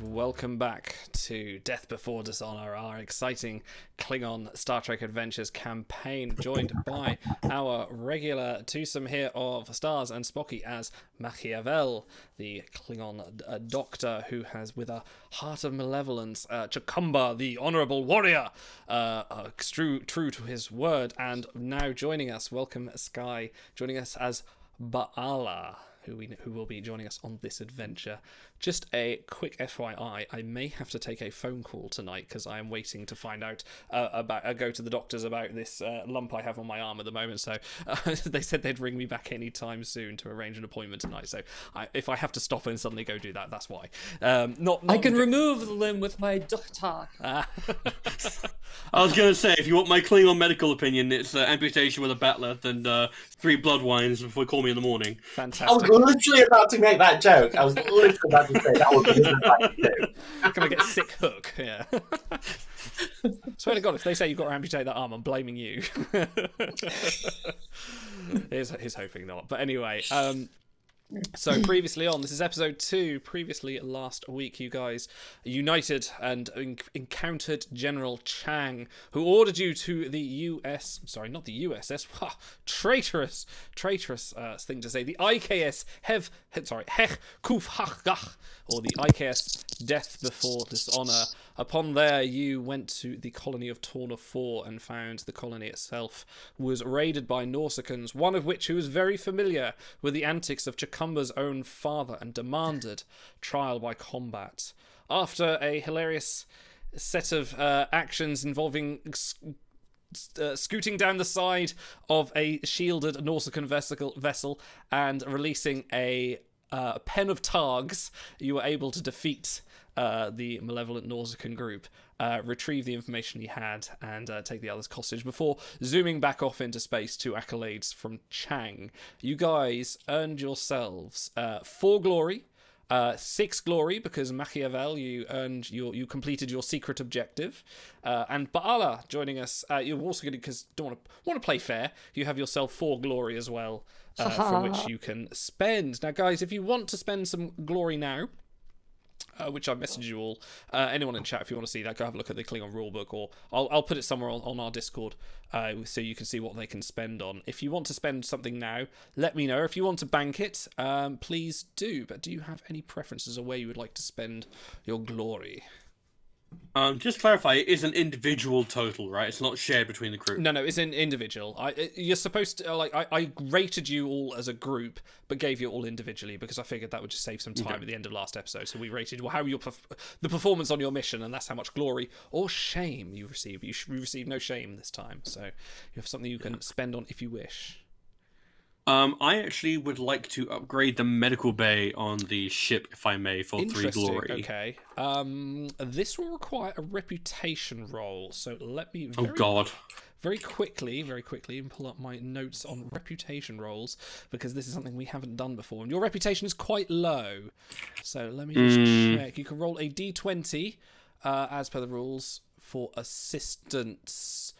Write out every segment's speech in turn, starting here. welcome back to Death Before Dishonor, our exciting Klingon Star Trek Adventures campaign, joined by our regular twosome here of Stars and Spocky as Machiavel, the Klingon uh, doctor who has, with a heart of malevolence, uh, Chakumba, the honorable warrior, uh, uh, true, true to his word, and now joining us, welcome Sky, joining us as Baala who we who will be joining us on this adventure. Just a quick FYI, I may have to take a phone call tonight because I am waiting to find out uh, about. Uh, go to the doctors about this uh, lump I have on my arm at the moment. So uh, they said they'd ring me back any time soon to arrange an appointment tonight. So I, if I have to stop and suddenly go do that, that's why. Um, not, I not- can remove the limb with my doctor. Ah. I was going to say, if you want my Klingon medical opinion, it's uh, amputation with a batleth and uh, three blood wines before call me in the morning. I was fantastic. literally about to make that joke. I was literally about to say that would be the fact too. Can I get sick hook? Yeah. Swear to God, if they say you've got to amputate that arm, I'm blaming you. he's, he's hoping not. But anyway, um, so previously on, this is episode two. Previously last week, you guys united and en- encountered General Chang, who ordered you to the U.S. Sorry, not the USS. Wah, traitorous, traitorous uh, thing to say. The IKS Hev. he- Sorry, Hech Kuf Hach Gach, or the IKS Death Before Dishonor. Upon there, you went to the colony of Torna 4 and found the colony itself was raided by Norsicans, one of which who was very familiar with the antics of Chacumba's own father and demanded trial by combat. After a hilarious set of uh, actions involving s- uh, scooting down the side of a shielded Nausicaan vesicle, vessel and releasing a uh, pen of targs, you were able to defeat uh, the malevolent Nausicaan group, uh, retrieve the information he had, and uh, take the others hostage before zooming back off into space to accolades from Chang. You guys earned yourselves uh, four glory. Uh, six glory because Machiavel, you earned your you completed your secret objective, uh, and Baala joining us. Uh, you're also going to because don't want to want to play fair. You have yourself four glory as well, uh, from which you can spend. Now, guys, if you want to spend some glory now, uh, which I've messaged you all. Uh, anyone in chat, if you want to see that, go have a look at the Klingon rulebook, or I'll, I'll put it somewhere on, on our Discord uh, so you can see what they can spend on. If you want to spend something now, let me know. If you want to bank it, um, please do. But do you have any preferences or where you would like to spend your glory? Um, just clarify, it is an individual total, right? It's not shared between the crew. No, no, it's an individual. I it- you're supposed to uh, like I, I rated you all as a group, but gave you all individually because I figured that would just save some time at the end of last episode. So we rated well, how your perf- the performance on your mission, and that's how much glory or shame you receive. You, sh- you receive no shame this time, so you have something you can spend on if you wish. Um, I actually would like to upgrade the medical bay on the ship, if I may, for three Interesting. glory. Okay. Um, this will require a reputation roll. So let me. Oh Very God! very quickly, very quickly, and pull up my notes on reputation rolls because this is something we haven't done before. And your reputation is quite low, so let me just check. You can roll a d20 uh, as per the rules for assistance.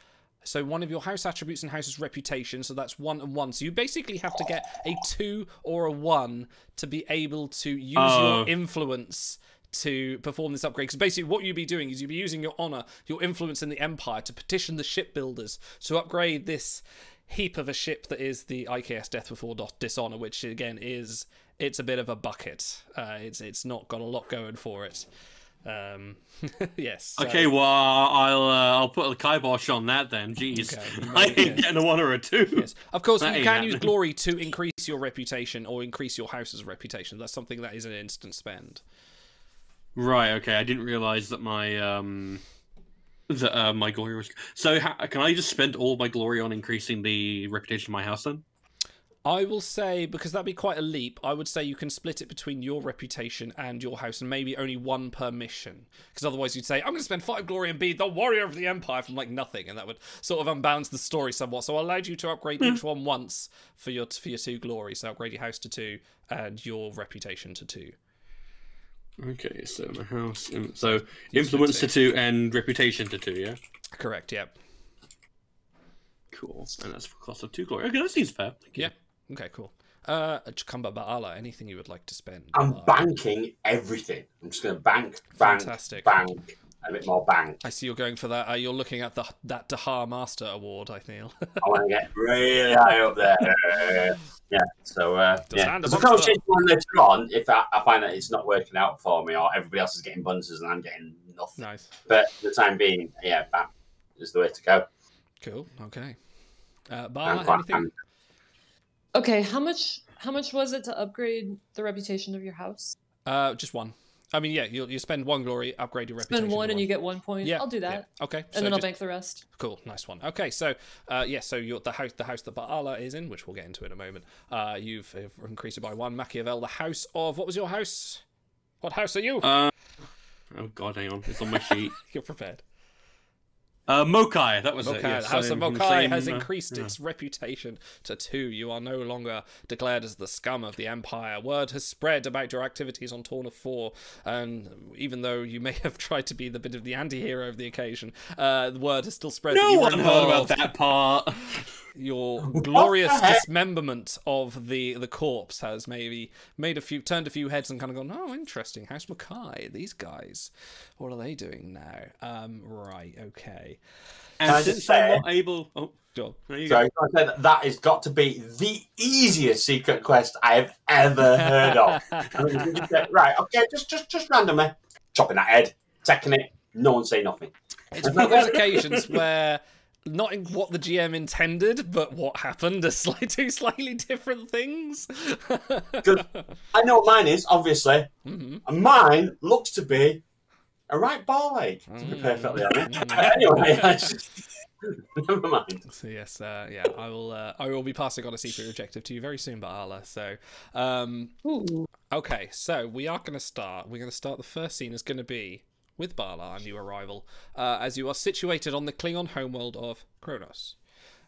So one of your house attributes and house's reputation, so that's one and one. So you basically have to get a two or a one to be able to use Oh. your influence to perform this upgrade. Because basically, what you'd be doing is you'd be using your honor, your influence in the empire, to petition the shipbuilders to upgrade this heap of a ship that is the IKS Death Before Dot Dishonor, which again is it's a bit of a bucket. Uh, it's it's not got a lot going for it. Um, yes. so- Okay, well, I'll uh, I'll put a kibosh on that then. Jeez, Okay, I ain't getting a one or a two. Yes. Of course, That you ain't can use happening. glory to increase your reputation or increase your house's reputation. That's something that is an instant spend. Right. Okay. I didn't realize that my um that uh, my glory was. So ha- can I just spend all my glory on increasing the reputation of my house then? I will say because that'd be quite a leap. I would say you can split it between your reputation and your house, and maybe only one per mission. Because otherwise, you'd say, "I'm going to spend five glory and be the warrior of the empire" from like nothing, and that would sort of unbalance the story somewhat. So I allowed you to upgrade Hmm. each one once for your for your two glory. So upgrade your house to two and your reputation to two. Okay. So my house. im- So influence to two and reputation to two. Yeah. Correct. Yep. Cool. And that's for cost of two glory. Okay, that seems fair. Thank you. Yeah. Okay. Cool. Uh, Chukamba Baala, anything you would like to spend? Um, I'm Uh, banking everything. I'm just going to bank, bank, Fantastic. bank, a bit more bank. I see you're going for that. Uh, you're looking at the that Daha Master Award, I feel. I want to get really high up there. yeah. So uh, Does yeah. hand There's a amongst conversation on later on if I, I find that it's not working out for me or everybody else is getting bunses and I'm getting nothing. nice. But for the time being, yeah, bam is the way to go. Cool. Okay. Uh, I'm Baala, quite anything? happy. Okay, how much how much was it to upgrade the reputation of your house? Uh, just one. I mean, yeah, you you spend one glory, upgrade your reputation. Spend to one and you get one point. Yeah, I'll do that. yeah. Okay. And then so I'll just- bank the rest. Cool, nice one. Okay, so uh, yeah, so you're the house, the house that Baala is in, which we'll get into in a moment. Uh, you've, you've increased it by one. Machiavel, the house of what was your house? What house are you? Uh, oh god, hang on, it's on my sheet. you're prepared. Uh, Mokai, that was Mokai, it. yeah, the house of same- Mokai same, has uh, increased its reputation to two. You are no longer declared as the scum of the empire. Word has spread about your activities on Torn of Four, and even though you may have tried to be the bit of the anti-hero of the occasion, uh, the word has still spread. that No you were one heard about involved. that part. your glorious the heck? dismemberment of the the corpse has maybe made a few turned a few heads and kind of gone oh interesting house mackay these guys what are they doing now um right okay Can I And just since I'm say- not able, oh, Go. there you So go. I gotta say that that has got to be the easiest secret quest I have ever heard of. I mean, you just say, right, okay, just just just randomly chopping that head, taking it. No one say nothing. it's one of those occasions where not in what the gm intended but what happened are slightly two slightly different things I know what mine is, obviously. Mhm. And mine looks to be a right ball ache, to be Mm. perfectly honest. Mm. But anyway, I just- never mind. So yes, uh, yeah, I will. Uh, I will be passing on a secret objective to you very soon, Baala. So, um, okay, so we are going to start. We're going to start. The first scene is going to be with Baala, our new arrival, uh, as you are situated on the Klingon homeworld of Kronos,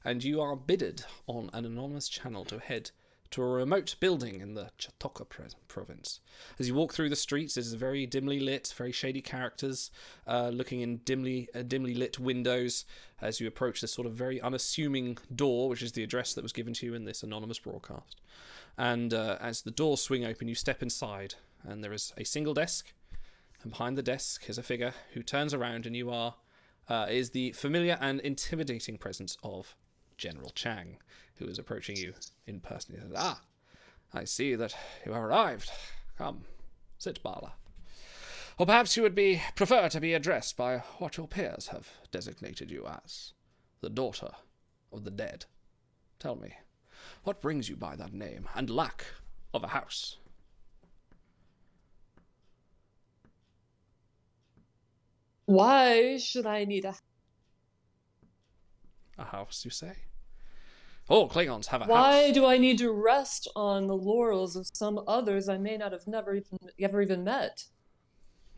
and you are bidded on an anonymous channel to head to a remote building in the Chatoka pres- province. As you walk through the streets, it is very dimly lit, very shady characters uh, looking in dimly uh, dimly lit windows as you approach this sort of very unassuming door, which is the address that was given to you in this anonymous broadcast. And uh, as the doors swing open, you step inside, and there is a single desk, and behind the desk is a figure who turns around, and you are uh, is the familiar and intimidating presence of General Chang, who is approaching you in person. He says, "Ah, I see that you have arrived. Come, sit, Bala." Or perhaps you would be prefer to be addressed by what your peers have designated you as the daughter of the dead. Tell me, what brings you by that name and lack of a house? Why should I need a A house, you say? All Klingons have a Why house. do I need to rest on the laurels of some others I may not have never even ever even met?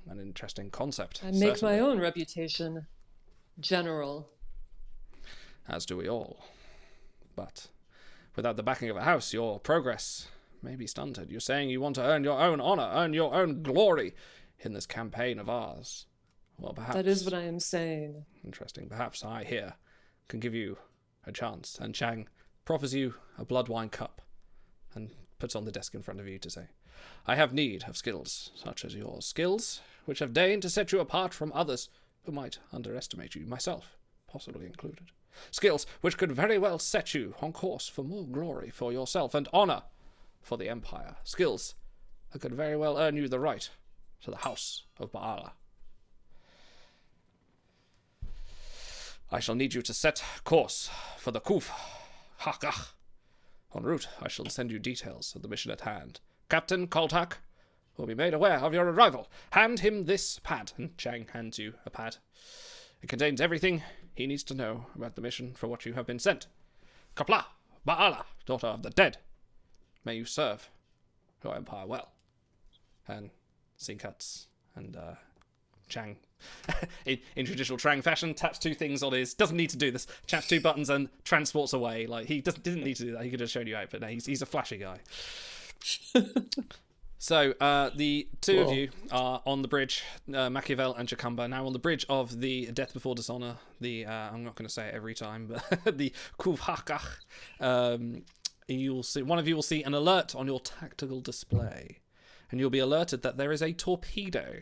An interesting concept. I make certainly, my own reputation, general. As do we all. But without the backing of a house, your progress may be stunted. You're saying you want to earn your own honor, earn your own glory in this campaign of ours. Well, perhaps. That is what I am saying. Interesting. Perhaps I here can give you a chance. And Chang proffers you a blood wine cup and puts on the desk in front of you to say, I have need of skills such as yours, skills which have deigned to set you apart from others who might underestimate you, myself possibly included. Skills which could very well set you on course for more glory for yourself and honor for the Empire. Skills that could very well earn you the right to the House of Baala. I shall need you to set course for the Kuf. Hakach. En route, I shall send you details of the mission at hand. Captain Koltak will be made aware of your arrival. Hand him this pad. And Chang hands you a pad. It contains everything he needs to know about the mission for which you have been sent. Kapla, Baala, daughter of the dead, may you serve your empire well. And scene cuts, and uh, Chang, in, in traditional Trang fashion, taps two things on his. Doesn't need to do this. Taps two buttons and transports away. Like he doesn't didn't need to do that. He could have shown you out, but no, he's he's a flashy guy. So uh, the two of you are on the bridge, uh, Machiavel and Jacamba, now on the bridge of the Death Before Dishonor. The uh, I'm not going to say it every time, but the Kuvhakach, um you will see one of you will see an alert on your tactical display, and you'll be alerted that there is a torpedo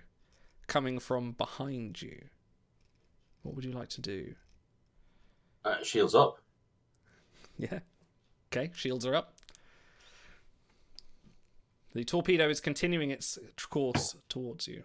coming from behind you. What would you like to do? Uh, shields up. Yeah. Okay, shields are up. The torpedo is continuing its course towards you.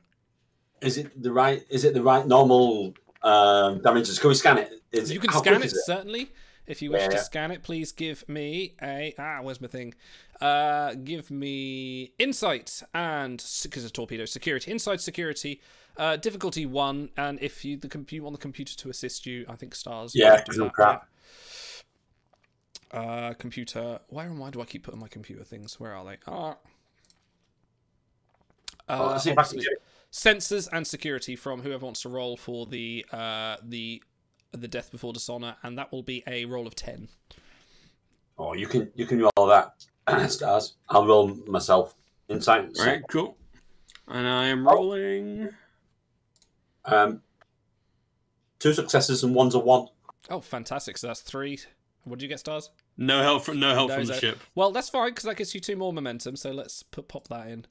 Is it the right? Is it the right normal uh, um, damages? Can we scan it? Is You can how scan quick it, is certainly. If you wish Yeah, to yeah. scan it, please give me a ah. Where's my thing? Uh, give me insight and because a torpedo security inside security, uh, difficulty one. And if you the compute on the computer to assist you, I think stars. Yeah, would do 'cause I'm that, crap. yeah. Uh, computer. Why and why do I keep putting my computer things? Where are they? Ah. Oh, Uh, let's see if I can obviously- do it. sensors and security from whoever wants to roll for the uh the the death before dishonor and that will be a roll of 10 Oh, you can you can roll that stars. I'll roll myself. Insight. All right, cool. And I am Oh. rolling. Um, two successes and one's a one. oh fantastic so that's three what did you get stars No help from no help No, from the so- ship. well that's fine because that gives you two more momentum so let's put, pop that in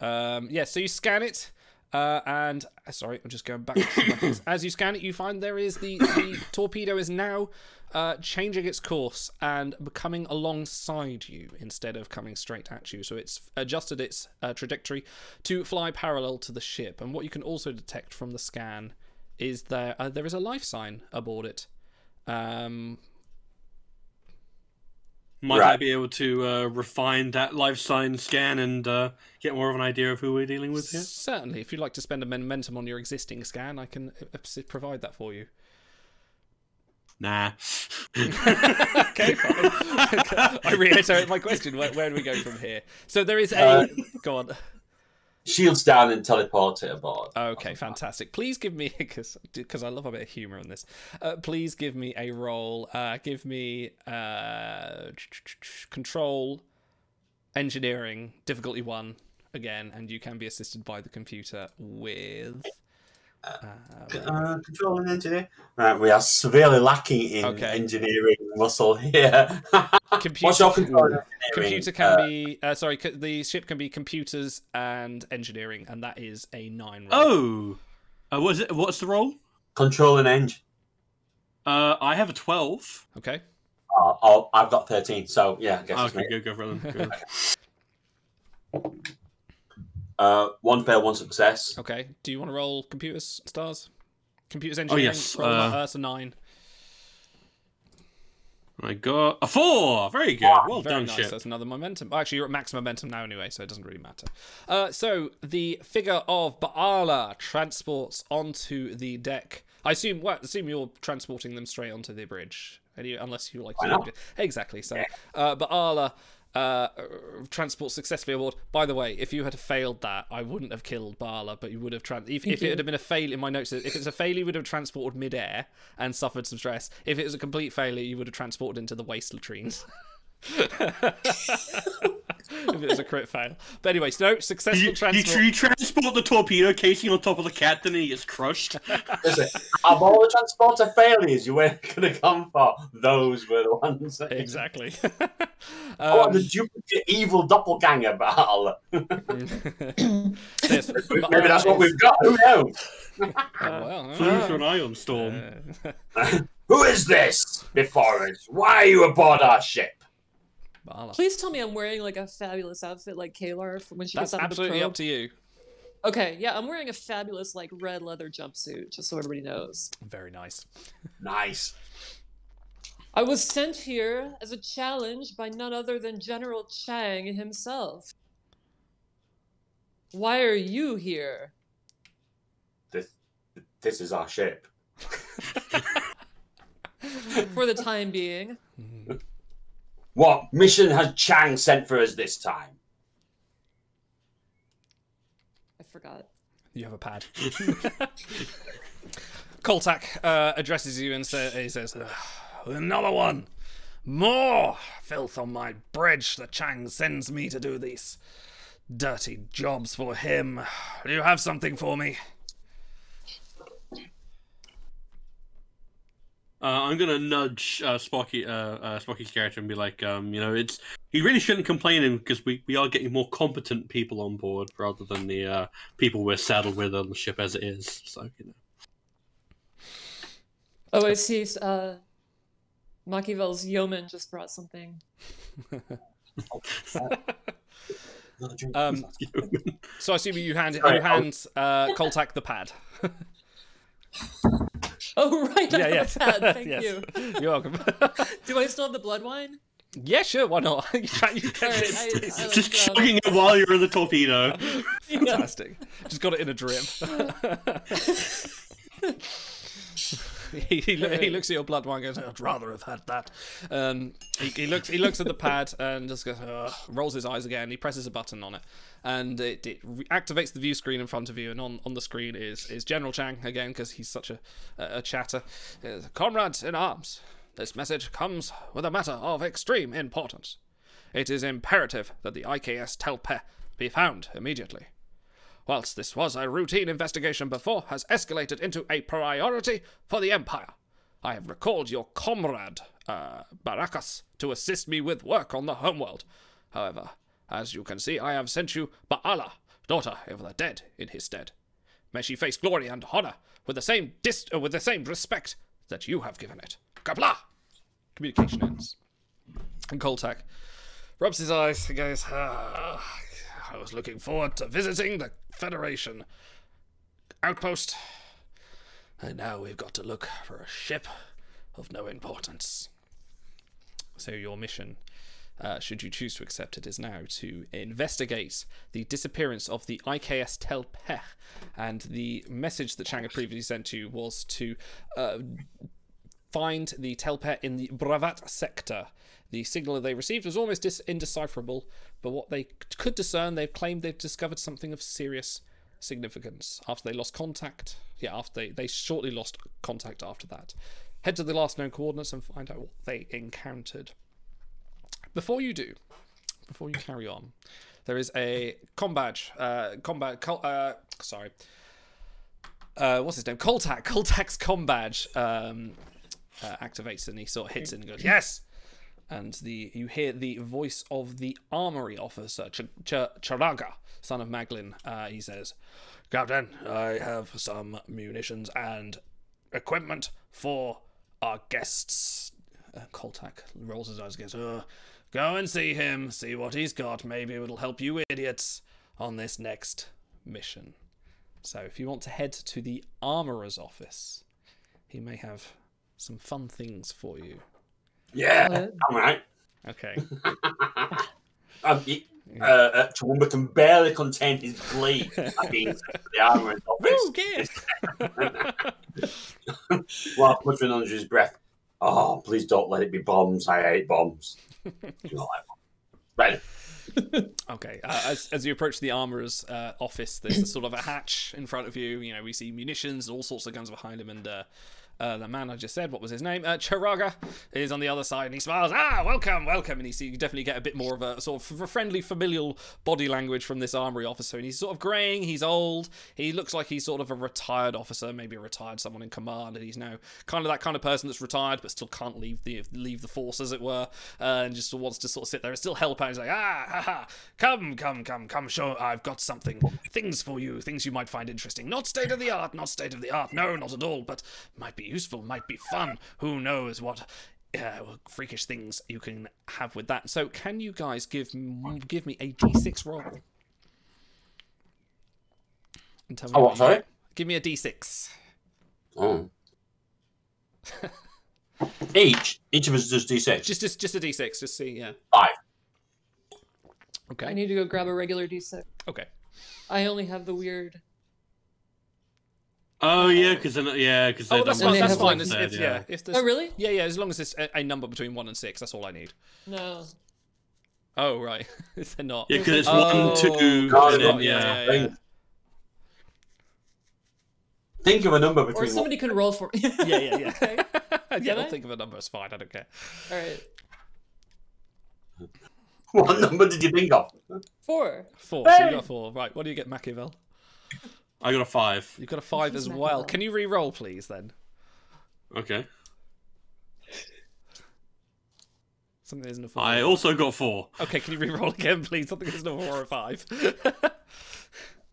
um yeah so you scan it uh, and sorry, I'm just going back. to my things. As you scan it, you find there is the, the torpedo is now uh, changing its course and becoming alongside you instead of coming straight at you. So it's adjusted its uh, trajectory to fly parallel to the ship. And what you can also detect from the scan is there uh, there is a life sign aboard it. Um, Might I Right. be able to uh, refine that life sign scan and uh, get more of an idea of who we're dealing with here? Certainly, if you'd like to spend a momentum on your existing scan, I can uh, uh, provide that for you. Nah. okay, fine. I reiterate my question. Where, where do we go from here? So there is a. Uh, go on. Shields down and teleport it aboard. Okay, fantastic. Please give me because because I love a bit of humor in this. Uh, please give me a roll. Uh, give me uh, ch- ch- ch- control, engineering, difficulty one again, and you can be assisted by the computer with. Uh, Uh, control and engineer. Right, Uh, we are severely lacking in Okay. engineering muscle here. What's computer. your control and engineering? Computer can uh, be uh, sorry. c- The ship can be computers and engineering, and that is a nine. roll. oh, uh, was it? What's the roll? Control and eng. Uh, I have a twelve. okay. Oh, oh, I've got 13, so yeah, I guess it's Okay, me. go go for it. then. Go. Uh, one fail, one success. Okay. Do you want to roll computers stars? Computers engineering. yes, Roll that. uh, Uh, that's a nine. I got a four. Very good. Well Very done, nice. ship. That's another momentum. Oh, Actually, you're at max momentum now anyway, so it doesn't really matter. Uh, so the figure of Baala transports onto the deck. I assume. Well, assume you're transporting them straight onto the bridge, and you- unless you like. Why to not? Exactly. So uh, Baala. Uh, transports successfully aboard. By the way, if you had failed that, I wouldn't have killed Bala, but you would have trans. If, if it had been a fail in my notes, if it's a failure, you would have transported midair and suffered some stress. If it was a complete failure, you would have transported into the waste latrines. if it was a crit fail. But anyway, so successful You, you, transport. tr- you transport the torpedo casing on top of the cat, then he gets crushed. Listen, of all the transporter failures you were going to come for, those were the ones. That exactly. I want Um, the duplicate evil doppelganger battle. yes, but Maybe that's what otherwise- we've got. Who knows? Oh, well, Flew uh, through an ion storm. uh, Who is this before us? Why are you aboard our ship? Bala. Please tell me I'm wearing like a fabulous outfit like Kalar from when she That's gets out of the absolutely probe. up to you. Okay, yeah, I'm wearing a fabulous like red leather jumpsuit, just so everybody knows. Very nice. Nice. I was sent here as a challenge by none other than General Chang himself. Why are you here? This, this is our ship. For the time being. What mission has Chang sent for us this time? I forgot. You have a pad. Koltak uh, addresses you and sa- he says, "Ugh, Another one! More filth on my bridge. The Chang sends me to do these dirty jobs for him. Do you have something for me? Uh, I'm gonna nudge uh, Sparky, uh, uh, Sparky's character, and be like, um, you know, it's he really shouldn't complain because we, we are getting more competent people on board rather than the uh, people we're saddled with on the ship as it is. So you know. Oh, I see. Uh, Machiavel's yeoman just brought something. Another drink. Uh, Um, so I assume you hand Sorry, you hand uh, Coltac the pad. Oh, right. I Yeah, got yes. that. Thank Yes. you. You're welcome. Do I still have the blood wine? yeah, sure. Why not? you can, you can All right, I- it's I like um, Just that. chugging it while you're in the torpedo. Yeah. fantastic. Just got it in a drip. he, he, lo- he looks at your blood wine and goes, "I'd rather have had that." Um, he, he looks he looks at the pad and just goes, Ugh, rolls his eyes again. He presses a button on it, and it, it re- activates the view screen in front of you. And on, on the screen is is General Chang again because he's such a a a chatter. He goes, Comrades in arms, this message comes with a matter of extreme importance. It is imperative that the IKS Telpe be found immediately. Whilst this was a routine investigation before, has escalated into a priority for the Empire. I have recalled your comrade, uh, Baracus, to assist me with work on the homeworld. However, as you can see, I have sent you Baala, daughter of the dead, in his stead. May she face glory and honor with the same dis- uh, with the same respect that you have given it. Kapla! Communication ends. And Koltak rubs his eyes and goes, "Ah, I was looking forward to visiting the Federation outpost. And now we've got to look for a ship of no importance. So, your mission, uh, should you choose to accept it, is now to investigate the disappearance of the IKS Telpech. And the message that Chang had previously sent to you was to uh, find the Telpet in the Bravat sector. The signal they received was almost dis- indecipherable, but what they c- could discern, they've claimed they've discovered something of serious significance after they lost contact. Yeah, after they, they shortly lost contact after that. Head to the last known coordinates and find out what they encountered. Before you do, before you carry on, there is a combat, uh, combat, col- uh, sorry, uh, what's his name? Coltac. Coltac's com badge um, uh, activates and he sort of hits it and goes, "Yes." And the you hear the voice of the armory officer, Ch- Ch- Charaga, son of Maglin. Uh, he says, "Captain, I have some munitions and equipment for our guests." Uh, Koltak rolls his eyes and goes, "Uh, "Go and see him. See what he's got. Maybe it'll help you idiots on this next mission." So if you want to head to the armorer's office, he may have some fun things for you. yeah, Uh, all right. Okay. Um, he, uh, uh, Toowoomba can barely contain his glee at being sent to the armourer's office. good. While muttering under his breath, "Oh, please don't let it be bombs. I hate bombs." You know, like, Right. Okay. Uh, as, as you approach the armorer's uh, office, there's a sort of a hatch in front of you. You know, we see munitions, all sorts of guns behind him, and uh, uh, the man I just said, what was his name? Uh, Chiraga is on the other side, and he smiles. Ah, welcome, welcome. And you see, you definitely get a bit more of a sort of f- friendly, familial body language from this armory officer. And he's sort of graying. He's old. He looks like he's sort of a retired officer, maybe a retired someone in command, and he's now kind of that kind of person that's retired but still can't leave the leave the force, as it were, uh, and just wants to sort of sit there and still help out. He's like, ah, ha, ha, come, come, come, come, show. I've got something, things for you, things you might find interesting. Not state of the art, not state of the art. No, not at all. But might be useful, might be fun. Who knows what uh, freakish things you can have with that. So, can you guys give m- give me a d6 roll? And tell me Oh, what what, you sorry? get. Give me a d6. Oh. each each of us does d six. Just, just, just a d6. Just see, yeah. Five. Okay. I need to go grab a regular d6. okay. I only have the weird. Oh yeah, because yeah, because Oh, that's done fine. what That's they fine. If, if, have said, yeah. If there's, Oh, really? Yeah, yeah. As long as it's a, a number between one and six, that's all I need. No. Oh, right. Is there not? Yeah, because it's Oh. one, two, God, and then, oh, yeah. yeah, yeah. Think of a number Or between. one- somebody could roll for me. Yeah, yeah, yeah. okay. yeah, Can I'll I? think of a number. It's fine. I don't care. All right. What, number did you think of? Four. Four. So you got four. Right. What do you get, Machiavel? I got a five. You've got a five This as is well. Machiavel. Can you re-roll, please? Then. Okay. Something isn't a four. I also got four. Okay, can you re-roll again, please? Something isn't a four or a five.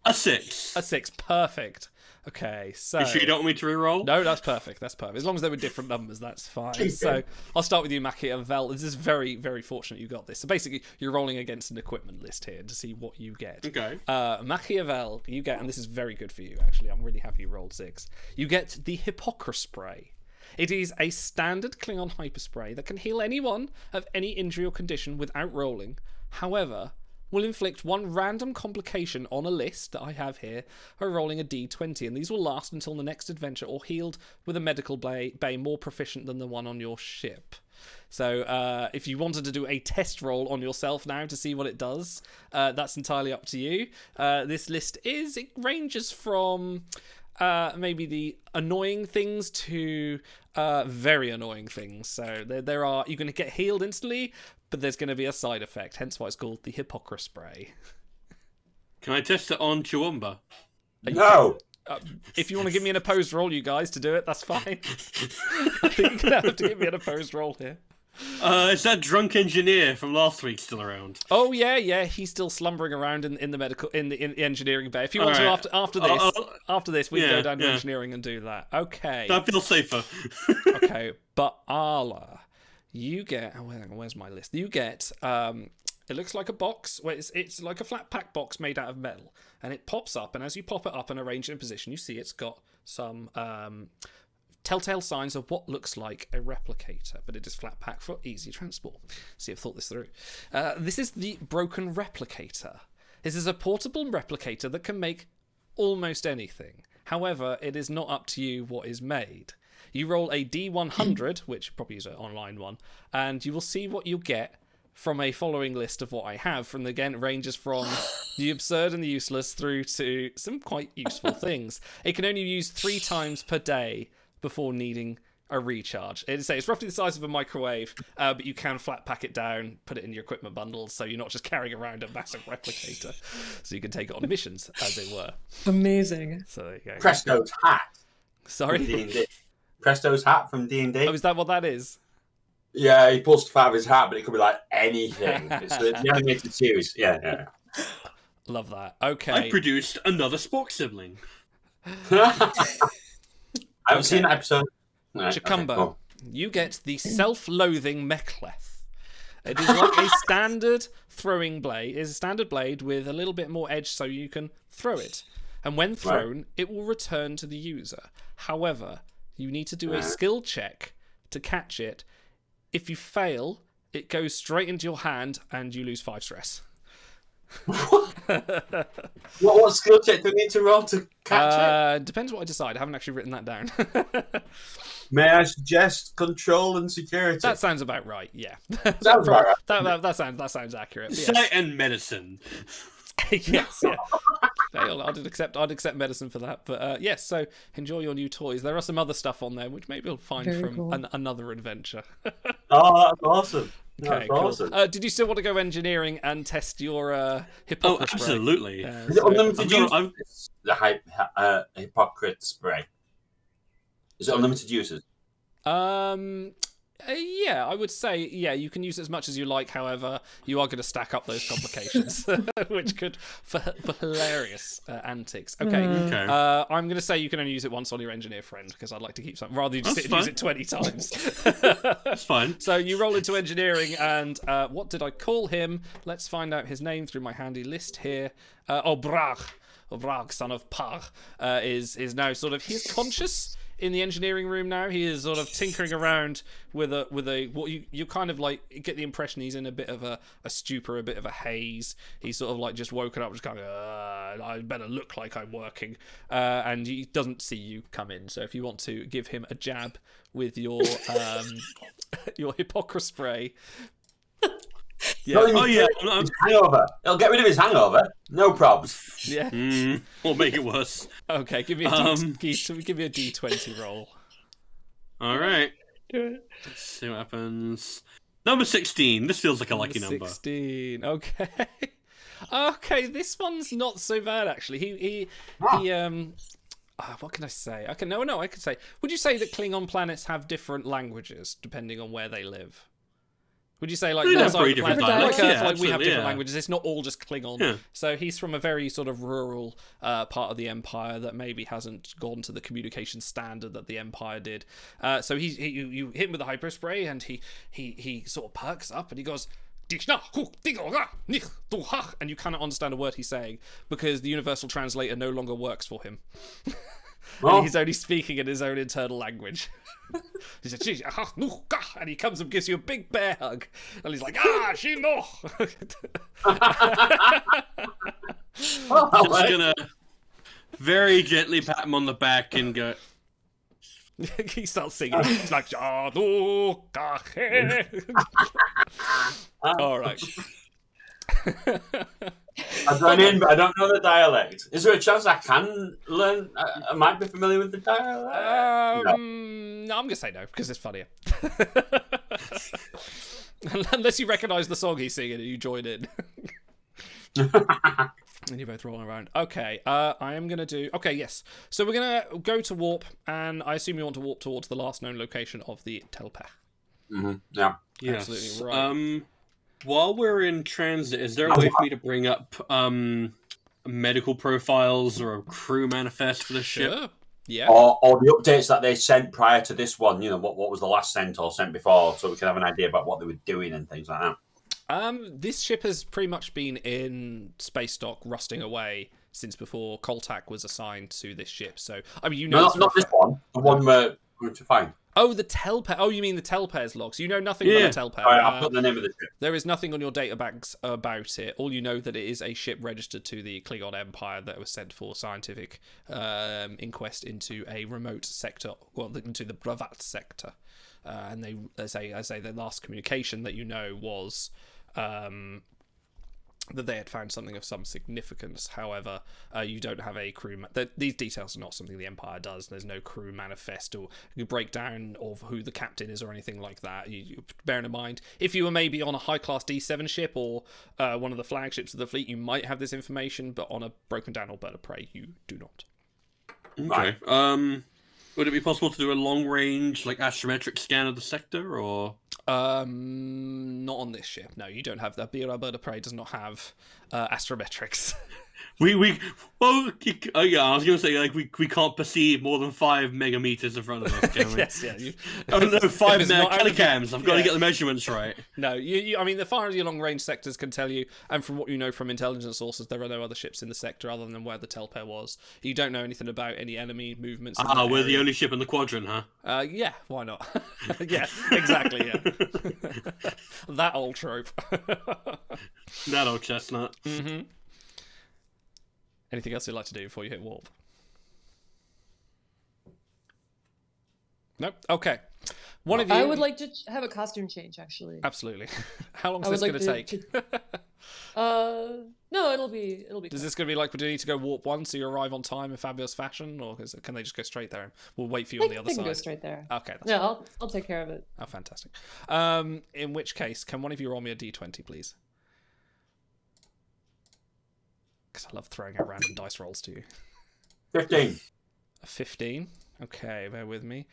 A six. a six. Perfect. Okay, so. You sure you don't want me to re-roll? No, that's perfect. That's perfect. As long as they were different numbers, that's fine. Keep So it. I'll start with you, Maki and Vel. This is very, very fortunate you got this. So basically, you're rolling against an equipment list here to see what you get. Okay. Uh, Machiavel, you get, and this is very good for you actually. I'm really happy you rolled six. You get the Hippocra Spray. It is a standard Klingon hyperspray that can heal anyone of any injury or condition without rolling. However, will inflict one random complication on a list that I have here by rolling a d20, and these will last until the next adventure or healed with a medical bay, bay more proficient than the one on your ship. So uh, if you wanted to do a test roll on yourself now to see what it does, uh, that's entirely up to you. Uh, this list is it ranges from uh, maybe the annoying things to uh, very annoying things. So there, there are you're going to get healed instantly, but there's going to be a side effect. Hence why it's called the Hippocra spray. Can I test it on Chuumba? No. Uh, if you want to give me an opposed roll, you guys, to do it, that's fine. I think you're going to have to give me an opposed roll here. Uh, is that drunk engineer from last week still around? Oh yeah, yeah. He's still slumbering around in, in the medical in the, in the engineering bay. If you want to Alright. after after I'll- this I'll- after this we go Yeah, down to yeah. engineering and do that. Okay. I feel safer. okay. But Allah, you get oh, hang on, where's my list? You get um it looks like a box. Well, it's, it's like a flat pack box made out of metal, and it pops up. And as you pop it up and arrange it in position, you see it's got some um, telltale signs of what looks like a replicator, but it is flat pack for easy transport. See, I've thought this through. Uh, this is the broken replicator. This is a portable replicator that can make almost anything. However, it is not up to you what is made. You roll a D100, which probably is an online one, and you will see what you get from a following list of what I have. From again, it ranges from the absurd and the useless through to some quite useful things. It can only use three times per day before needing a recharge. It's, it's roughly the size of a microwave, uh, but you can flat pack it down, put it in your equipment bundles, so you're not just carrying around a massive replicator. So you can take it on missions, as it were. Amazing. So there you go. Presto's hat. from Sorry. D&D. Presto's hat from D and Oh, D. is that what that is? Yeah, he pulls stuff out of his hat, but it could be like anything. It's the, the animated series. Yeah, yeah. Love that. Okay. I produced another Spock sibling. I haven't seen that episode. No, okay, Chicumba, Oh. cool. you get the self-loathing Mechleth. It is like a standard throwing blade. It's a standard blade with a little bit more edge, so you can throw it. And when thrown, it will return to the user. However, you need to do a skill check to catch it. If you fail, it goes straight into your hand, and you lose five stress. What, what skill check do we need to roll to catch it? Uh, depends what I decide. I haven't actually written that down. May I suggest control and security? that sounds about right. Yeah. Sounds about right. That, that, that sounds that sounds accurate. but yes. Sight and medicine. yes, yeah. Fail. I'd accept. I'd accept medicine for that. But uh, yes, so enjoy your new toys. There are some other stuff on there which maybe we'll find Very from cool. an, another adventure. Oh, that's awesome. that's cool. awesome. Uh, did you still want to go engineering and test your uh, Oh, hippopotamus? absolutely. Is it I'm unlimited gonna- use? I'm- The hy- uh, hypocrite spray. Is it unlimited uses? Um. uh, yeah, I would say yeah. You can use it as much as you like. However, you are going to stack up those complications, which could for, for hilarious uh, antics. Okay, Okay. Uh, I'm going to say you can only use it once on your engineer friend because I'd like to keep something rather than just That's sit and use fine. it 20 times. That's fine. so you roll into engineering, and uh, what did I call him? Let's find out his name through my handy list here. Uh, oh, Brag. Oh, Brag, son of Pag, uh, is, is now sort of. He's conscious in the engineering room now. He is sort of tinkering around with a. with a what You, you kind of like get the impression he's in a bit of a, a stupor, a bit of a haze. He's sort of like just woken up, just kind of, uh, I better look like I'm working. Uh, and he doesn't see you come in. So if you want to give him a jab with your um, your hypocrisy spray, Not even Oh yeah. good. I'm, I'm, His hangover. It'll get rid of his hangover. No probs. yeah. mm, we'll make it worse. Okay, give me a D- Um. give, give me a D20 roll. All right. Do it. Let's see what happens. Number sixteen. This feels like a lucky number. 16. Okay. Okay, this one's not so bad actually. He he he um ah, what can I say? I can no no, I could say. Would you say that Klingon planets have different languages depending on where they live? Would you say like They one have side of very the different planet- dialects. like Yeah, Earth, like we have absolutely, different yeah. languages? It's not all just Klingon. Yeah. So he's from a very sort of rural uh, part of the Empire that maybe hasn't gone to the communication standard that the Empire did. Uh, so he, he you, you hit him with the hyperspray, and he he he sort of perks up, and he goes. "Dishna, hu, digo, ra, nich, ah, du, ha," And you cannot understand a word he's saying because the universal translator no longer works for him. Well, Oh. And he's only speaking in his own internal language. he's like, "Sheesh, aha, no, gah," and he comes and gives you a big bear hug. And he's like, ah, she no. well, I'm just gonna very gently pat him on the back and go. he starts singing. He's like, "Ja, no, gah, eh." All right. I've gone in, but I don't know the dialect. Is there a chance I can learn? I, I might be familiar with the dialect. Um, no, I'm going to say no because it's funnier. Unless you recognize the song he's singing and you join in. and you're both rolling around. Okay, uh, I am going to do. Okay, yes. So we're going to go to warp, and I assume you want to warp towards the last known location of the Telpath. hmm Yeah. Yes. Absolutely right. Um, while we're in transit, is there a way for me to bring up um medical profiles or a crew manifest for the ship? Sure. Yeah. Or, or the updates that they sent prior to this one. You know what? What was the last sent or sent before, so we can have an idea about what they were doing and things like that. Um, this ship has pretty much been in space dock, rusting away since before Coltac was assigned to this ship. So, I mean, you know. No, for not, a not this fact- one. The one we're going to find. Oh, the Telpair. Oh, you mean the Telpair's logs? You know nothing Yeah. about the Telpair. All right, Uh, I'll put the name of the ship. there is nothing on your databanks about it. All you know that it is a ship registered to the Klingon Empire that was sent for scientific um, inquest into a remote sector, well, into the Bravat sector. Uh, and they, I say, I say, their last communication that you know was um, that they had found something of some significance. However, uh, you don't have a crew. Ma- that these details are not something the Empire does. There's no crew manifest or breakdown of who the captain is or anything like that. You, you, bearing in mind, if you were maybe on a high class D7 ship or uh, one of the flagships of the fleet, you might have this information. But on a broken down or bird of prey, you do not. Okay. Um, would it be possible to do a long range like astrometric scan of the sector or? Um, not on this ship. No, you don't have that. BRR Bird of Prey does not have uh, astrometrics. We we well oh yeah I was gonna say like we, we can't perceive more than five megameters in front of us can we? yes, yeah. You, Oh no, five it's now not out of the- telecams. I've got yeah. to get the measurements right. No, you, you. I mean, the far as your long range sectors can tell you, and from what you know from intelligence sources, there are no other ships in the sector other than where the Telpair was. You don't know anything about any enemy movements. in Ah, that we're the area. only ship in the quadrant, huh? Uh, yeah, why not? yeah, exactly. Yeah, that old trope. That old chestnut. hmm Anything else you'd like to do before you hit warp? Nope. Okay. One of you. I would like to ch- have a costume change, actually. Absolutely. How long is I would this going like to- to take? Uh, no, it'll be it'll be. Is fine. this going to be like, do you need to go warp one so you arrive on time in fabulous fashion, or is it, can they just go straight there and we'll wait for you They, on the other they can side? Uh, go straight there. Okay, that's yeah, I'll I'll take care of it. oh, fantastic. Um, in which case, can one of you roll me a d20, please? Because I love throwing out random dice rolls to you. 15. A 15. Okay, bear with me.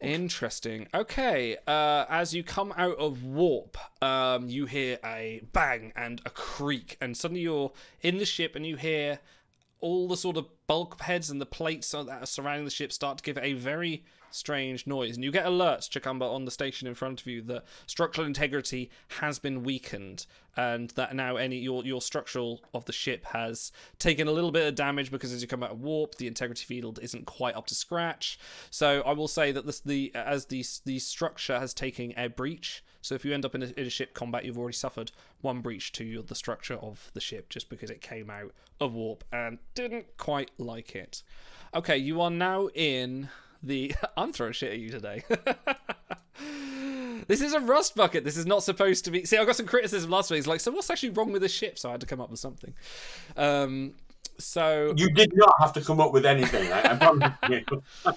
Interesting. Okay, uh, as you come out of warp, um, you hear a bang and a creak, and suddenly you're in the ship and you hear all the sort of bulkheads and the plates that are surrounding the ship start to give a very strange noise. And you get alerts, Chakamba, on the station in front of you that structural integrity has been weakened, and that now any your your structural of the ship has taken a little bit of damage because as you come out of warp, the integrity field isn't quite up to scratch. So I will say that this the as the the structure has taken a breach. So if you end up in a, in a ship combat, you've already suffered one breach to your, the structure of the ship just because it came out of warp and didn't quite like it. Okay, you are now in the. I'm throwing shit at you today. this is a rust bucket. This is not supposed to be. See, I got some criticism last week. It's like, so what's actually wrong with the ship? So I had to come up with something. Um, so You did not have to come up with anything. I, I promise you.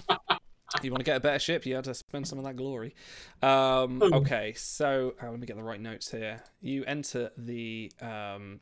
you want to get a better ship, you had to spend some of that glory. Um, okay, so uh, let me get the right notes here. You enter the um,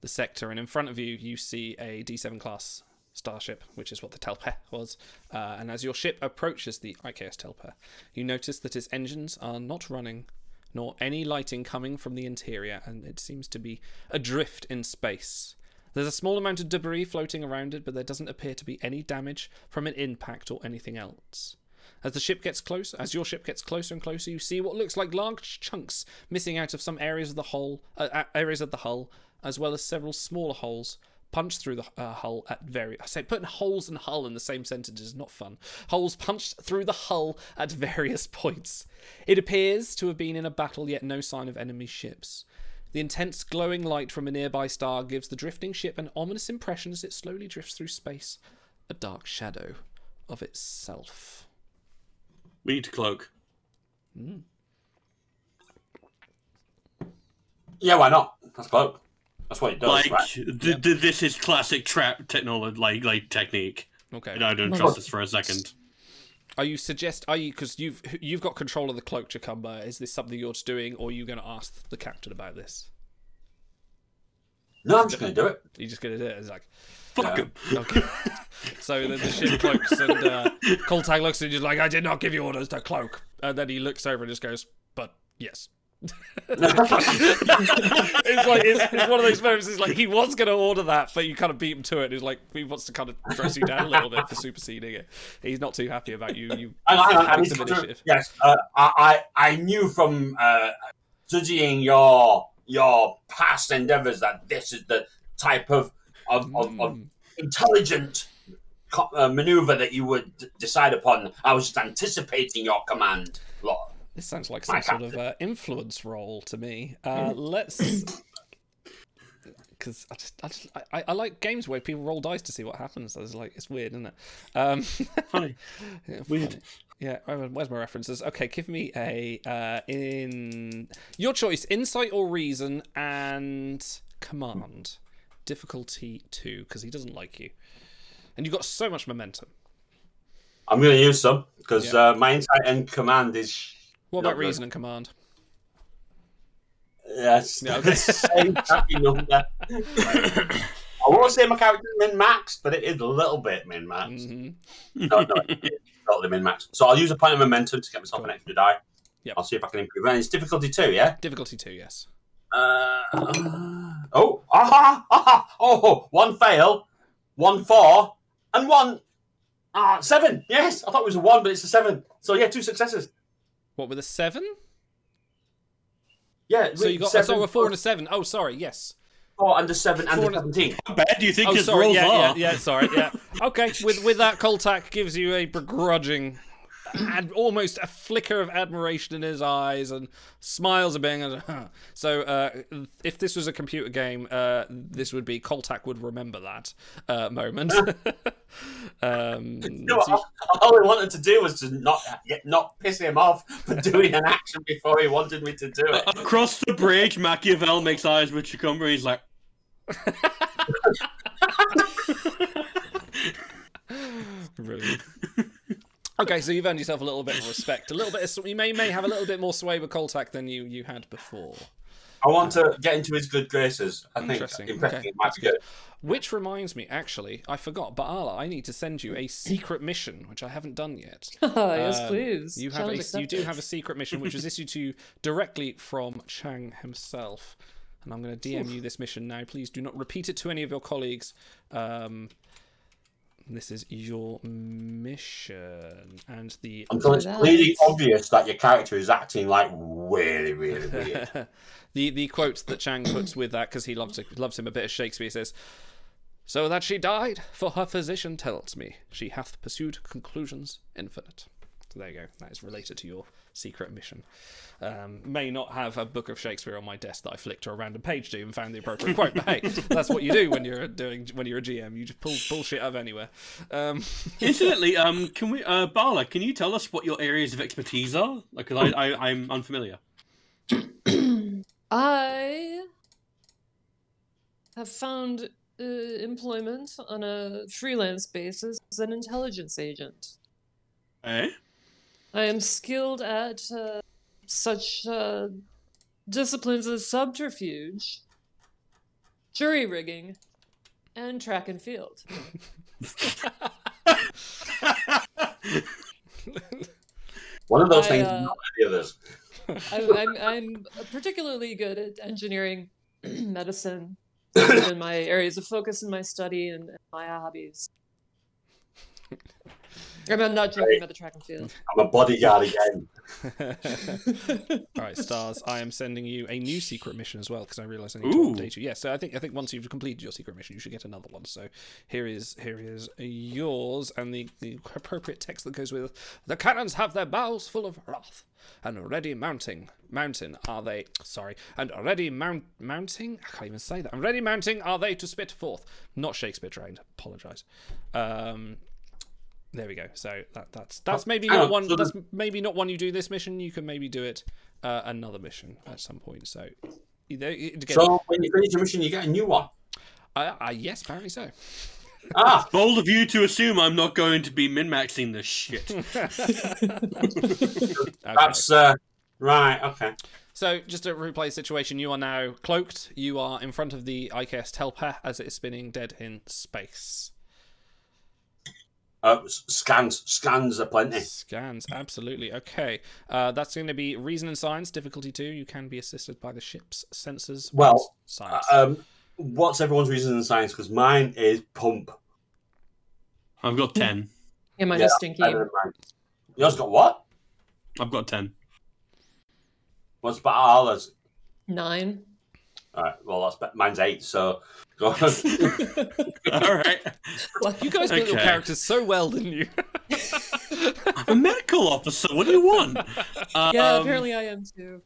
the sector, and in front of you, you see a D7 class starship, which is what the Telpair was. Uh, and as your ship approaches the IKS Telpair, you notice that its engines are not running nor any lighting coming from the interior, and it seems to be adrift in space. There's a small amount of debris floating around it, but there doesn't appear to be any damage from an impact or anything else. As the ship gets close, as your ship gets closer and closer, you see what looks like large chunks missing out of some areas of the hull, uh, uh, areas of the hull, as well as several smaller holes punched through the uh, hull at various. I say putting holes and hull in the same sentence is not fun. Holes punched through the hull at various points. It appears to have been in a battle, yet no sign of enemy ships. The intense glowing light from a nearby star gives the drifting ship an ominous impression as it slowly drifts through space, a dark shadow of itself. We need to cloak. Yeah, why not? That's cloak. That's what it does. Like right? th- th- this is classic trap technology, like like technique. Okay. And I don't trust this for a second. Are you suggest? Are you because you've you've got control of the cloak, Chakamba? Is this something you're doing, or are you going to ask the captain about this? No, I'm just going to do it. You're just going to do it. It's like Fuck 'em. okay. so then the ship cloaks and uh, Coltag looks at you just like, "I did not give you orders to cloak." And then he looks over and just goes, "But yes." it's like it's, it's one of those moments. It's like he was going to order that, but you kind of beat him to it. It's like he wants to kind of dress you down a little bit for superseding it. He's not too happy about you. You Hang on, hang on, I having need some to- initiative. Yes, uh, I, I I knew from uh, studying your your past endeavors that this is the type of of, of, of Hmm. Mm. intelligent co- uh, maneuver that you would d- decide upon. I was just anticipating your command, Lord. This sounds like My some sort of uh, influence role to me. Hmm. Uh, let's, because I just, I, just I- I, I like games where people roll dice to see what happens. I was like, it's weird, isn't it? Um, Funny. yeah, Weird. funny. Yeah, where- where's my references? Okay, give me a uh, in your choice: insight or reason, and command. Difficulty two, because he doesn't like you, and you've got so much momentum. I'm going to use some because Yeah. uh, my insight and command is What Not about good. reason and command? yes, Yeah, okay. the same happy number. I won't say my character min max, but it is a little bit min max. hmm no, no, it's totally min max. So I'll use a point of momentum to get myself an extra die. Yep. I'll see if I can improve. And it's difficulty two, yeah. Difficulty two, yes. Uh, oh, aha, aha, oh, one fail, one four, and one ah seven. Yes, I thought it was a one, but it's a seven. So yeah, two successes. What with a seven? Yeah, So you got seven, so a four and a seven. Oh, sorry. Yes. four and a seven and four a and a- seventeen. How bad do you think Oh, his sorry. rolls Yeah, yeah, are? yeah. Sorry. Yeah. Okay. With with that, Coltac gives you a begrudging, and almost a flicker of admiration in his eyes, and smiles a bit. So, uh, if this was a computer game, uh, this would be Coltac would remember that uh, moment. um, You know what? so- All I wanted to do was to not get, not piss him off for doing an action before he wanted me to do it. Across the bridge, Machiavel makes eyes with Chicumber. He's like, Brilliant. okay, so you've earned yourself a little bit of respect. A little bit. Of, you may may have a little bit more sway with Coltac than you you had before. I want to get into his good graces. I think Interesting. impressing Okay, him might that's be good. Which reminds me, actually, I forgot, but Ala, I need to send you a secret mission, which I haven't done yet. Oh, yes, Um, please. You have Challenge a, you do accepted. have a secret mission, which was issued to you directly from Chang himself. And I'm going to DM you this mission now. Please do not repeat it to any of your colleagues. Um, this is your mission, and the Until it's that. clearly obvious that your character is acting like really, really weird. the the quote that Chang puts with that because he loves it, loves him a bit of Shakespeare says, "So that she died, for her physician tells me she hath pursued conclusions infinite." So there you go. That is related to your secret mission. Um, may not have a book of Shakespeare on my desk that I flicked to a random page to and found the appropriate quote, but hey, that's what you do when you're doing when you're a GM. You just pull bullshit out of anywhere. Um, incidentally, um, can we, uh, Bala, can you tell us what your areas of expertise are? Because I, I, I'm unfamiliar. I have found uh, employment on a freelance basis as an intelligence agent. Eh? I am skilled at uh, such uh, disciplines as subterfuge, jury rigging, and track and field. One of those I, things, uh, uh, not the others. I'm, I'm, I'm particularly good at engineering, medicine, in my areas of focus in my study and and my hobbies. And I'm not joking about the track and field. I'm a bodyguard again. All right, stars. I am sending you a new secret mission as well because I realised I need Ooh. to update you. Yeah, so I think I think once you've completed your secret mission, you should get another one. So here is here is yours and the, the appropriate text that goes with the cannons have their bows full of wrath and ready mounting mountain are they sorry and ready mount mounting I can't even say that and ready mounting are they to spit forth not Shakespeare trained apologise. Um, there we go. So that that's that's maybe hang not on, one. so that's maybe not one you do this mission. You can maybe do it uh, another mission at some point. So, either, again, So when you finish your mission, you get a new one. uh, uh, yes, apparently so. Ah, Bold of you to assume I'm not going to be min-maxing this shit. Okay. that's uh, right. Okay. So, just to replay the situation, you are now cloaked. You are in front of the IKS Telpath as it is spinning dead in space. Uh, s- scans, scans are plenty. Scans, absolutely. Okay. Uh, that's going to be reason and science, difficulty two. You can be assisted by the ship's sensors. Well, What's science. uh, Um, what's everyone's reason in science? Because mine is pump. I've got ten. Am I Yeah, just stinky? Better than mine. Yours got what? I've got ten. What's better than ours? Nine. All right. Well, that's bet mine's eight. So go on. All right. uh, you guys built your okay. characters so well, didn't you? I'm a medical officer. What do you want? Um, Yeah, apparently I am too.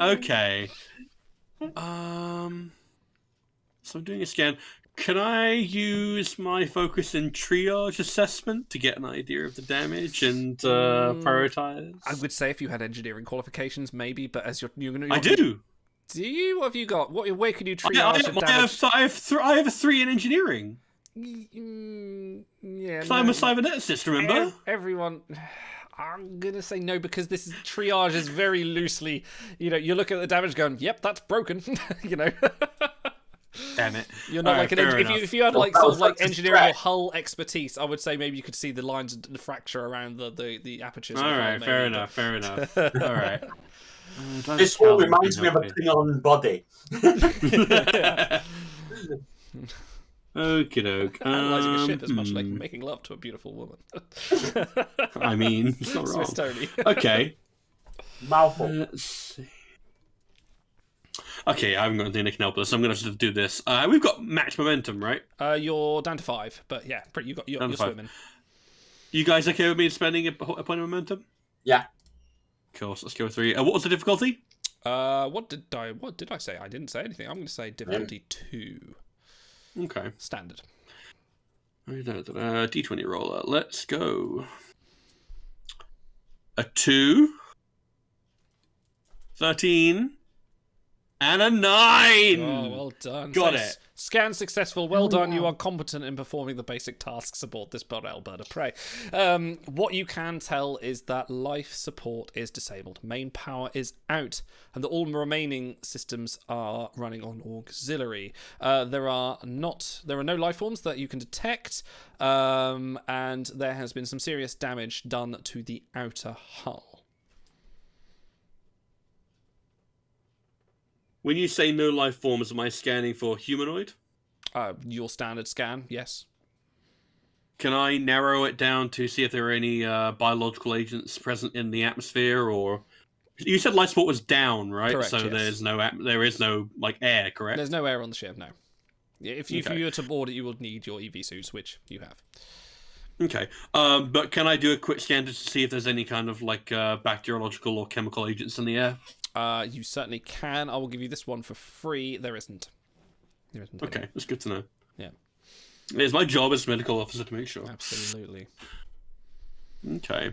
Okay. Um. So I'm doing a scan. Can I use my focus in triage assessment to get an idea of the damage and uh, Mm. prioritize? I would say if you had engineering qualifications, maybe, but as you're, you're going to. I do. Do you? What have you got? What? Where can you I, triage I, the I have, damage? th- I, have th- I have a three in engineering. Mm, yeah. 'Cause I'm no. a cyberneticist, remember? Ev- everyone. I'm gonna say no because this is, triage is very loosely. You know, you look at the damage, going, "Yep, that's broken." you know, Damn it. you're not All like right, an fair eng- if you enough. if you had like that sort was of like such a engineering or stretch. hull expertise, I would say maybe you could see the lines, and the fracture around the the, the apertures. of the All hull, right, fair maybe, but- enough, fair enough. All right. Mm, don't this tell one reminds you me of a nothing. Klingon body. Okie doke. analyzing a um, ship is much like hmm. making love to a beautiful woman. I mean, it's not Swiss wrong. Tony. Okay. uh, Mouthful. Let's see. Okay, I haven't got anything I can help with, so I'm going to have to do this. Uh, we've got max momentum, right? Uh, you're down to five, but yeah, pretty- you got you're, Down you're to five. swimming. You guys okay with me spending a, po- a point of momentum? Yeah. Cool, so let's go with three. Uh, what was the difficulty? Uh, what did I what did I say? I didn't say anything. I'm going to say difficulty two, Okay. standard. Uh, D20 roller. Let's go. A 2, 13, and a 9! Oh, well done. Got s- it. Scan successful. Well Oh, done. You wow. are competent in performing the basic tasks aboard this boat, Alberta Prey. Um, what you can tell is that life support is disabled, main power is out, and that all remaining systems are running on auxiliary. Uh, there are not. There are no life forms that you can detect, um, and there has been some serious damage done to the outer hull. When you say no life forms, am I scanning for humanoid? Uh, your standard scan, yes. Can I narrow it down to see if there are any uh, biological agents present in the atmosphere, or you said life support was down, right? Correct, so yes. there's no at- there is no like air, correct? There's no air on the ship, no. Yeah, If you, if Okay. you were to board it, you would need your EV suits, which you have. Okay, um, but can I do a quick scan just to see if there's any kind of like uh, bacteriological or chemical agents in the air? Uh, you certainly can. I will give you this one for free. There isn't. There isn't. any. Okay, that's good to know. Yeah. it's my job as medical officer to make sure. Absolutely. Okay.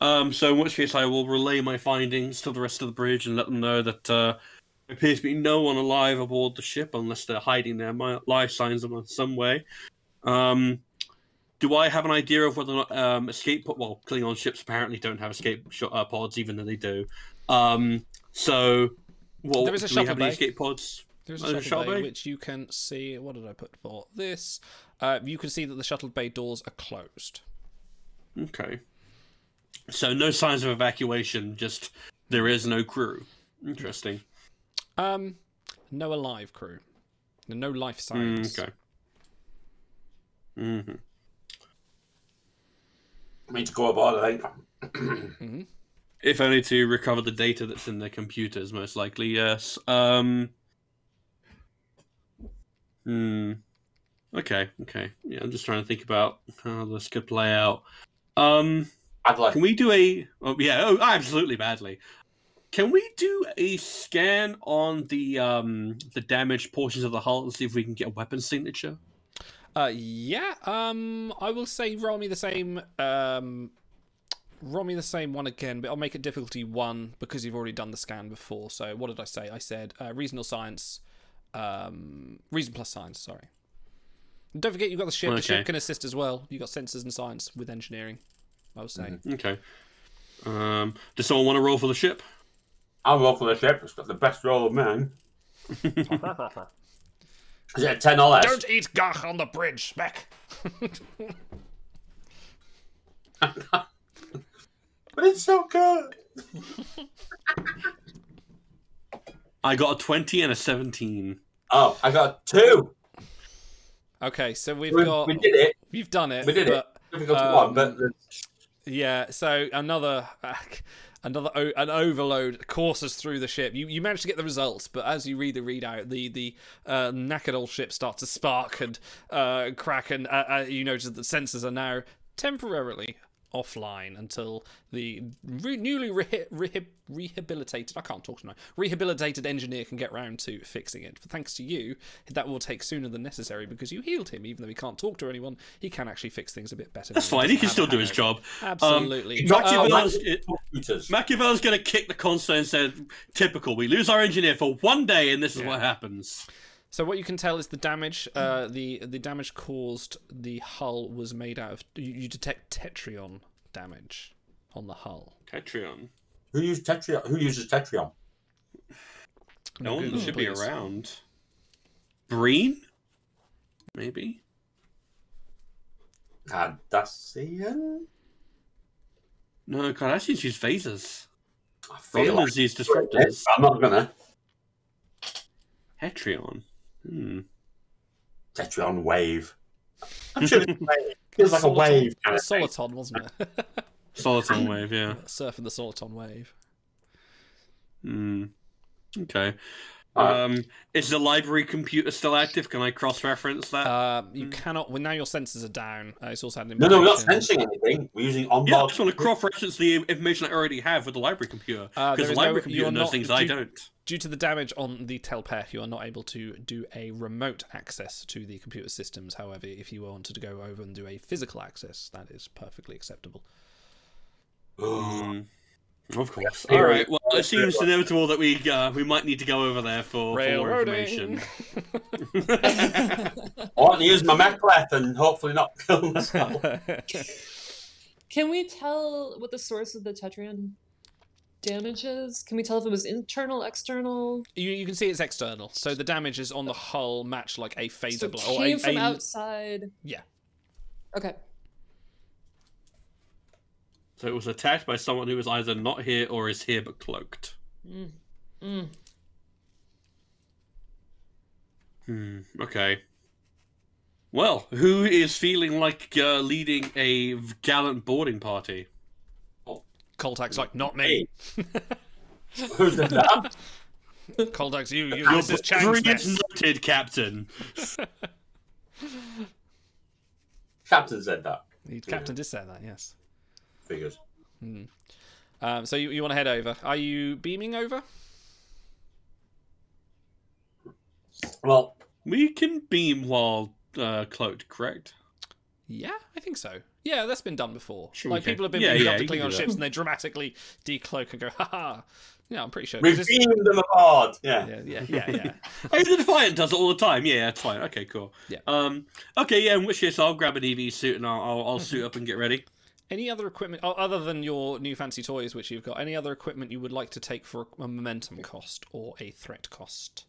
Um, so in which case I will relay my findings to the rest of the bridge and let them know that uh, there appears to be no one alive aboard the ship unless they're hiding their mi- life signs in some way. Um, do I have an idea of whether or not um, escape pod? Well, Klingon ships apparently don't have escape sh- uh, pods, even though they do. Um, so, well, There is a do we have shuttle any bay. escape pods? There is a Uh, shuttle shall bay, we? which you can see. What did I put for this? Uh, you can see that the shuttle bay doors are closed. Okay. So no signs of evacuation, just There is no crew. Interesting. Um, no alive crew. No life Mm, signs. okay. hmm I mean, to go aboard, I think. If only to recover the data that's in their computers, most likely, yes. Um. Hmm. Okay, okay. Yeah, I'm just trying to think about how this could play out. Um, I'd like. can we do a. Oh, yeah, oh, absolutely badly. Can we do a scan on the um the damaged portions of the hull and see if we can get a weapon signature? Uh, yeah. Um, I will say roll me the same. Um, roll me the same one again, but I'll make it difficulty one because you've already done the scan before. So what did I say? I said uh, reason or science. Um, reason plus science. Sorry. And don't forget you've got the ship. The Okay. ship can assist as well. You've got sensors and science with engineering. I was saying. Mm-hmm. Okay. Um, does someone want to roll for the ship? I'll roll for the ship. It's got the best roll of mine. Is it a 10 or less? Don't eat gach on the bridge, Spec. But it's so good. I got a 20 and a 17. Oh, I got two. Okay, so we've We, got we did it. you've done it. We did it. but- Difficult um, one, but the- Yeah, so another another o- an overload courses through the ship. You you manage to get the results, but as you read the readout, the the uh, knackered old ship starts to spark and uh, crack, and uh, uh, you notice that the sensors are now temporarily offline until the re- newly rehi- rehi- rehabilitated I can't talk tonight rehabilitated engineer can get round to fixing it. But thanks to you, that will take sooner than necessary because you healed him. Even though he can't talk to anyone, he can actually fix things a bit better. That's fine. He can still do his job. Absolutely. Um, Um, Machiavelli's, computers. Machiavelli's going to kick the console and say, typical, we lose our engineer for one day and this is what happens. So what you can tell is the damage. Uh, the the damage caused the hull was made out of. You, you detect tetrion damage on the hull. Tetrion. Who used Tetrion? Who uses Tetrion? No one that Google, should be please. around. Breen? Maybe? Cardassian? No, God, I should use phasers. I feel like Rollins used disruptors. I'm not gonna. Tetrion. Hmm. Tetrion wave. I'm sure it's a wave. Feels like a wave. Soliton, kind of thing. soliton wasn't it? Soliton wave, yeah. Surfing the soliton wave. Hmm. Okay. Uh, Alright. Um, is the library computer still active? Can I cross-reference that? Um, mm. you cannot. Well, now your sensors are down. Uh, it's also had an No, no, we're not implication. sensing anything. We're using onboard. Yeah, I just want to cross-reference the information I already have with the library computer Uh, there because the is no- library you are computer knows not- things do I you- don't. Due to the damage on the telpath, you are not able to do a remote access to the computer systems. However, if you wanted to go over and do a physical access, that is perfectly acceptable. Mm, of course. Yeah. All right. Well, it seems inevitable that we uh, we might need to go over there for, for more Railroading. information. I want to use my Macleth and hopefully not kill myself. Can we tell what the source of the Tetrion damage is? Can we tell if it was internal, external? You, you can see it's external, so the damage is on the hull match like a oh, phaser So it blow. or a, came from a- outside. Yeah, Okay. So it was attacked by someone who is either not here or is here but cloaked. Mm. Mm. Hmm. Okay. Well, who is feeling like uh, leading a v- gallant boarding party? Coltax like not me. Who's the that? Coltax, you, you. Your this is Chang's brilliant mess. noted, Captain. Captain said that. The Captain did say that, yes. Figures. Um, so you, you want to head over? Are you beaming over? Well, We can beam while uh, cloaked, correct? Yeah, I think so. Yeah, that's been done before. Sure we like can. people have been Yeah, beaming yeah, up to you can Klingon do that. ships and they dramatically decloak and go, ha ha. Yeah, I'm pretty sure. 'cause we've it's- beamed them aboard. Yeah. yeah, yeah, yeah, yeah. Oh, the Defiant does it all the time. Yeah, that's fine. Okay, cool. Yeah. Um. Okay. Yeah. In which case, I'll grab an EV suit and I'll I'll, I'll suit up and get ready. Any other equipment, oh, other than your new fancy toys, which you've got, any other equipment you would like to take for a momentum cost or a threat cost?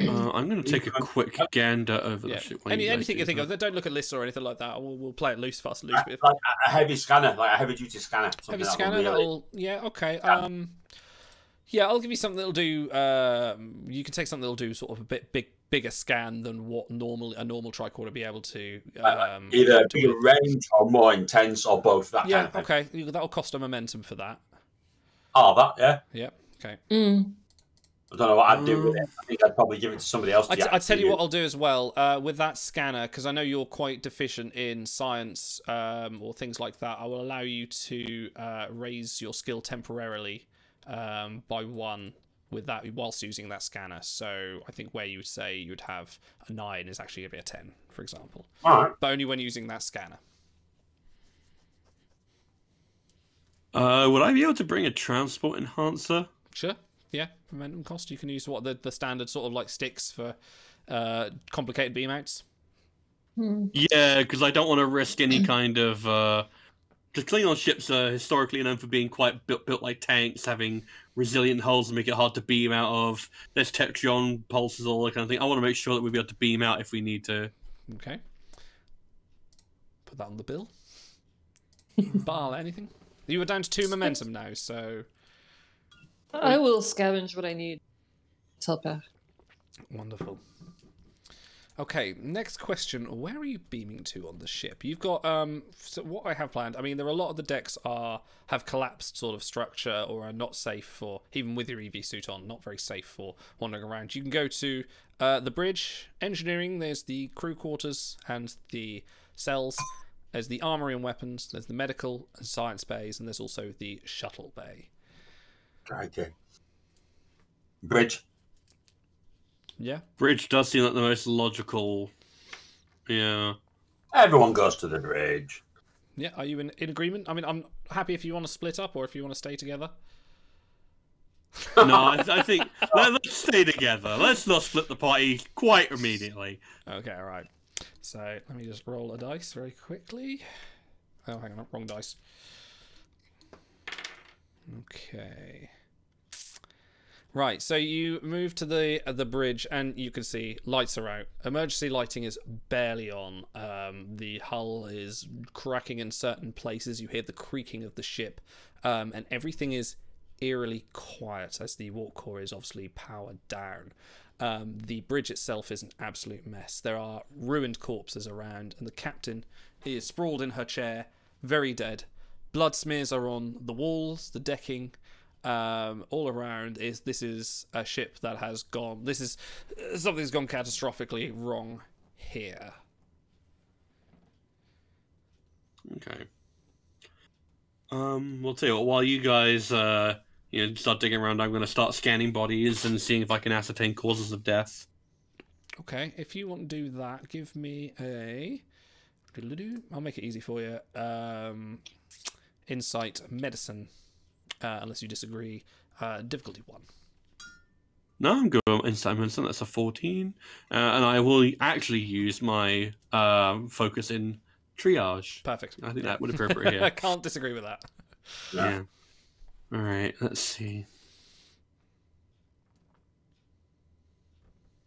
Uh, I'm going to take a quick gander over Yeah. the ship. while Any, guys anything do you think that. of. Don't look at lists or anything like that. We'll, we'll play it loose, fast, loose. But if, Like a- a heavy scanner, like a heavy duty scanner. something heavy that will scanner, really- that'll. Yeah, okay. Um, Yeah, I'll give you something that'll do. Um, you can take something that'll do sort of a bit big, bigger scan than what normal a normal tricorder would be able to. Um, Either do be with- range or more intense or both. That kind Yeah. of thing. Okay. You- That'll cost a momentum for that. Oh, that yeah. Yep. Okay. Mm. I don't know what I'd do with it. I think I'd probably give it to somebody else. I, to t- I actually tell you use. what I'll do as well uh, with that scanner because I know you're quite deficient in science um, or things like that. I will allow you to uh, raise your skill temporarily um, by one with that whilst using that scanner. So I think where you would say you'd have a nine is actually going to be a ten, for example, All right. but only when using that scanner. Uh, would I be able to bring a transport enhancer? Sure. Yeah. Momentum cost. You can use what the, the standard sort of like sticks for uh, complicated beam outs. Mm. Yeah, because I don't want to risk any kind of. Uh, because Klingon ships are historically known for being quite built, built like tanks, having resilient hulls that make it hard to beam out of. There's Tetrion pulses, all that kind of thing. I want to make sure that we'll be able to beam out if we need to. Okay. Put that on the bill. Baal, anything? You were down to two momentum now, so I will scavenge what I need. Telpath. wonderful. Okay, next question. Where are you beaming to on the ship? You've got um so what I have planned, I mean there are a lot of the decks are have collapsed sort of structure or are not safe for even with your EV suit on, not very safe for wandering around. You can go to uh, the bridge, engineering, there's the crew quarters and the cells. There's the armory and weapons, there's the medical and science bays, and there's also the shuttle bay. Crikey. Bridge. Yeah. Bridge does seem like the most logical. Yeah. Everyone goes to the bridge. Yeah, are you in, in agreement? I mean, I'm happy if you want to split up or if you want to stay together. No, I, I think let, let's stay together. Let's not split the party quite immediately. Okay, all right. So let me just roll a dice very quickly. Oh, hang on, wrong dice. Okay. Right, so you move to the uh, the bridge, and you can see lights are out. Emergency lighting is barely on. Um, the hull is cracking in certain places. You hear the creaking of the ship, um, and everything is eerily quiet as the warp core is obviously powered down. Um, the bridge itself is an absolute mess. There are ruined corpses around, and the captain is sprawled in her chair, very dead. Blood smears are on the walls, the decking, um, all around. Is this is a ship that has gone? This is something's gone catastrophically wrong here. Okay. Um, we'll tell you what, while you guys uh you know start digging around, I'm gonna start scanning bodies and seeing if I can ascertain causes of death. Okay, if you want to do that, give me a. I'll make it easy for you. Um, insight, medicine, uh, unless you disagree. Uh, difficulty one. No, I'm good on instant medicine, that's a fourteen. Uh, and I will actually use my um focus in triage. Perfect. I think that would appropriate I here. can't disagree with that. yeah. Alright, let's see.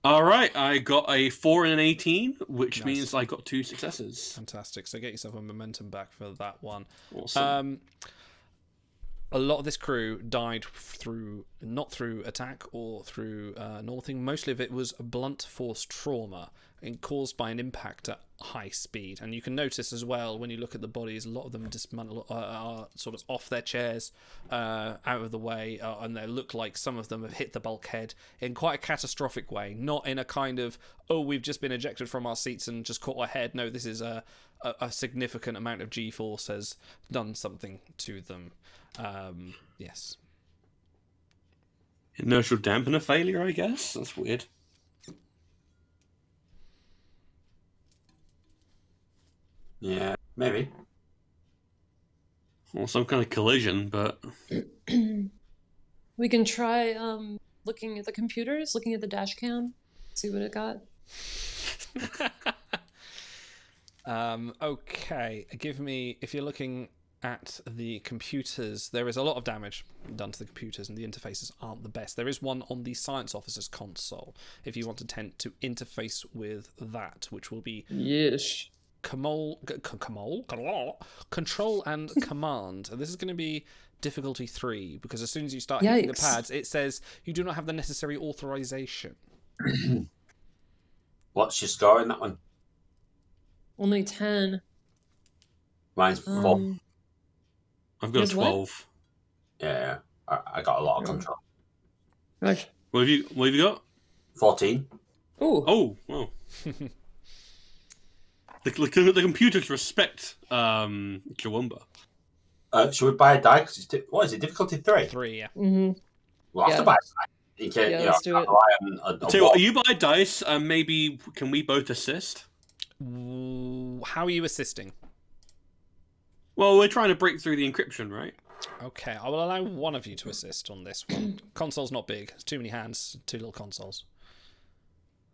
Alright, I got a four and an eighteen, which Nice. means I got two successes. Fantastic. So get yourself a momentum back for that one. Awesome. Um, a lot of this crew died through not through attack or through uh, normal thing. Mostly of it was blunt force trauma and caused by an impact at high speed. And you can notice as well when you look at the bodies, a lot of them dismantle uh, are sort of off their chairs, uh, out of the way, uh, and they look like some of them have hit the bulkhead in quite a catastrophic way. Not in a kind of oh we've just been ejected from our seats and just caught our head. No, this is a a, a significant amount of G force has done something to them. Um, yes. Inertial dampener failure, I guess. That's weird. Yeah, maybe. Well, some kind of collision, but we can try um, looking at the computers, looking at the dash cam, see what it got. Um, okay, give me if you're looking at the computers, there is a lot of damage done to the computers, and the interfaces aren't the best. There is one on the science officer's console if you want to tend to interface with that, which will be Yes. Kamol, Kamol, Control and Command. And this is going to be difficulty three because as soon as you start hitting the Yikes. pads, it says you do not have the necessary authorization. What's your score in that one? Only 10. Mine's four. Um, I've got a There's what? twelve. Yeah, I, I got a lot of control. gosh. What have you? What have you got? Fourteen. Ooh. Oh, wow. the, the, the computers respect um, Chiwumba. Uh, should we buy a die? 'Cause it's di- what is it? Difficulty three. Three, yeah. hmm We'll have Yeah. to buy a die. In case, Yeah, you know, let's do I it. can't rely on a- a Tell you what, wall. you buy dice, and maybe can we both assist? Ooh, How are you assisting? Well, we're trying to break through the encryption, right? Okay, I will allow one of you to assist on this one. Console's not big; it's too many hands, two little consoles.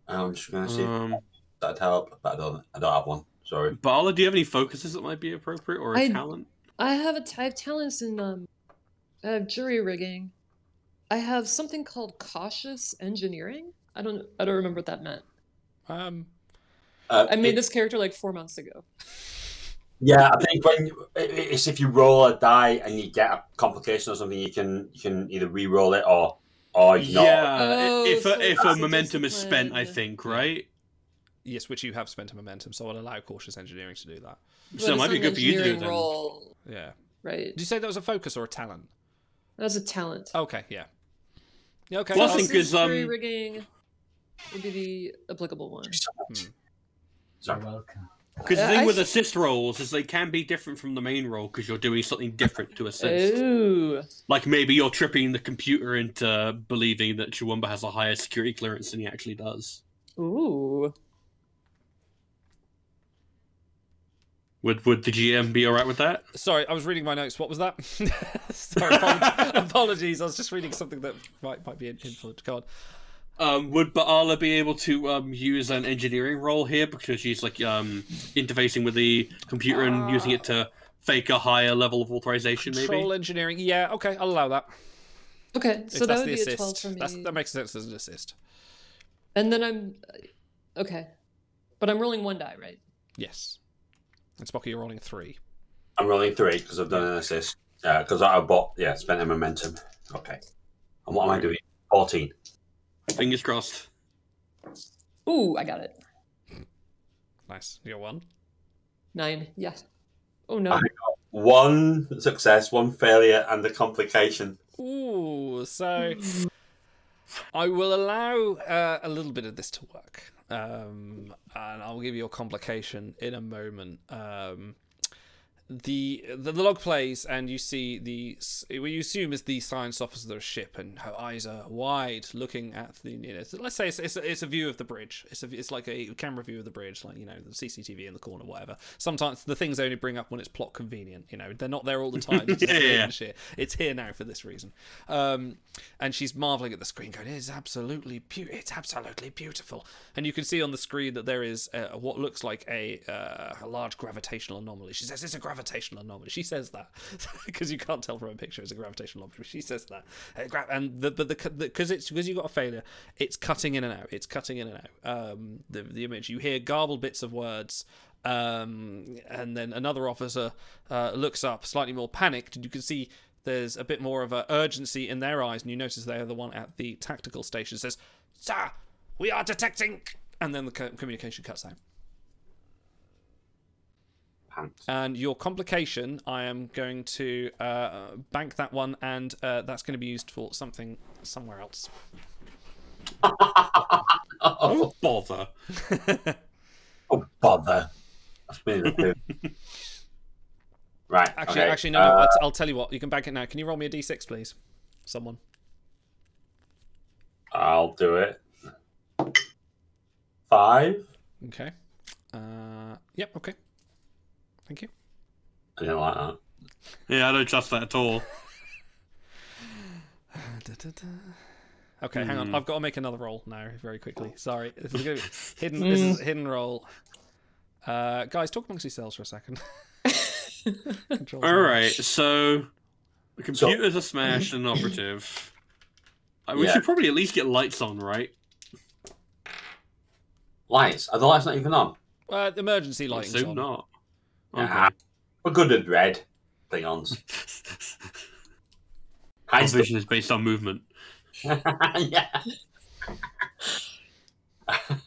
I'm just going to see if Um, that'd help, but I don't, I don't have one. Sorry. Bala, do you have any focuses that might be appropriate or a I- talent? I have a t- I have talents in um, I have jury rigging. I have something called cautious engineering. I don't I don't remember what that meant. Um, Uh, I made it- this character like four months ago. yeah, I think when you- it- it's if you roll a die and you get a complication or something, you can you can either re-roll it or or Uh, you not. Yeah, i- Oh, if so a, if a that's a momentum is spent, I discipline. think right. yes, which you have spent a momentum, so I'll allow cautious engineering to do that. So But it it's might not be an good for you to do engineering then. role, Yeah. right? Did you say that was a focus or a talent? That's a talent. Okay, yeah. Yeah, Okay. Well, I I'll- think is, jury um, rigging would be the applicable one. You're Sorry. welcome. Because the Uh, thing I with s- assist roles is they can be different from the main role because you're doing something different to assist. Oh, Like maybe you're tripping the computer into believing that Chiwumba has a higher security clearance than he actually does. ooh. Would would the GM be alright with that? Sorry, I was reading my notes. What was that? Sorry, apol- apologies. I was just reading something that might might be an influence. Go on. Um, would Baala be able to um, use an engineering role here because she's like um, interfacing with the computer and using it to fake a higher level of authorization? Control Maybe. engineering. Yeah. Okay, I'll allow that. Okay, If so that that's would the be assist, a twelve for me. That's, that makes sense as an assist. And then I'm okay, but I'm rolling one die, right? Yes. And Spocky, you're rolling three. I'm rolling three because I've done an assist. Yeah, because I bought. Yeah, spent a momentum. Okay. And what am I doing? Fourteen. Fingers crossed. Ooh, I got it. Nice. You're one. Nine. Yeah. Oh no. I got one success, one failure, and a complication. Ooh, so I will allow uh, a little bit of this to work, um, and I'll give you a complication in a moment. Um, the, the the log plays, and you see the s- what you assume is the science officer of the ship, and her eyes are wide, looking at the you know. so Let's say it's it's, a- it's a view of the bridge. It's a, it's like a camera view of the bridge, like you know the CCTV in the corner, whatever. Sometimes the things they only bring up when it's plot convenient. You know they're not there all the time. It's just Yeah, yeah, hidden yeah. shit. It's here now for this reason. Um, and she's marveling at the screen, going, "It is absolutely beautiful. It's absolutely beautiful." And you can see on the screen that there is uh, what looks like a, uh, a large gravitational anomaly. She says, "It's a gravitational anomaly." She says that because you can't tell from a picture it's a gravitational anomaly. She says that, Uh, gra- and the, but the because it's because you got a failure, it's cutting in and out. It's cutting in and out. Um, the the image you hear garbled bits of words um, and then another officer uh, looks up, slightly more panicked, and you can see there's a bit more of a urgency in their eyes, and you notice they're the one at the tactical station says, "Sir, we are detecting," and then the co- communication cuts out. Pants. And your complication, I am going to uh, bank that one, and uh, that's going to be used for something somewhere else. Oh bother! Oh bother! That's been a poo. right. Actually, okay. actually, no, no. Uh, I'll, t- I'll tell you what. You can bank it now. Can you roll me a d6, please? Someone. I'll do it. Five. Okay. Uh, yep. Okay. Thank you. I didn't like that. Yeah, I don't trust that at all. Okay, hang on. Hmm. I've got to make another roll now, very quickly. Sorry, this is gonna be hidden. This is a hidden roll. Uh, guys, talk amongst yourselves for a second. Controls All are- right, so the computers are smashed and operative. Uh, We Yeah. should probably at least get lights on, right? Lights. Are the lights not even on? Uh, the emergency lighting's Assume on. not. Ah, we're good at red. Thing ons. Hides the- Vision is based on movement.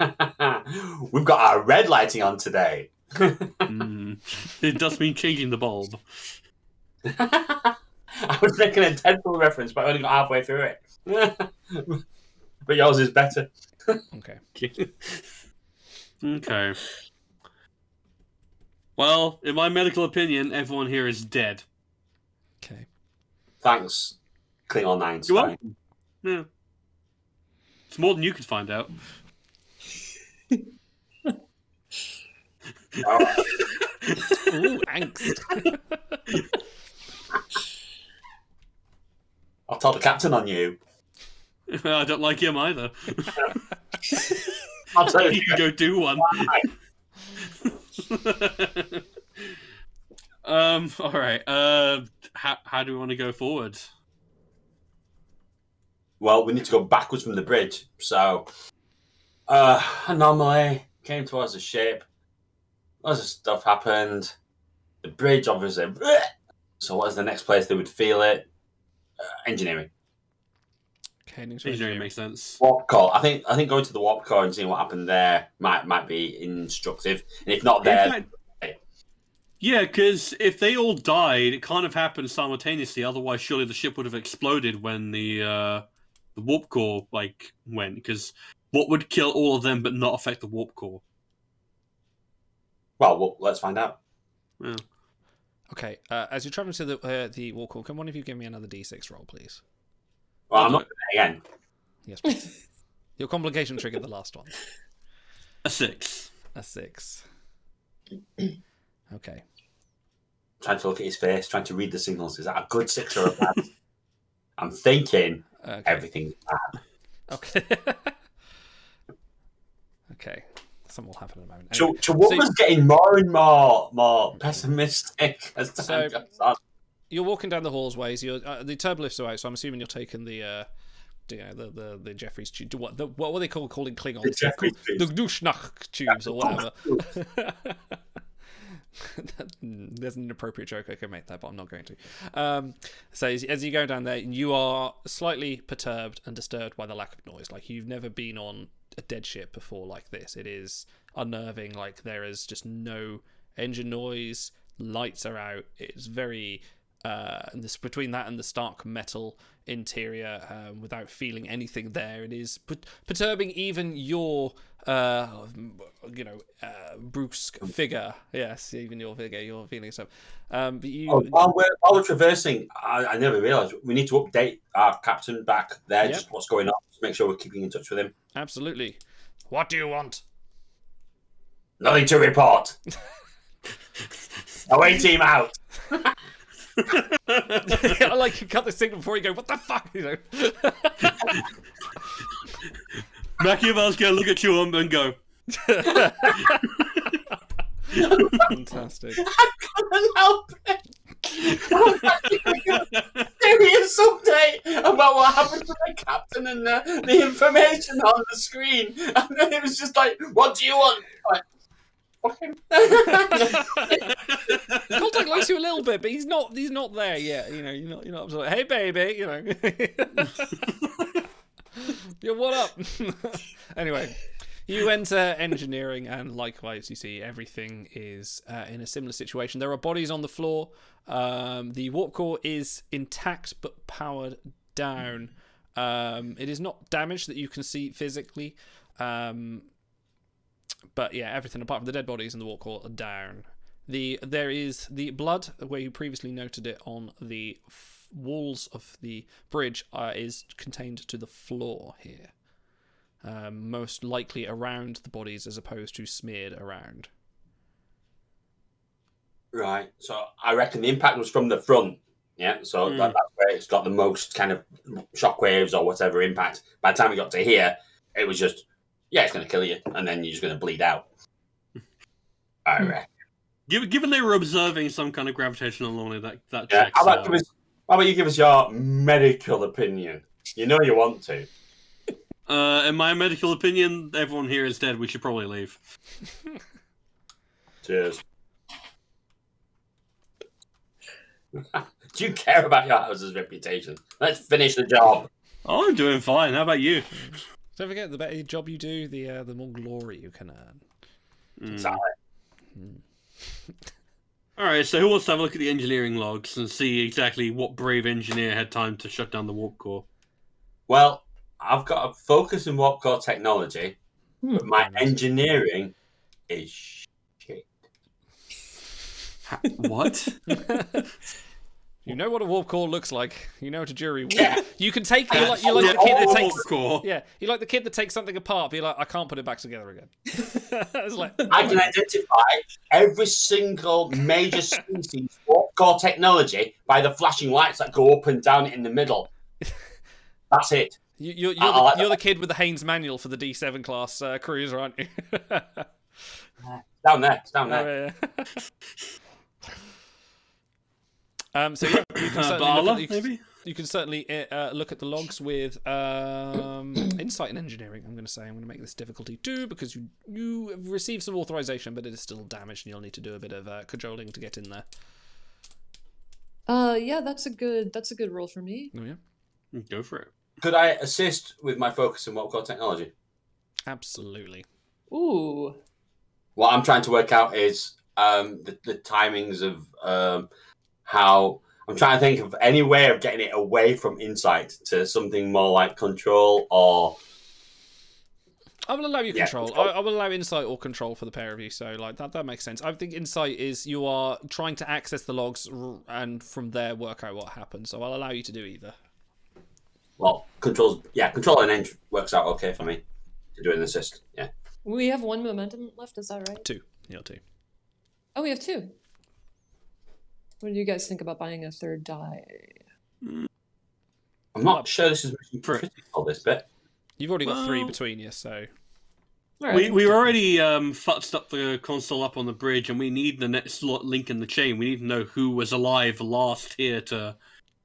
yeah. We've got our red lighting on today. Mm. It does mean changing the bulb. I was making a Deadpool reference, but I only got halfway through it. but yours is better. Okay. Okay. Well, in my medical opinion, everyone here is dead. Okay. Thanks, Klingon Nines. You're welcome. Yeah. It's more than you could find out. Oh, Ooh, angst. I'll tell the captain on you. I don't like him either. I'll tell you you. can go do one. um. All right. Uh. How, how do we want to go forward? Well, we need to go backwards from the bridge. So, uh, anomaly came towards the ship. Lots of stuff happened. The bridge, obviously. bleh. So, what is the next place they would feel it? Uh, engineering. Okay, news Engineering review. makes sense. Warp core. I think I think going to the warp core and seeing what happened there might might be instructive. And if not In there, fact- yeah, because if they all died, it can't have happened simultaneously. Otherwise, surely the ship would have exploded when the uh, the warp core like went. Because what would kill all of them but not affect the warp core? well, well, let's find out. Yeah. Okay, uh, as you're traveling to the uh, the walk hall, can one of you give me another d6 roll, please? Well, I'm not again. Yes, please. Your complication triggered the last one. A six. A six. Okay. trying to look at his face, trying to read the signals. Is that a good six or a bad? I'm thinking Okay. everything's bad. Okay. okay. Something will happen in a moment. So, Anyway, so what so- was getting more and more more pessimistic as time So- goes on. you're walking down the hallsways. You're uh, the turbo lifts are out, so I'm assuming you're taking the. Uh, do you know, the the the Jeffrey's tube, do what the, what were they called calling Klingons? The They're Jeffries called- tubes. the Duschnach tubes or whatever. Hmm, There's an inappropriate joke I could make there, but I'm not going to. Um, so as, as you go down there, you are slightly perturbed and disturbed by the lack of noise. Like you've never been on a dead ship before like this. It is unnerving. Like there is just no engine noise. Lights are out. It's very uh, and this between that and the stark metal interior, um, without feeling anything there, it is per- perturbing even your, uh, you know, uh, brusque figure. Yes, even your figure, you're feeling some. Um, but you, Oh, while, we're, while we're traversing, I, I never realised we need to update our captain back there, Yep. just what's going on, just make sure we're keeping in touch with him. absolutely. What do you want? Nothing to report. Away team out. I like you cut the signal before you go. What the fuck? You know. Machiavelli's gonna look at you um, and go, Fantastic. couldn't help it. serious update about what happened to the captain and the, the information on the screen, and then it was just like, "What do you want?" I'm Like, "Okay." Contact likes you a little bit, but he's not. He's not there yet. You know. You're not. You're not. Absolutely, hey, baby. You know. yeah. What up? anyway, you enter engineering, and likewise, you see everything is uh, in a similar situation. There are bodies on the floor. Um, the warp core is intact but powered down. Um, it is not damaged that you can see physically. Um, but yeah, everything apart from the dead bodies and the warp core are down. The there is the blood where you previously noted it on the f- walls of the bridge uh, is contained to the floor here. Um, most likely around the bodies as opposed to smeared around. right. So I reckon the impact was from the front. Yeah. So Hmm. that, that's where it's got the most kind of shockwaves or whatever impact. By the time we got to here, it was just, yeah, it's going to kill you, and then you're just going to bleed out. I Hmm. reckon. Giv- Given they were observing some kind of gravitational anomaly, that that Yeah. checks How about, out. give us, how about you give us your medical opinion? You know you want to. Uh, in my medical opinion, everyone here is dead. We should probably leave. Cheers. Do you care about your house's reputation? Let's finish the job. Oh, I'm doing fine. How about you? Don't forget, the better job you do, the uh, the more glory you can earn. Exactly. Mm. All right, so who wants to have a look at the engineering logs and see exactly what brave engineer had time to shut down the warp core? Well, I've got a focus in warp core technology, Hmm. but my engineering is shit. what? You know what a warp core looks like. You know what a jury. Yeah. Oh. You can take. You're like, you're like the kid that warp takes. core. Yeah, you're like the kid that takes something apart. Be like, I can't put it back together again. it's like I can identify every single major species warp core technology by the flashing lights that go up and down in the middle. That's it. you, you're, you're, I- I the, like that. you're the kid with the Haynes manual for the D7 class uh, cruiser, aren't you? Down there. It's down there. Yeah, yeah, yeah. um, so yeah, you can Uh, certainly look at, Bala, you can- maybe? You can certainly uh, uh, look at the logs with um, insight and engineering. I'm going to say I'm going to make this difficulty two because you you have received some authorization, but it is still damaged, and you'll need to do a bit of uh, cajoling to get in there. Uh, yeah, that's a good that's a good roll for me. Oh yeah, Go for it. Could I assist with my focus in warp core technology? absolutely. Ooh, what I'm trying to work out is um, the, the timings of um, how I'm trying to think of any way of getting it away from insight to something more like control or I will allow you Yeah, control. control. I, I will allow insight or control for the pair of you. So like that that makes sense. I think insight is you are trying to access the logs r- and from there work out what happened. So I'll allow you to do either. well controls. Yeah, control and eng works out okay for me to do an assist. Yeah, we have one momentum left. Is that right? Two, you're two. Oh, we have two. What do you guys think about buying a third die? I'm not sure this is mission Correct. critical. This bit. You've already got three Well- between you, so All right. We we already um, futzed up the console up on the bridge, and we need the next lo- link in the chain. We need to know who was alive last here to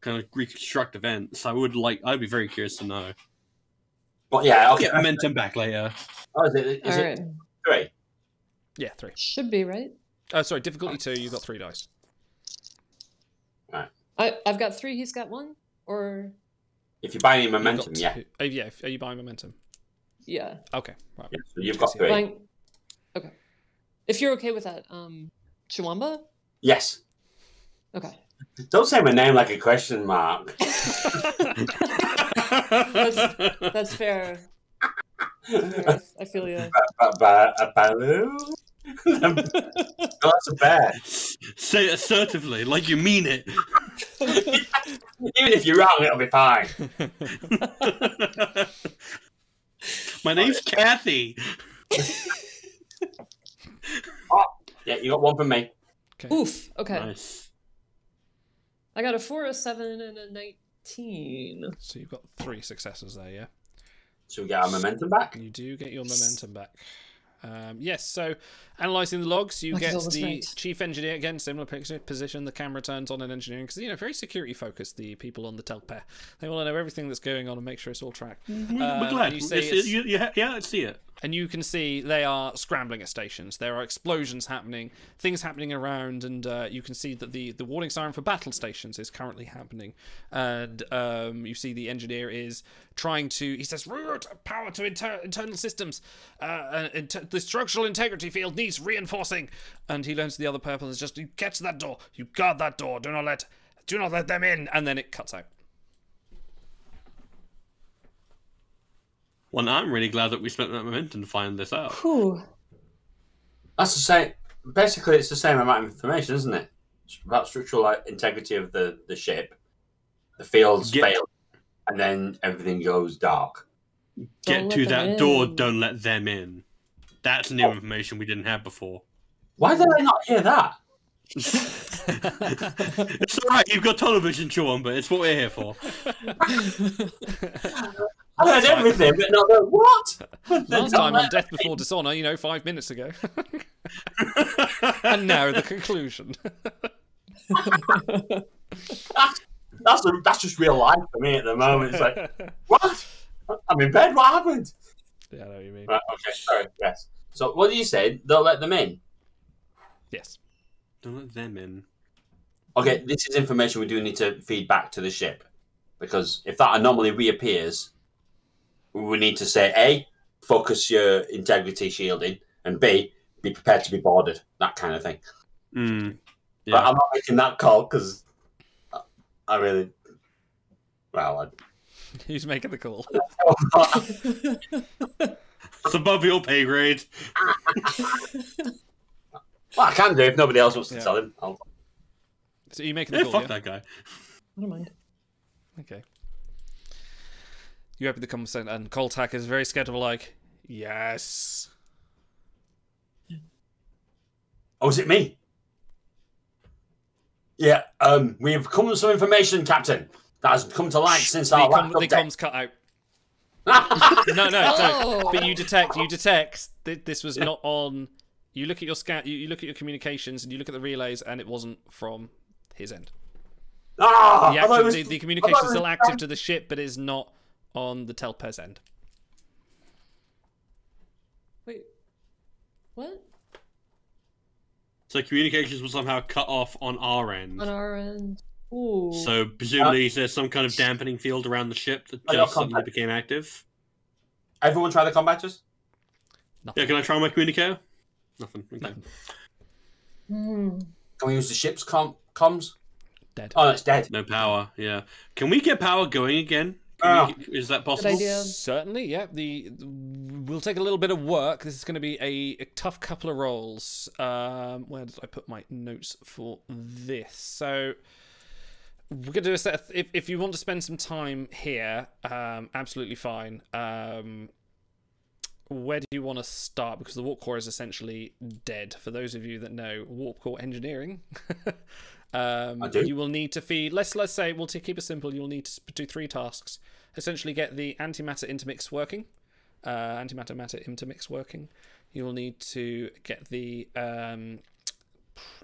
kind of reconstruct events. I would like. I'd be very curious to know. But yeah, I'll okay. get momentum back later. Oh, is it, is All it right. three? yeah, three. Should be right. Oh, sorry, difficulty two. You've got three dice. I I've got three. He's got one. Or If you buy any You've got momentum, yeah. two- Oh, yeah. Are you buying momentum? yeah, Okay. Right. yeah. So you've got three. buying. Okay. If you're okay with that, um, Chiwamba. Yes. Okay. Don't say my name like a question mark. That's fair. fair. I feel you. Ba- ba- a baloo? no, that's a bear. Say it assertively, like you mean it. Even if you're wrong, it'll be fine. My name's Kathy. Yeah, you got one from me. Oof. Okay. Nice. I got a four, a seven, and a nineteen. So you've got three successes there. Yeah. So we get our momentum back. You do get your momentum back. Um, yes. So analyzing the logs, you That is get always the right. chief engineer again, similar picture, position. The camera turns on in engineering because you know very security focused. The people on the telpair, they want to know everything that's going on and make sure it's all tracked. We're Um, glad. and you You say see- it's- you- you ha- yeah, I see it. and you can see they are scrambling at stations. There are explosions happening, things happening around, and uh, you can see that the, the warning siren for battle stations is currently happening. And um, you see the engineer is trying to. He says, "Reroute power to inter- internal systems. Uh, uh, inter- the structural integrity field needs reinforcing." And he learns the other purple is just you catch that door, you guard that door. Do not let, do not let them in. And then it cuts out. Well, I'm really glad that we spent that momentum to find this out. Whew. That's the same. Basically, it's the same amount of information, isn't it? It's about structural like, integrity of the, the ship. The fields Yeah. fail, and then everything goes dark. Get Don't to let them that door, in. don't let them in. That's Oh. new information we didn't have before. Why did I not hear that? It's alright, you've got television, Chuamba. It's what we're here for. I heard everything, but not the what? Last time on Death Before Dishonor, you know, five minutes ago. and now the conclusion. That's, a, that's just real life for me at the moment. It's like, what? I'm in bed. What happened? Yeah, I know what you mean. Right, okay, sorry. Yes. So, what do you say? They'll let them in. Yes. Don't let them in. Okay, this is information we do need to feed back to the ship because if that anomaly reappears, we need to say A, focus your integrity shielding, and B, be prepared to be boarded, that kind of thing. Mm. But Yeah. I'm not making that call because I really. Well, Who's making the call? I, It's above your pay grade. well, I can do if nobody else wants to Yeah. tell him. I'll, So you making Yeah, the call? fuck Yeah? that guy. Never mind. Okay. You open the command center, and Koltak is very scared of like, yes. oh, is it me? Yeah, um, we've come with some information, Captain, that has come to light since The, our com- last the update. comms cut out. No, no, Oh. no. But you detect, you detect that this was not on. You look at your scan, you, you look at your communications, and you look at the relays, and it wasn't from his end. Ah, The, I thought it active, was- the, the I communication thought is it still was- active to the ship, but is not on the Telpez end. Wait. What? So communications were somehow cut off on our end. On our end. Ooh. So presumably there's some kind of dampening field around the ship that Oh, your just suddenly contact. became active. Everyone try the combaters? Yeah, Nothing. can I try my communicator? Nothing. Okay. Nothing. Hmm. Can we use the ship's com- comms? Dead. Oh, no, it's dead. No power. Yeah. Can we get power going again? Can Ah. we- is that possible? idea. Yeah. Certainly, yeah. The we'll take a little bit of work. This is going to be a, a tough couple of rolls. Um, where did I put my notes for this? So we're going to do a set. Of, if if you want to spend some time here, um, absolutely fine. Um, where do you want to start? Because the warp core is essentially dead. For those of you that know warp core engineering. Um, I do. You will need to feed. Let's let's say we'll t- keep it simple. You'll need to s- do three tasks. Essentially, get the antimatter intermix working. Uh, antimatter matter intermix working. You will need to get the um,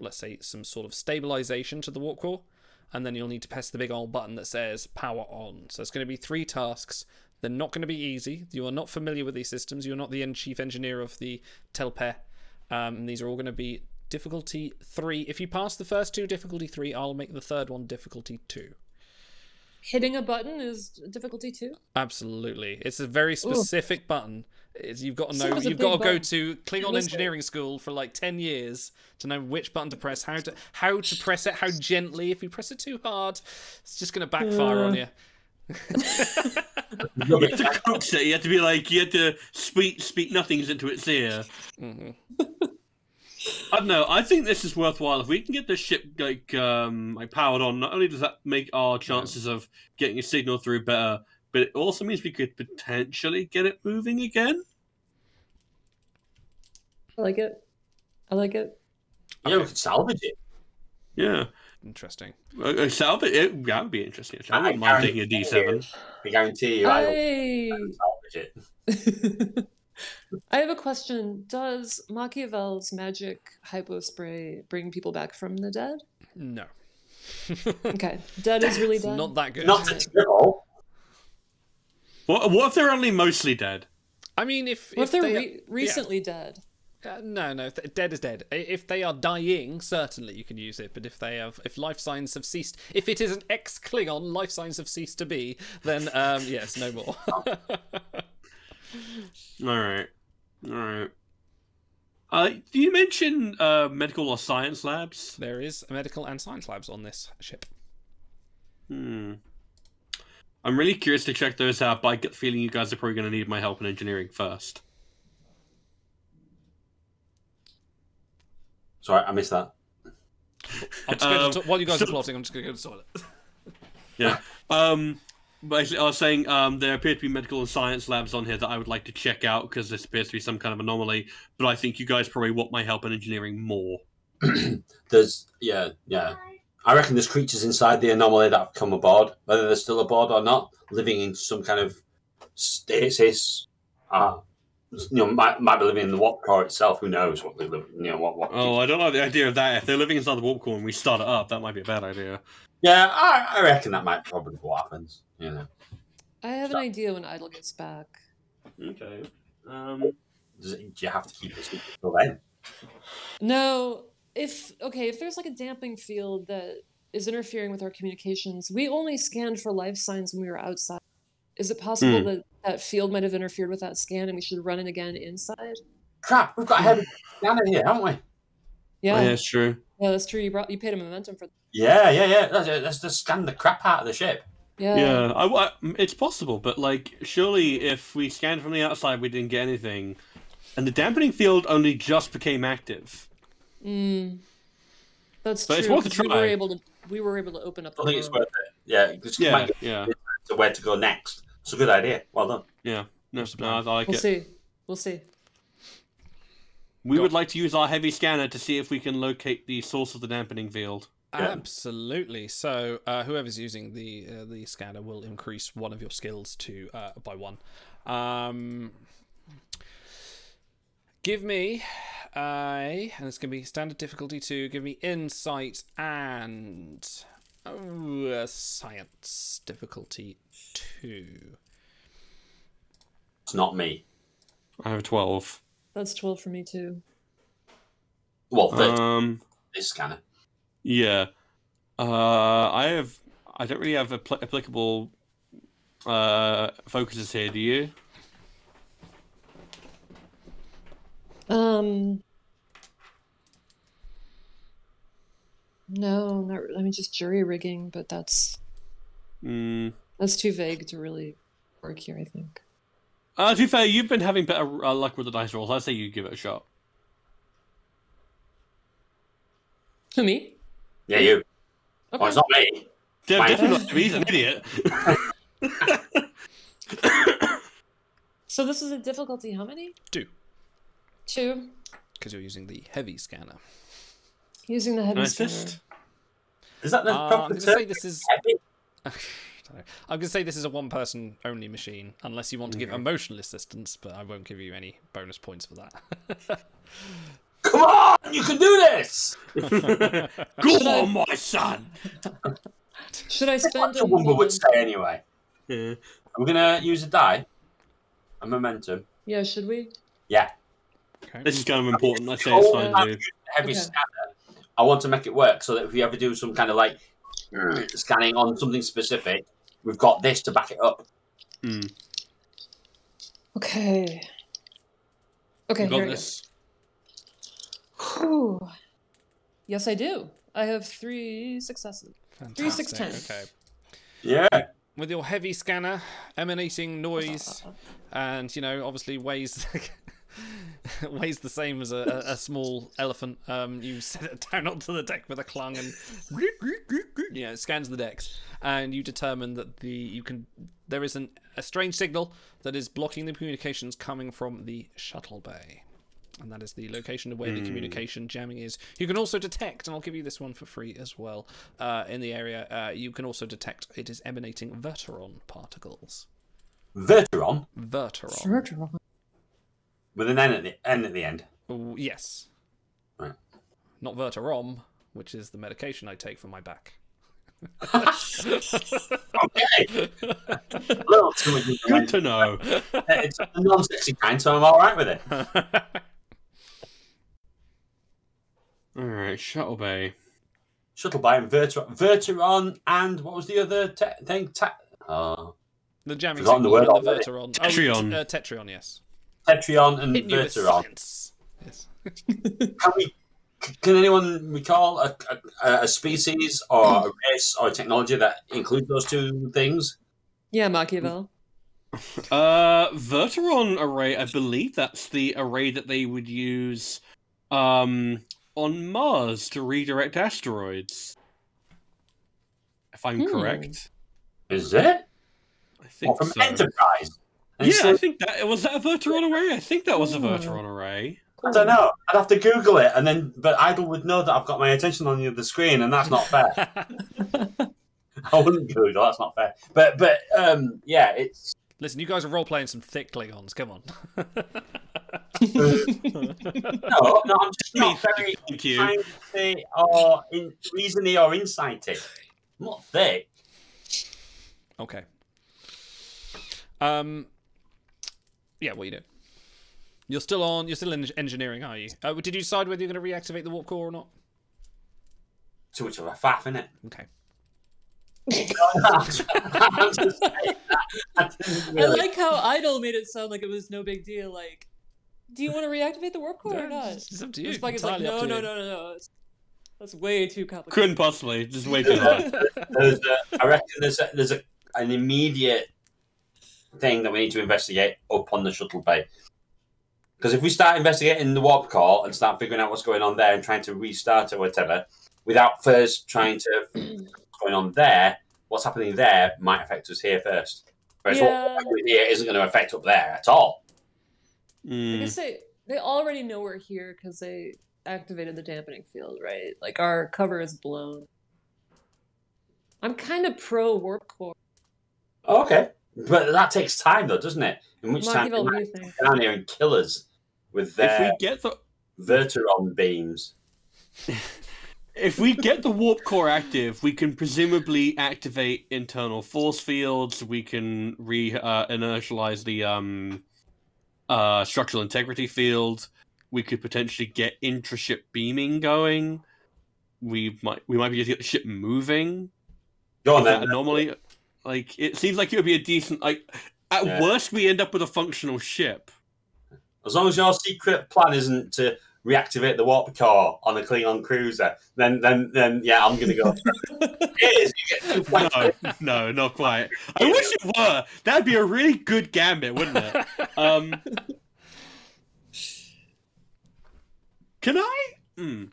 let's say some sort of stabilization to the warp core, and then you'll need to press the big old button that says power on. So it's going to be three tasks. They're not going to be easy. You are not familiar with these systems. You're not the en- chief engineer of the Telpe. Um, and these are all going to be difficulty three. If you pass the first two, difficulty three, I'll make the third one difficulty two. Hitting a button is difficulty two. Absolutely, it's a very specific button. It's, you've got to So know. it's a You've got to big go button. to Klingon What is it? engineering school for like ten years to know which button to press, how to how to press it, how gently. If you press it too hard, it's just going to backfire on you. You had to coax it. You had to be like, you had to speak speak nothings into its ear. Mm-hmm. I don't know. I think this is worthwhile. If we can get this ship like um like powered on, not only does that make our chances of getting a signal through better, but it also means we could potentially get it moving again. I like it. I like it. Yeah, we could salvage it. Yeah, Interesting. uh, uh, salvage it. That would be interesting. Actually. I I wouldn't mind taking guarantee a D seven. I guarantee you, I'll Hey. salvage it. I have a question. Does Machiavel's magic hypospray bring people back from the dead? No, Okay, dead is really it's dead. not that good. Not at all. What, what if they're only mostly dead? I mean, if What if they're they- re- recently dead? Uh, no, no. th- Dead is dead. I- If they are dying, certainly you can use it. But if they have, if life signs have ceased, if it is an ex Klingon, life signs have ceased to be, then um, yes, no more. All right, all right. Uh, do you mention uh, medical or science labs? there is medical and science labs on this ship. Hmm. I'm really curious to check those out, but I get the feeling you guys are probably going to need my help in engineering first. Sorry, I missed that. I'm just going Um, to, while you guys so- are plotting, I'm just going to go to the toilet. Yeah. um, basically, I was saying um, there appear to be medical and science labs on here that I would like to check out because this appears to be some kind of anomaly. But I think you guys probably want my help in engineering more. There's, yeah, yeah. I reckon there's creatures inside the anomaly that have come aboard, whether they're still aboard or not, living in some kind of stasis. Ah, you know, might, might be living in the warp core itself. Who knows what they live? You know what? what Oh, I don't like the idea of that. If they're living inside the warp core and we start it up, that might be a bad idea. Yeah, I, I reckon that might probably be what happens. You know, I have an idea when Idol gets back. Okay. Um, Does it, do you have to keep it secret till then? No, if okay, if there's like a damping field that is interfering with our communications. We only scanned for life signs when we were outside. Is it possible Hmm. that that field might have interfered with that scan and we should run it again inside? Oh, Crap, we've got a heavy scanner here, haven't we? Yeah, Oh, yeah, yeah, it's true. that's true. You brought you paid a momentum for. Yeah, yeah, yeah. Let's, let's just scan the crap out of the ship. Yeah. Yeah, I, I, it's possible, but like, surely if we scanned from the outside, we didn't get anything, and the dampening field only just became active. Mm. That's But true. it's worth a 'cause We were try. able to we were able to open up. I The think it's world. worth it. Yeah, just yeah. Yeah, might yeah, get to where to go next. It's a good idea. Well done. yeah. No, the no I, I plan? like We'll it. see. We'll see. We would like to use our heavy scanner to see if we can locate the source of the dampening field. Yeah. Absolutely. So uh, whoever's using the uh, the scanner will increase one of your skills to uh, by one. Um, give me a and it's gonna be standard difficulty two. Give me insight and oh, uh, science difficulty two. It's not me. I have twelve. That's twelve for me too. Well, this, Uh, Um, this scanner. yeah. Uh, I have. I don't really have apl- applicable uh focuses here. Do you? Um. No, not re- I mean just jury rigging, but that's Mm. that's too vague to really work here. I think. Uh, to be fair, you've been having better uh, luck with the dice rolls. I'd say you give it a shot. Who me? Yeah, you. Okay. Oh, it's not me. Yeah, Fine. definitely not. He's an idiot. so this is a difficulty. How many? Two, Two. because you're using the heavy scanner. Using the heavy Nice scanner. fist. Is that the Uh, I'm proper gonna term? say this is Dunno. I'm going to say this is a one person only machine, unless you want to give emotional assistance, but I won't give you any bonus points for that. Come on, you can do this. Go on, my son. Should I spend That's a what Wumba momentum? would say anyway. Yeah. I'm gonna use a die, a momentum. Yeah, should we? Yeah, This is kind of important. I'd say it's fine to do. heavy Okay. scanner. I want to make it work so that if we ever do some kind of like scanning on something specific, we've got this to back it up. Mm. Okay. Okay. You got Here it this. goes. Whew. Yes, I do. I have three successes. Three, six, Fantastic, ten. Okay. Yeah. With your heavy scanner emanating noise, and you know, obviously weighs weighs the same as a, a, a small elephant. Um, you set it down onto the deck with a clang and you know, it scans the decks, and you determine that the you can there is an, a strange signal that is blocking the communications coming from the shuttle bay. And that is the location of where the communication jamming is. You can also detect, and I'll give you this one for free as well. Uh, in the area, uh, you can also detect it is emanating verteron particles. Verteron Verteron. Murderer. with an N at the N at the end. Oh, yes. Right. Not Verterom, which is the medication I take for my back. Okay. Well, it's good you Good went- to know. it's a non-sexy kind, so I'm all right with it. All right, shuttle bay. Shuttle by and Verteron, Verteron, and what was the other te- thing? Ta- oh. the jamming Forgotten the signal word and the already. Verteron. Tetrion. Oh, t- uh, Tetrion, yes. Tetrion and It knew it's Verteron. science. Yes. Can we? c- Can anyone recall a, a, a species or a race or a technology that includes those two things? Yeah, Machiavel. Uh, Verteron array. I believe that's the array that they would use, um, on Mars to redirect asteroids. If I'm Hmm. correct, Is it? I Or think from so. Enterprise? And Yeah, I so- think that was that a Verteron array. I think that was a Hmm. Verteron array. I don't know. I'd have to Google it, and then but Idle would know that I've got my attention on the other screen, and that's not fair. I wouldn't Google. That's not fair. But but um yeah, it's Listen, you guys are role playing some thick Klingons. Come on. no, no. I'm just Me, not very Thank you. sciencey or in, reasony or insighty. I'm not thick. okay. Um. Yeah, what you doing? You're still on. You're still in engineering, are you? Uh, did you decide whether you're going to reactivate the warp core or not? Too much of a faff, innit? Okay. I didn't I really- like how Idol made it sound like it was no big deal. Like, do you want to reactivate the work core or No, not? It's it's up to you. This bucket's like, entirely up no, to no, you. no, no, no. It's- That's way too complicated. Couldn't possibly. Just way too high. there's a, I reckon there's a, there's a, an immediate thing that we need to investigate up on the shuttle bay. Because if we start investigating the warp core and start figuring out what's going on there and trying to restart or whatever, without first trying to figure out what's going on there, what's happening there might affect us here first. Whereas Yeah. what we're doing here isn't going to affect up there at all. I Mm. guess they they already know we're here because they activated the dampening field, right? Like our cover is blown. I'm kind of pro warp core. Okay, but that takes time though, doesn't it? In which time Machiavel, they what do might you think? come down here and kill us with If their we get the Verteron beams. if we get the warp core active, we can presumably activate internal force fields. We can re uh, inertialize the um, uh, structural integrity field. We could potentially get intraship beaming going. We might we might be able to get the ship moving. Go on Is that then. anomaly, like it seems like it would be a decent like. At Yeah. worst, we end up with a functional ship. As long as your secret plan isn't to reactivate the warp core on a Klingon cruiser, then then then yeah, I'm gonna go. it is. You get two No, points. no, not quite. I wish it were. That'd be a really good gambit, wouldn't it? Um, can I? Hmm.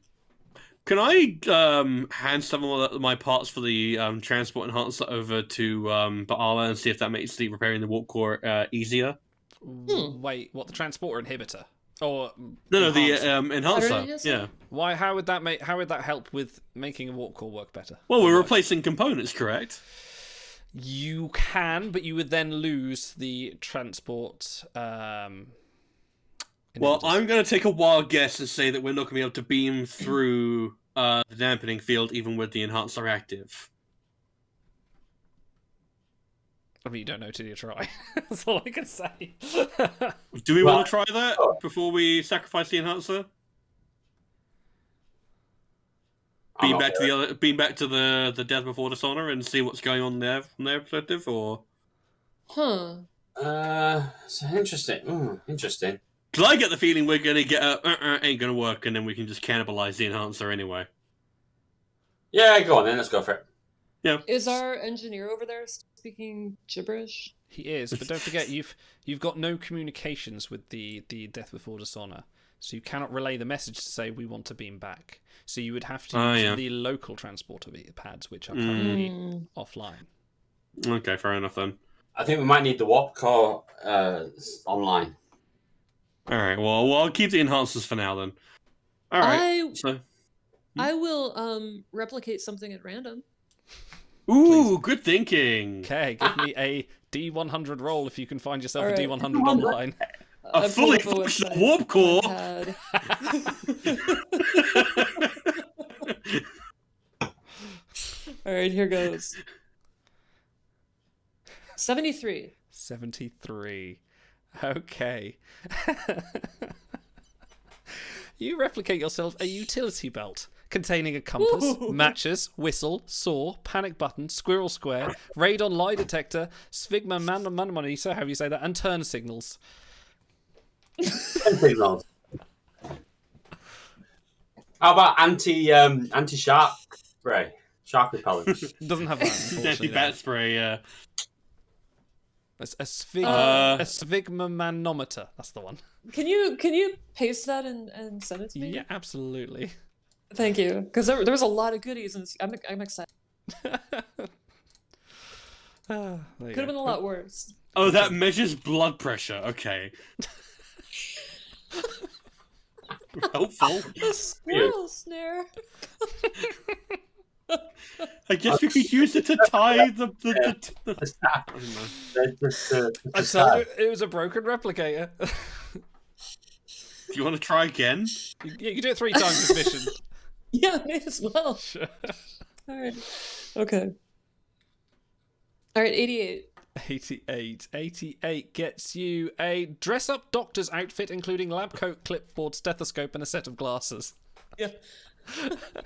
Can I um, hand some of my parts for the um, transport enhancer over to um, Baala and see if that makes the repairing the warp core uh, easier? Wait, what? The transporter inhibitor? Or Hmm. No, no, enhancer? the um, enhancer. Already just- Yeah. why? How would that make? How would that help with making a warp core work better? Well, we're Or- replacing components, correct? You can, but you would then lose the transport. Um, Well, inhibitors. I'm going to take a wild guess and say that we're not going to be able to beam through uh, the dampening field even with the enhancer active. I mean, you don't know till you try. That's all I can say. Do we Well, oh. want to try that sure. before we sacrifice the enhancer? I'm Beam not back to there. the other, beam back to the the death before dishonor, and see what's going on there from their perspective, or Huh. Uh, it's interesting. Mm, interesting. because I get the feeling we're gonna get a uh, uh, ain't gonna work, and then we can just cannibalize the enhancer anyway. Yeah, go on then. Let's go for it. Is our engineer over there speaking gibberish? he is, but don't forget you've you've got no communications with the the death before dishonor, so you cannot relay the message to say we want to beam back. So you would have to Oh, use yeah. the local transporter be- pads, which are Mm. currently Mm. offline. Okay, fair enough then. I think we might need the warp core uh, s- online. All right, well, well, I'll keep the enhancers for now then. All right, so I I will um replicate something at random. ooh, good thinking. Okay, give me a D100 roll if you can find yourself a Alright. D100 online. A I pull fully up a website functional Oh warp core. I had. All right, here goes. 73. 73. Okay. you replicate yourself a utility belt containing a compass, Ooh. matches, whistle, saw, panic button, squirrel square, radon lie detector, sphygma man man monitor, how do you say that, and turn signals. Something else. How about anti um, anti shark spray, shark repellent? Doesn't have that, Nasty unfortunately. eh? bat spray. Yeah. a, a, sphig- Uh. a sphygma manometer. That's the one. Can you can you paste that and, and send it to me? Yeah, absolutely. Thank you. Because there, there was a lot of goodies, and it's- I'm, I'm excited. Ah, there you Could have go. been a lot worse. Oh, that measures blood pressure. Okay. Helpful. The squirrel snare. I guess we could use it to tie the. the, the, the... Just that. I don't know. They're just, uh, just I that. told you it was a broken replicator. Do you want to try again? you, you can do it three times this mission. Yeah, may as well. All right. Okay. All right, 88. 88. 88 gets you a dress up doctor's outfit, including lab coat, clipboard, stethoscope, and a set of glasses. Yeah.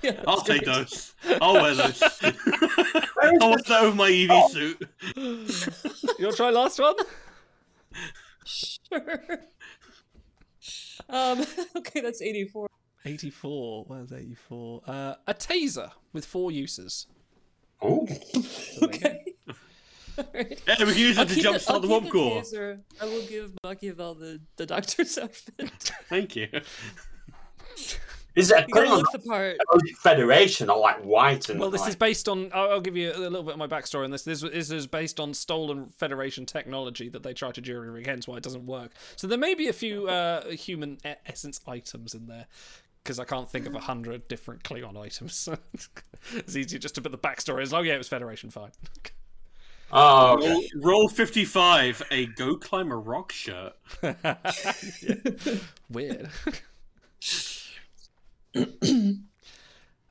Yeah, I'll that's take right. those. I'll wear those. I want that over my EV Oh. suit. You want to try last one? Sure. Um, okay, that's 84. 84. Where's 84? Uh, a taser with four uses. Oh, Okay. All right. Yeah, we can use it to jumpstart the I'll warp keep core. taser. I will give Machiavel the, the doctor's outfit. Thank you. is it a You gotta criminal look the part. federation or like white and Well, this like, is based on. I'll, I'll give you a little bit of my backstory on this. This was- this is based on stolen Federation technology that they try to jury rig, hence why it doesn't work. So there may be a few uh, human e- essence items in there. Because I can't think of a hundred different Klingon items. it's easier just to put the backstory as, oh, yeah, it was Federation, fine. oh, okay. Roll, roll 55, a Go Climb a Rock shirt. Yeah. Weird. okay.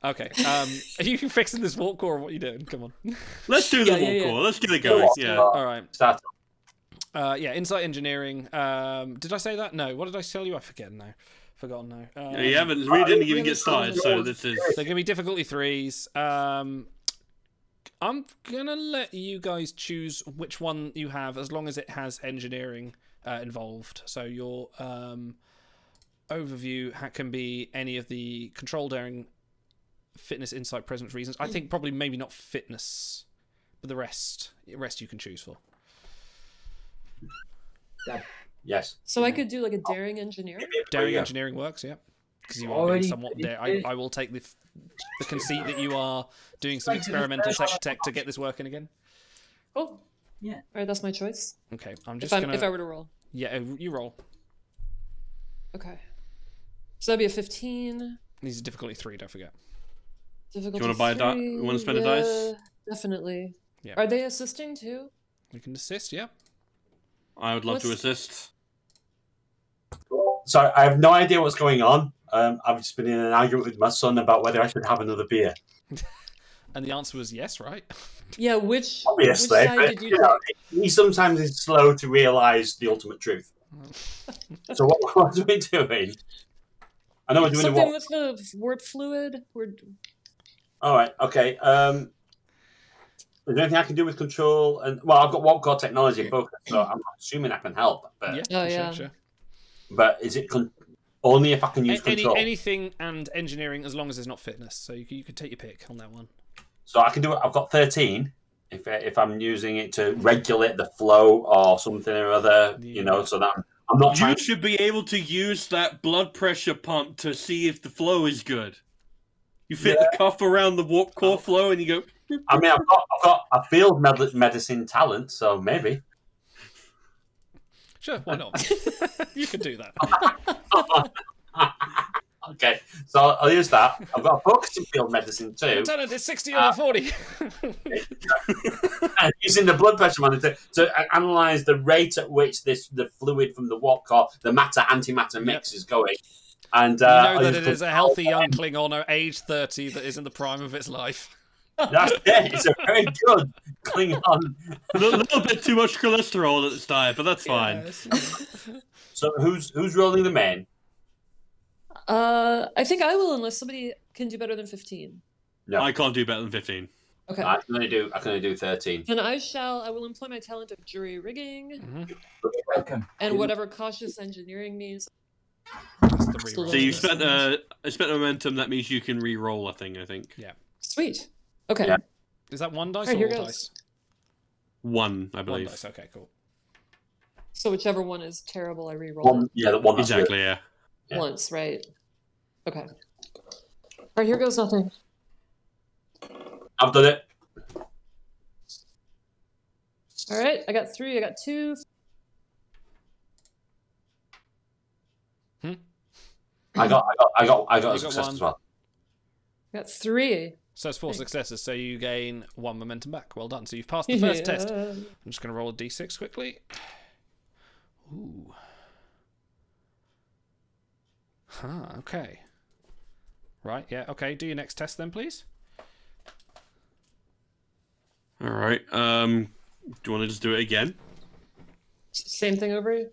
Um, are you fixing this warp core or what are you doing? Come on. Let's do the Yeah, warp yeah, yeah. core. Let's get it going. Yeah. All right. Start. Uh, yeah, insight engineering. Um, did I say that? No. What did I tell you? I forget now. Forgotten now. Um, You haven't, we didn't even really get started, so this is. They're gonna be difficulty threes. Um, I'm gonna let you guys choose which one you have, as long as it has engineering uh, involved. So your um, overview ha- can be any of the control daring, fitness, insight, presence reasons. I think probably maybe not fitness, but the rest, the rest you can choose for. Yes. So I could do like a daring engineer. Daring Oh, Yeah. engineering works, yeah. Because you are being Already somewhat did dare. I, it. I will take the, f- the conceit that you are doing some Like, did it experimental first- tech tech to get this working again. Cool. Yeah. Oh. All right, that's my choice. Okay, I'm If, just I'm, gonna. if I were to roll. Yeah, oh, you roll. Okay. So that'd be a 15. These are difficulty three. Don't forget. Difficulty wanna buy a di- three, wanna spend a dice? yeah, Definitely. Yeah. Are they assisting too? You can assist. Yeah. I would love to What's- assist. Sorry, I have no idea what's going on. Um, I've just been in an argument with my son about whether I should have another beer. And the answer was yes, right? Yeah, which, which Obviously, side but, did you you know, he sometimes is slow to realise the ultimate truth. so what, what are we doing? I know we're take? doing Something what? with the warp fluid? We're, All right, okay. Um, is there anything I can do with control? And well, I've got what core technology focus, so I'm assuming I can help. But yeah. Oh, yeah. but is it con- only if I can use A- any, control? anything and engineering, as long as it's not fitness. So you can, you can take your pick on that one. So I can do it. I've got thirteen. If if I'm using it to regulate the flow or something or other, you know, so that I'm, I'm not trying. You should be able to use that blood pressure pump to see if the flow is good. You fit the cuff around the warp core flow and you go, I mean, I've got I've got a field med- medicine talent, so maybe. Sure, why not? you can do that. Okay, so I'll, I'll use that. I've got a focus in field medicine too. Lieutenant, it's sixty Uh, over forty. and using the blood pressure monitor to a- analyze the rate at which this the fluid from the what core, the matter antimatter mix is going. And you uh, know I'll that use it is a control- healthy young Klingon, age thirty, that is in the prime of its life. That's it. It's a very good Klingon. a little, little bit too much cholesterol at this time, but that's fine. So who's who's rolling the main? uh, I think I will unless somebody can do better than 15. Yeah. I can't do better than 15. Okay. I can only do I can only do thirteen. Then I shall. I will employ my talent of jury rigging Mhm. Welcome. and whatever cautious engineering means. That's the reroll. Still So you Yes. spent uh, I spent momentum. That means you can re-roll a thing. I think Sweet. Okay. Yeah. Is that one dice Alright, or here all dice? goes. one, I One believe. dice. Okay, cool. So whichever one is terrible, I re-roll One, yeah, the one that's Exactly. Yeah. it yeah. once, right? Okay. All right. Here goes nothing. good. I've done it. All right. I got three. I got two. I got, I got, I got, I got You a got success one. as well. I got three. So it's four Thanks. successes, so you gain one momentum back. Well done. So you've passed the first test. Yeah. I'm just going to roll a d6 quickly. Ooh. Huh, okay. Right, yeah, okay. Do your next test then, please. All right. Um, do you want to just do it again? Same thing over. here?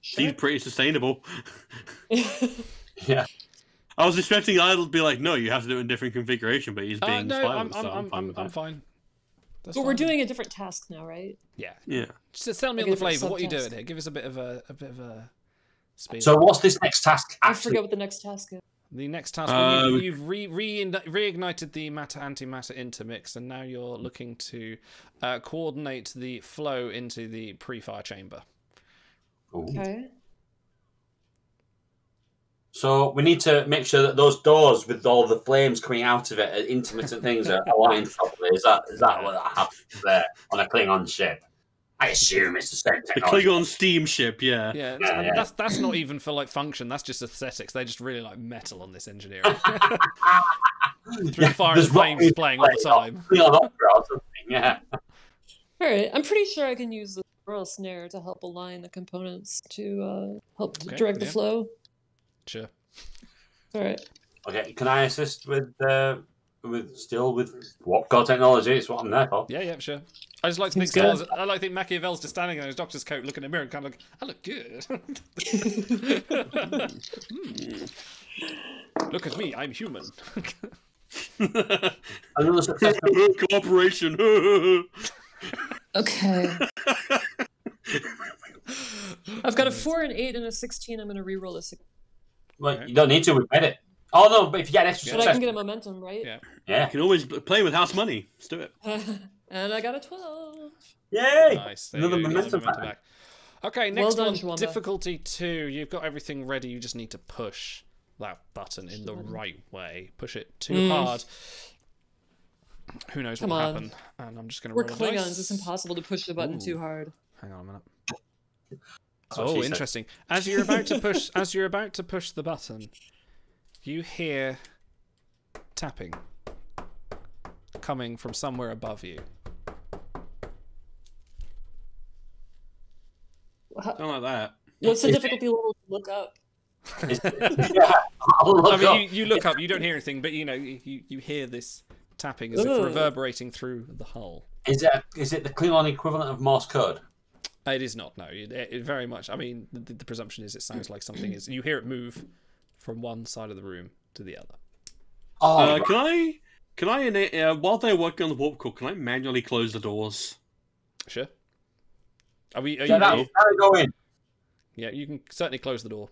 Sure. Seems pretty sustainable. Yeah, I was expecting Idle to be like, no, you have to do it in different configuration, but he's being Uh, no, I'm, silent, I'm, so I'm, fine I'm, with I'm that. fine. That's But we're fine. doing a different task now, right? Yeah. Yeah. Just tell me Like on the a different flavour. What are you subtext. doing here? Give us a bit of a, a bit of a speed. So what's this next task? I Actually, forget what the next task is. the next task, well, Uh, you've, we- you've re, re, reignited the matter antimatter intermix, and now you're looking to uh, coordinate the flow into the pre-fire chamber. Ooh. Okay. so we need to make sure that those doors with all the flames coming out of it, and intermittent things, are aligned properly. Is that is that what that happens there on a Klingon ship? I assume it's the same The technology. Klingon steamship, yeah. Yeah, Yeah, and yeah. that's that's not even for like function. That's just aesthetics. They just really like metal on this engineering. Through Yeah, fire and there's rock flames music playing all the playing. time. Klingon opera or something. Yeah. All right. I'm pretty sure I can use the swirl snare to help align the components to uh, help Okay, direct the yeah. flow. Sure. All right. Okay, can I assist with uh, with still with what core technology? It's what I'm there for. Yeah, yeah, sure. I just like to think He's good. Scar's, I like to think Machiavelli's just standing there in his doctor's coat, looking in the mirror, and kind of like, I look good. Hmm. Look at me, I'm human. Another successful Cooperation. Okay. I've Hmm. got a four and eight and a sixteen. I'm gonna reroll a six, Well, you don't need to. We've met it. Oh no, but if you get an extra Yeah. but I success, can get a momentum, right? Yeah. I yeah, can always play with house money. Let's do it. and I got a twelve. yay! nice. There you Another go, you got your momentum momentum back. back. Okay, Well next done, one. Shawamba. Difficulty two. You've got everything ready. You just need to push that button in the right way. Push it too Mm. hard. Who knows Come what will on. happen? And I'm just going to We're roll a Klingons. dice. It's impossible to push the button Ooh. too hard. Hang on a minute. That's what she Oh, said. interesting. As you're about to push, as you're about to push the button, you hear tapping coming from somewhere above you. How- Don't like that. What's the difficulty level to look up? yeah, I'll look I up. mean, you, you look up, you don't hear anything, but you know, you, you you hear this tapping as if Ooh. reverberating through the hull. Is it is it the Klingon equivalent of Morse code? It is not. No, it, it very much. I mean, the, the presumption is it sounds like something is. You hear it move from one side of the room to the other. Oh, Uh, right. can I? Can I? ena- Uh, while they're working on the warp core, can I manually close the doors? Sure. Are we? Are yeah, you? that, that'll go in. yeah, you can certainly close the door.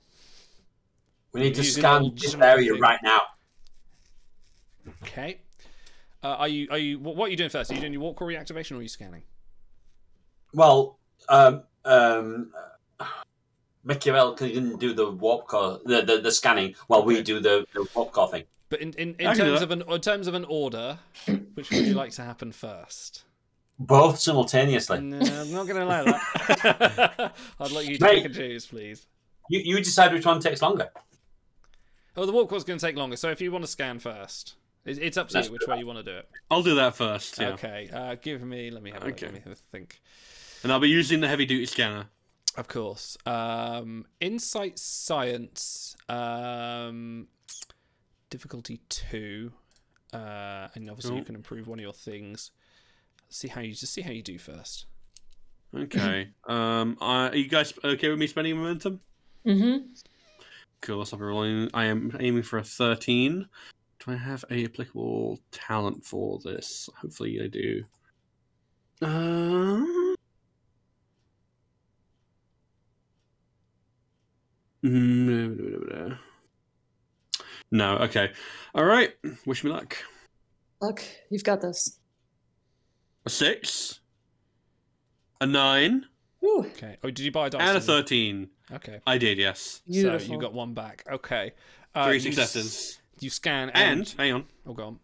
We need to Using scan old this general area thing. right now. Okay. Uh, are you are you wh- what are you doing first? Are you doing your walk or reactivation, or are you scanning? Well, um, um, Machiavel can do the warp core, the, the, the scanning, while we do the, the warp core thing. But in, in, I in can do terms that. of an in terms of an order, which would you like to happen first? Both simultaneously. No, I'm not going to allow that. I'd like you to Mate. pick and choose, please. You, you decide which one takes longer. Oh, the walk core's going to take longer, so if you want to scan first, it, it's up to Let's you do which way you want to do it. I'll do that first. Yeah. Okay, uh, give me. Let me have. A, look, Okay. Let me have a think. And I'll be using the heavy duty scanner. Of course. Um, insight science. Um, difficulty two. Uh, and obviously you Cool. can improve one of your things. See how you just see how you do first. Okay. um. Uh, are you guys okay with me spending momentum? Mm-hmm. Cool. Let's have a rolling. I am aiming for a thirteen. Do I have a applicable talent for this? Hopefully, I do. Um. No, okay. All right. Wish me luck. Look, you've got this. A six, a nine, Woo. Okay. Oh, did you buy a dice? and a didn't you? 13. Okay. I did, yes. Beautiful. So you got one back. Okay. Uh, Three you s- successes. You scan And, and, hang on, oh, go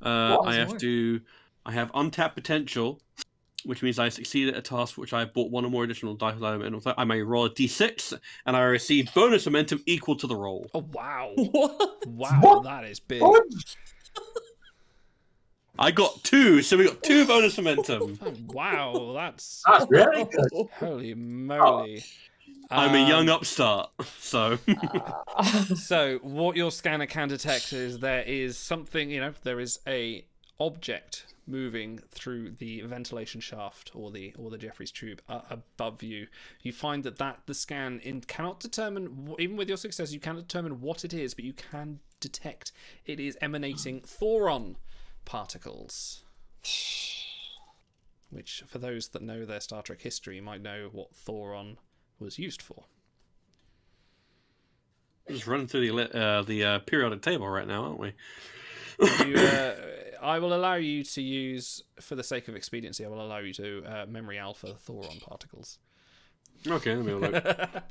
on. uh, What? I have More. to. I have untapped potential, which means I succeed at a task which I have bought one or more additional dice. with item, and also I may roll a d6, and I receive bonus momentum equal to the roll. Oh wow, What? wow, What? that is big. Oh, I got two, so we got two bonus momentum. Oh, wow, that's Oh. That's really good. holy moly. I'm a young Um, upstart, so So what your scanner can detect is there is something, you know, there is a object moving through the ventilation shaft or the or the Jeffrey's tube uh, above you. You find that that the scan in cannot determine wh- even with your success you cannot determine what it is, but you can detect it is emanating thoron particles. Which, for those that know their Star Trek history, might know what thoron was used for. Just running through the ele- uh, the uh, periodic table right now, aren't we? you, uh, I will allow you to use, for the sake of expediency, I will allow you to uh, memory alpha thoron particles. Okay, let me have a look.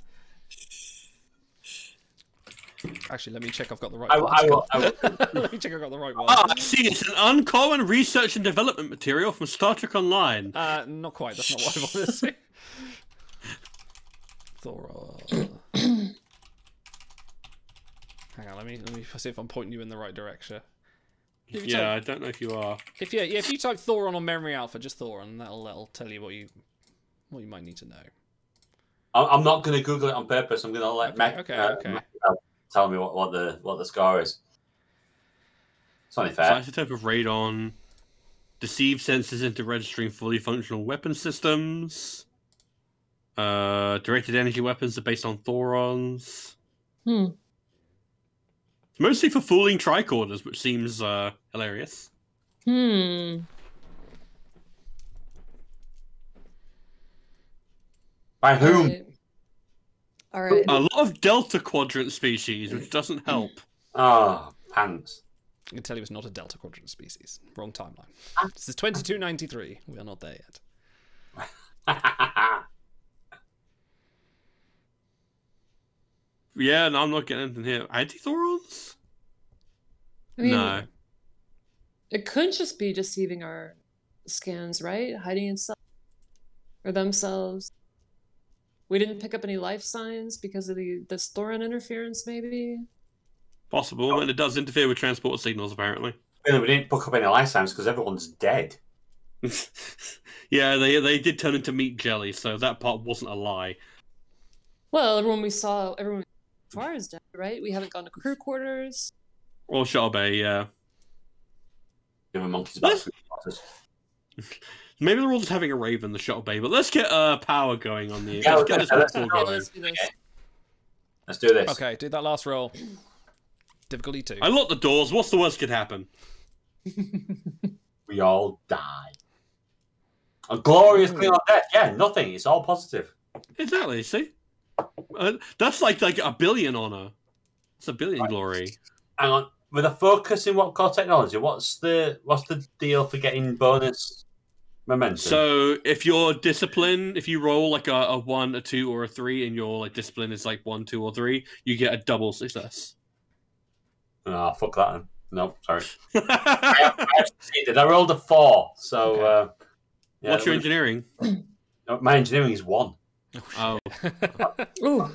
Actually, let me check I've got the right I, will- one. I will. I will. let me check I've got the right one. Ah, I see, it's an uncommon research and development material from Star Trek Online. Uh, not quite. That's not what I wanted to say. Thoron. Hang on, let me let me see if I'm pointing you in the right direction. If you yeah, type- I don't know if you are. if yeah, yeah, if you type Thoron on memory alpha, just Thoron, that'll that'll tell you what you what you might need to know. I- I'm not going to Google it on purpose. I'm going to let Okay, Mac, okay, uh, okay. Mac, uh, tell me what, what the what the score is. It's only So fair. it's a type of radon. Deceive sensors into registering fully functional weapon systems. Uh, directed energy weapons are based on Thorons. Hmm. It's mostly for fooling tricorders, which seems uh, hilarious. Hmm. By whom? All right. A lot of Delta Quadrant species, which doesn't help. Oh, pants. I can tell you it's not a Delta Quadrant species. Wrong timeline. This is 2293. We are not there yet. Yeah, no, I'm not getting anything here. Anti Thorons? I mean, no. it could just be deceiving our scans, right? Hiding itself or themselves. We didn't pick up any life signs because of the this thorin interference, maybe. Possible, and it does interfere with transport signals, apparently. Really, we didn't book up any life signs because everyone's dead. yeah, they they did turn into meat jelly, so that part wasn't a lie. Well, everyone we saw, everyone so far is dead, right? We haven't gone to crew quarters. Or Sharbe, yeah. Give a monkey's back. Maybe they're all just having a rave in the Sharbe, but let's get uh power going on the. Yeah, let's get this let's- ball Yeah, going. let's do this. Let's do this. Okay, do that last roll. Difficulty two. I locked the doors. What's the worst could happen? We all die. A glorious clean on death. Yeah, nothing. It's all positive. Exactly. See, uh, that's like like a billion honor. It's a billion glory. Hang on. With a focus in what core technology, what's the what's the deal for getting bonus momentum? So if your discipline, if you roll like a, a one, a two, or a three, and your like discipline is like one, two, or three, you get a double success. Ah, fuck that. Then. No, sorry. I have succeeded. I rolled a four. So uh, yeah, What's your engineering? uh, my engineering is one. Oh, Ooh, oh,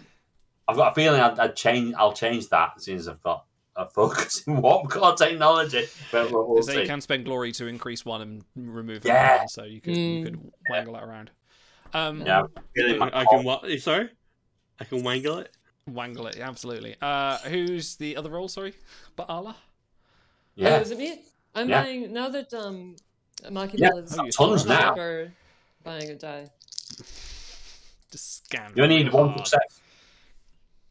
I've got a feeling I'd, I'd change. I'll change that as soon as I've got a focus in warp core technology. But we'll, we'll Because you see. can spend glory to increase one and remove Yeah. another, so you could you could wangle that around. Um, Yeah, I'm feeling my Oh, I can what? Sorry, I can wangle it. Wangle it, absolutely. Uh, who's the other role? Sorry, but Allah. oh, yeah. is it me? I'm Yeah. buying now that um, Maki Yeah, Bella's I've got tons now. are buying a die. Just scan. You only really need one hard. success.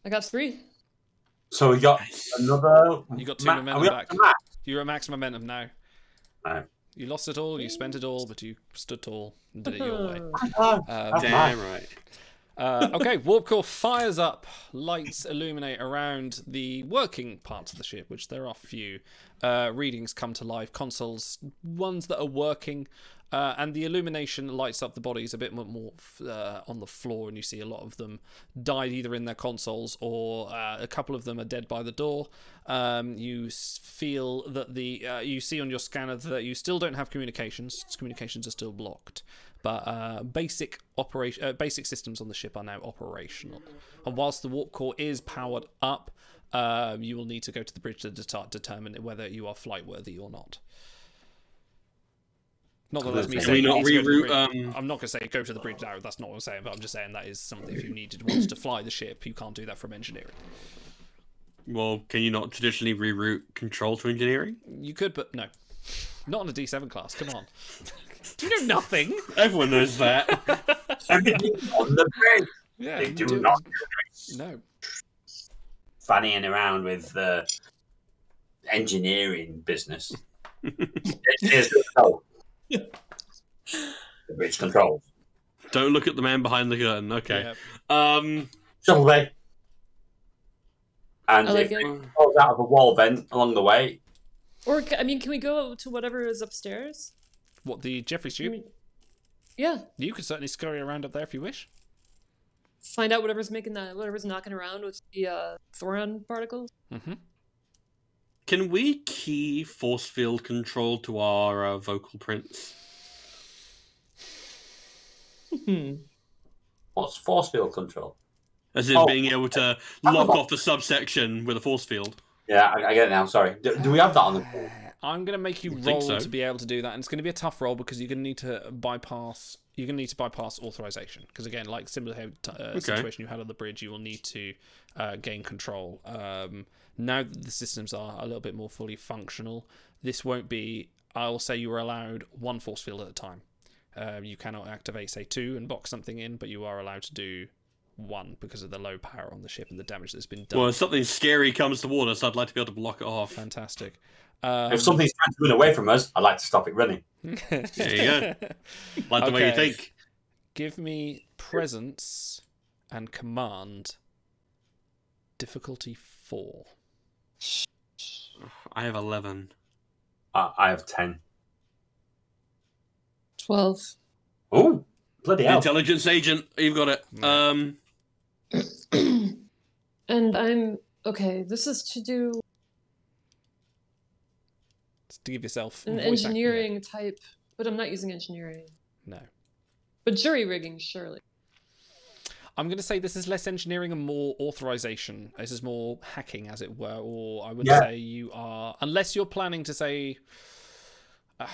I got three. So we got another. You got two ma- momentum are we up back. to max? You're at max momentum now. Right. You lost it all. You spent it all, but you stood tall and did it your way. Oh, Um, That's mine. Damn right. Uh, okay, warp core fires up. Lights illuminate around the working parts of the ship, which there are few. Uh, readings come to life, consoles, ones that are working, uh, and the illumination lights up the bodies a bit mo- more f- uh, on the floor, and you see a lot of them died either in their consoles or uh, a couple of them are dead by the door. Um, you s- feel that the uh, you see on your scanner that you still don't have communications. Communications are still blocked, but uh, basic operation, uh, basic systems on the ship are now operational. And whilst the warp core is powered up, um, you will need to go to the bridge to det- determine whether you are flight worthy or not. Not that that's me Can Can we saying you not need to go to the reroute? bridge. Um, I'm not going to say go to the bridge now. That's not what I'm saying. But I'm just saying that is something. If you needed wanted to fly the ship, you can't do that from engineering. well, can you not traditionally reroute control to engineering? You could, but no. Not on a D7 class. Come on. you know nothing. Everyone knows that. Everything on the bridge. Yeah, They you do do- not No. fannying around with the engineering business. it is control. the bridge controls. Don't look at the man behind the curtain. Okay. Yeah. Um. Shuttle bay. And I like if it it. falls out of a wall vent along the way, Or ca- I mean, can we go to whatever is upstairs? What the Jeffrey's tube? Can we- Yeah, You could certainly scurry around up there if you wish. find out whatever's making that, whatever's knocking around with the uh, thoron particles. Mm-hmm. Can we key force field control to our uh, vocal prints? Mm-hmm. what's force field control? As in Oh. being able to Oh. lock off the subsection with a force field. Yeah, I, I get it now. Sorry. Do, do we have that on the? Uh, I'm gonna make you You roll think so? to be able to do that, and it's gonna be a tough roll because you're gonna need to bypass. You're gonna need to bypass authorization because again, like similar to how t- uh, Okay. situation you had on the bridge, you will need to uh, gain control. Um, now that the systems are a little bit more fully functional, this won't be. I'll say you are allowed one force field at a time. Um, you cannot activate say two and box something in, but you are allowed to do one because of the low power on the ship and the damage that's been done. Well, if something scary comes toward us, I'd like to be able to block it off. Fantastic. Um, if something's trying to run away from us, I'd like to stop it running. There go. Like the way you Okay. think. Give me presence and command. Difficulty four. I have 11. I, I have ten. Twelve. Ooh, bloody hell! Intelligence agent, you've got it. Yeah. Um, and I'm okay. This is to do Just to give yourself an voice act- engineering type, but I'm not using engineering. yeah, No, But jury rigging, surely. I'm going to say this is less engineering and more authorization. This is more hacking, as it were. Or I would Yeah. say you are, unless you're planning to say uh,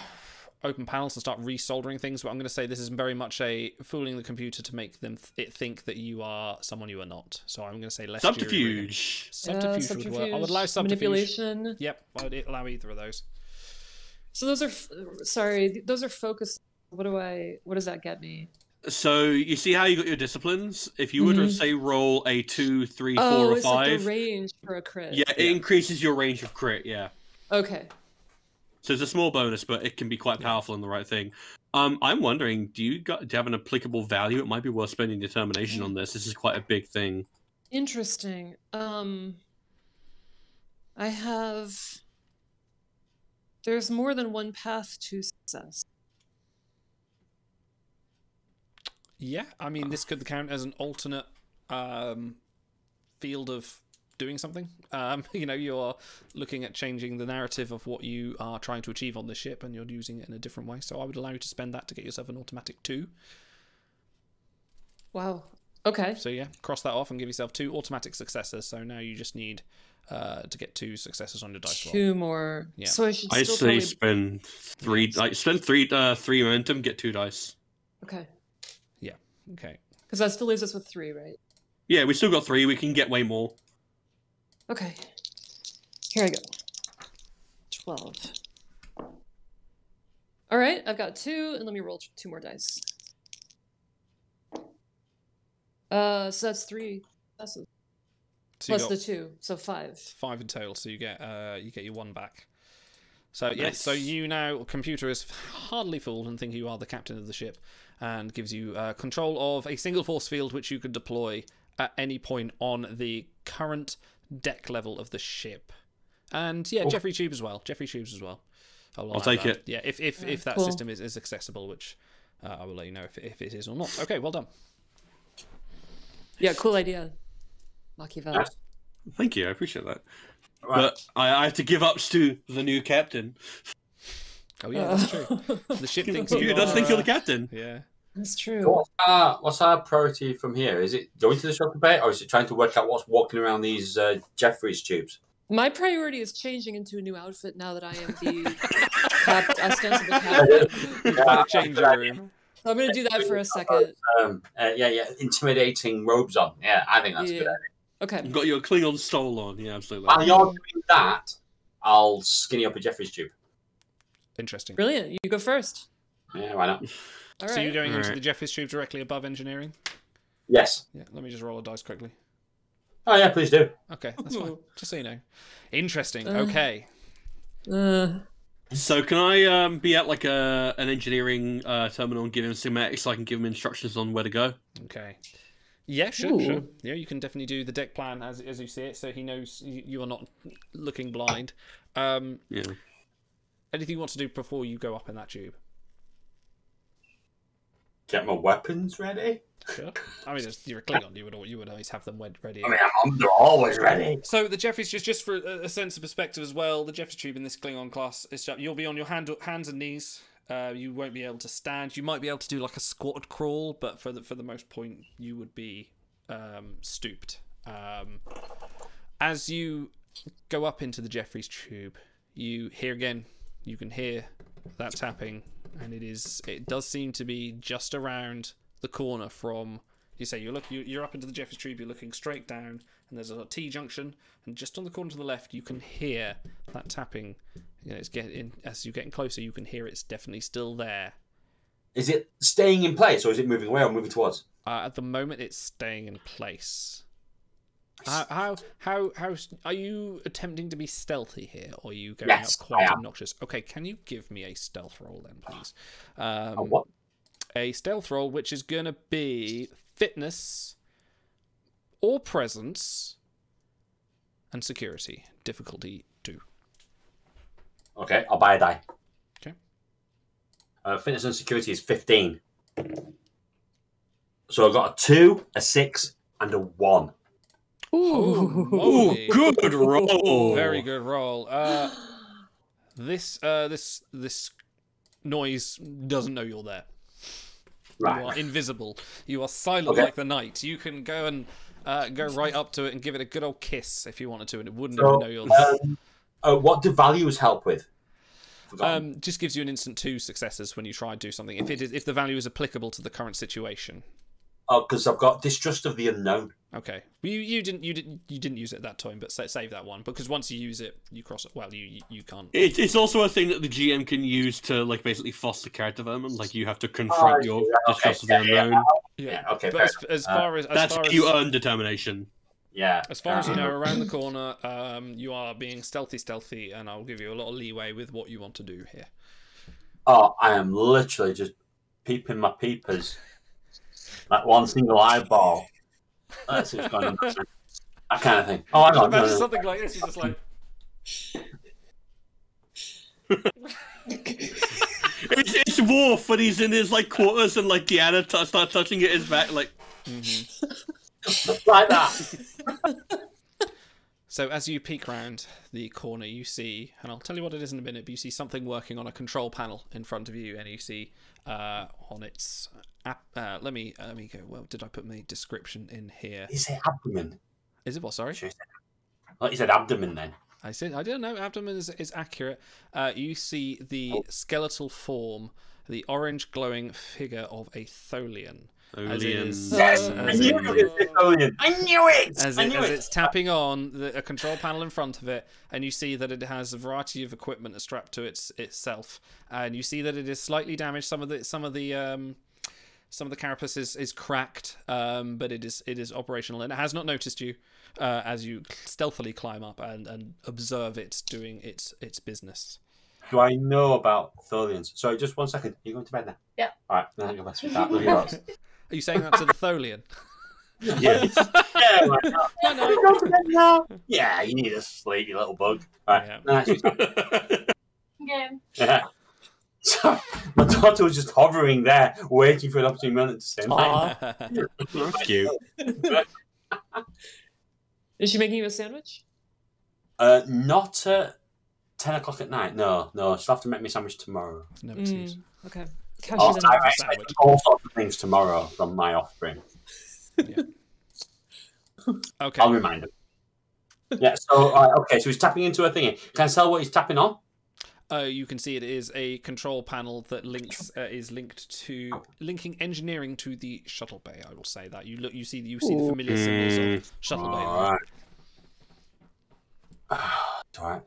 open panels and start resoldering things. But I'm going to say this is very much a fooling the computer to make them th- it think that you are someone you are not. So I'm going to say less jury rigging. subterfuge. Subterfuge, would work. I would allow subterfuge. manipulation. Yep, I would allow either of those. So those are f- sorry. th- Those are focused. What do I? What does that get me? So you see how you got your disciplines? If you were to Mhm. say roll a two, three, four, oh, or it's like five, the range for a crit. yeah, it Yeah. increases your range of crit. Yeah. Okay. So it's a small bonus, but it can be quite powerful in the right thing. Um, I'm wondering, do you got, do you have an applicable value? It might be worth spending determination on this. This is quite a big thing. Interesting. Um, I have. There's more than one path to success. Yeah, I mean, this could count as an alternate um, field of doing something. Um, you know, you're looking at changing the narrative of what you are trying to achieve on the ship, and you're using it in a different way. So I would allow you to spend that to get yourself an automatic two. Wow. Okay. So yeah, cross that off and give yourself two automatic successes. So now you just need uh, to get two successes on your dice roll. Two more. Yeah. So I should I still say probably. spend three, like spend three, uh, three momentum, get two dice. Okay. Okay. Because that still leaves us with three, right? Yeah, we still got three. We can get way more. Okay. Here I go. 12. All right, I've got two, and let me roll t- two more dice. Uh, so that's three. That's So you plus got the two, so five. five in total, so you get uh, you get your one back. So yeah, Nice. so you now computer is hardly fooled and think you are the captain of the ship, and gives you uh, control of a single force field which you could deploy at any point on the current deck level of the ship. And yeah, Oh. Jeffrey Tube as well. Jeffrey Tubes as well. I'll, allow take that. it. Yeah, if if, Yeah, if that cool. system is, is accessible, which uh, I will let you know if, if it is or not. Okay, well done. Yeah, cool idea. Machiavelli. Nice. Thank you, I appreciate that. Right. But I, I have to give up Stu, the new captain. Oh yeah, that's true. The ship thinks you Stu does are, think you're the uh, captain. Yeah. That's true. So What's our, what's our priority from here? Is it going to the shopping bay or is it trying to work out what's walking around these uh, Jeffrey's tubes? My priority is changing into a new outfit now that I am the cap- ostensible captain. Yeah, You've had a I- change your room. So I'm going to do that for a second. um, uh, yeah, yeah, intimidating robes on. Yeah, I think that's a good. Yeah. idea. Okay. You've got your Klingon stole on. Yeah, absolutely. While you're doing that, I'll skinny up a Jeffrey's tube. Interesting. Brilliant. You go first. Yeah, why not? All So you're right. going into Alright. the Jeffries tube directly above engineering. Yes. Yeah. Let me just roll a dice quickly. Oh yeah, please do. Okay, that's fine. Ooh. Just so you know. Interesting. Uh. Okay. Uh, So can I um, be at like a an engineering uh, terminal and give him schematics so I can give him instructions on where to go? Okay. Yeah, sure, sure. Ooh. Yeah, you can definitely do the deck plan as as you see it, so he knows you, you are not looking blind. Um, Yeah. anything you want to do before you go up in that tube? Get my weapons ready. Sure. I mean, it's- you're a Klingon. You would al- you would always have them wed- ready. I mean, I'm, they're always ready. So the Jeffries just just for a, a sense of perspective as well. The Jeffries tube in this Klingon class is ju- you'll be on your hand, hands and knees. Uh, you won't be able to stand. You might be able to do like a squat crawl, but for the for the most point, you would be um, stooped. Um, as you go up into the Jeffries tube, you hear again. You can hear that tapping, and it is it does seem to be just around the corner from. You say you look you, you're up into the Jeffries tube. You're looking straight down, and there's a T junction, and just on the corner to the left, you can hear that tapping. You know, it's getting as you're getting closer. You can hear it's definitely still there. Is it staying in place or is it moving away or moving towards? Uh, at the moment, it's staying in place. How, how how how s- are you attempting to be stealthy here, or are you going Yes, out I quite am. obnoxious? Okay, can you give me a stealth roll then, please? Um, Oh, what? a stealth roll, which is going to be fitness or presence and security. Difficulty two. Okay, I'll buy a die. Okay. Uh, fitness and security is 15. So I've got a two, a six, and a one. Ooh, Uh, ooh. Oh, Holy- good roll. Very good roll. Uh, this uh, this this noise doesn't know you're there. You are Right. invisible. You are silent Okay. like the night. You can go and uh, go right up to it and give it a good old kiss if you wanted to, and it wouldn't So, even know you're there. um, uh, what do values help with? Forgotten. Um, just gives you an instant two successes when you try and do something. If it is, if the value is applicable to the current situation. oh, because I've got distrust of the unknown. Okay. Well, you, you didn't you didn't you didn't use it at that time, but sa- save that one because once you use it, you cross it. Well, you you- you can't. It, it's also a thing that the GM can use to like basically foster character development. Like you have to confront your yeah, okay, distrust of the yeah, yeah, unknown. Yeah, okay, But fair Uh, as, as far as as That's far as you earn determination. Yeah. As far as you Um, know, around the corner, um, you are being stealthy, stealthy, and I'll give you a lot of leeway with what you want to do here. Oh, I am literally just peeping my peepers. That one single eyeball. That's what's going on. That kind of thing. Oh, hang on. No, Imagine no, no. something like this. You're just like, It's, it's Worf when he's in his like quarters and like Deanna t- starts touching at his back. Like Mm-hmm. Like that. So as you peek round the corner, you see, and I'll tell you what it is in a minute, but you see something working on a control panel in front of you, and you see uh, on its app. Uh, let me let me go. Well, did I put my description in here? He said abdomen. Is it what? Sorry, Like you said abdomen then. I said I don't know. Abdomen is, is accurate. Uh, you see the skeletal form, the orange glowing figure of a Tholian. As it is. Tholian. Yes! Uh, I knew it was Napoleon. I knew it! as, I it, knew as it. it's tapping on the, a control panel in front of it, and you see that it has a variety of equipment strapped to its itself, and you see that it is slightly damaged. Some of the some of the um, some of the carapace is, is cracked, um, but it is it is operational, and it has not noticed you uh, as you stealthily climb up and, and observe it doing its its business. Do I know about Tholians? Sorry, just one second. Are you going to bed now? Yeah. All right. Then I go back to that. Love you lots. Are you saying that to the Tholian? Yeah. Yeah, why not? No, no. Can we go to bed now? Yeah, you need a sleep, you little bug. All right. Yeah. Nice. Okay. Yeah. So my daughter was just hovering there, waiting for an opportune moment to say mine. That's cute. Is she making you a sandwich? Uh, not at ten o'clock at night. No, no. She'll have to make me a sandwich tomorrow. Never Mm, seen it. okay. Gosh, Oh, she's in- I a expect sandwich. all sorts of things tomorrow from my offspring. Okay. I'll remind him. Yeah. So all right, okay. So he's tapping into a thingy. Can I tell what he's tapping on? Uh, you can see it is a control panel that links uh, is linked to linking engineering to the shuttle bay. I will say that you look, you see, you see the familiar symbols of shuttle bay. All right. All right.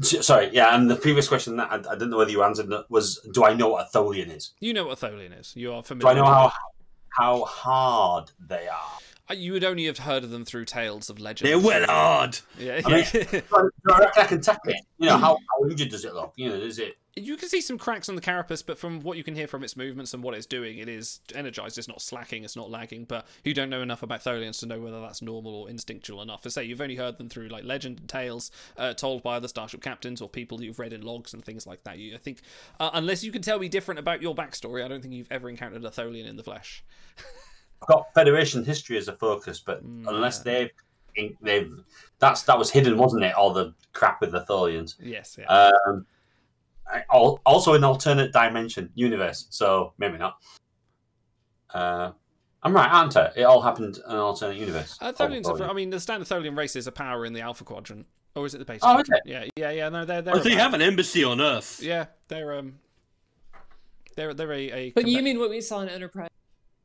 S- Sorry, yeah, and the previous question that I, I didn't know whether you answered that was do I know what a Tholian is? You know what a Tholian is. You are Do familiar. I know with how them. how hard they are? Uh, You would only have heard of them through tales of legend. They're well hard. Yeah. Do I, do I reckon I can tackle it? You know, how, how injured does it look? You know, is it you can see some cracks on the carapace, but from what you can hear from its movements and what it's doing, it is energized. It's not slacking. It's not lagging. But you don't know enough about Tholians to know whether that's normal or instinctual enough. As I say, you've only heard them through like legend and tales uh, told by other starship captains or people you've read in logs and things like that. You, I think, uh, unless you can tell me different about your backstory, I don't think you've ever encountered a Tholian in the flesh. I've got Federation history as a focus, but Mm, unless yeah. they've they've that's that was hidden, wasn't it? All the crap with the Tholians. Yes. Yeah. Um, I- al- also an alternate dimension universe, so maybe not. Uh, I'm right, aren't I? It all happened in an alternate universe. Oh, Uh, All Tholians Tholian. are, I mean, the standard Tholian races are power in the Alpha Quadrant, or is it the Beta? Oh, is quadrant? Yeah, yeah, yeah. No, they're they're. Oh, they about- have an embassy on Earth. Yeah, they're um, they're they're a. a But you combat- mean what we saw in Enterprise?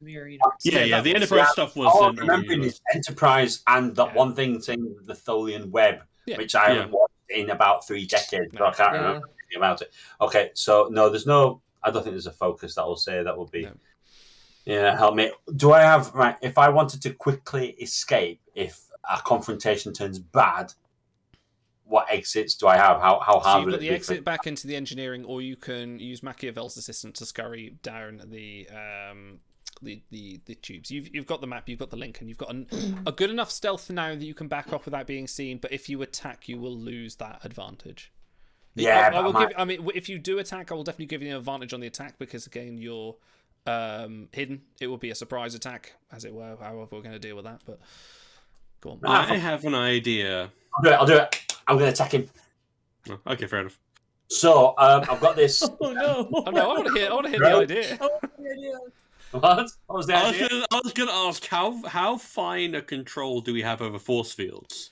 Mirror Universe. yeah, Yeah, yeah, that the was- Enterprise yeah. stuff was. All in I'm remembering Earth. is Enterprise and that Yeah. one thing saying the Tholian web, Yeah. which I haven't watched in about three decades, so I can't Yeah. remember anything about it. Okay, so no, there's no. I don't think there's a focus that will say that will be. No. Yeah, help me. Do I have right? If I wanted to quickly escape, if a confrontation turns bad, what exits do I have? How how So hard you would put it the be exit for- back into the engineering, or you can use Machiavel's assistant to scurry down the um the the, the tubes. You've you've got the map, you've got the link, and you've got an, a good enough stealth now that you can back off without being seen. But if you attack, you will lose that advantage. Yeah, I, I but will my- give. I mean, if you do attack, I will definitely give you an advantage on the attack because again, you're um hidden. It will be a surprise attack, as it were. However, we're going to deal with that. But go on. I have an idea. I'll do it. I'll do it. I'm going to attack him. Oh, Okay, fair enough. So um, I've got this. Oh no! Oh, no, I want to hear. I want to hear the Right. idea. what? What was the I was, idea? gonna, I was gonna ask how how fine a control do we have over force fields?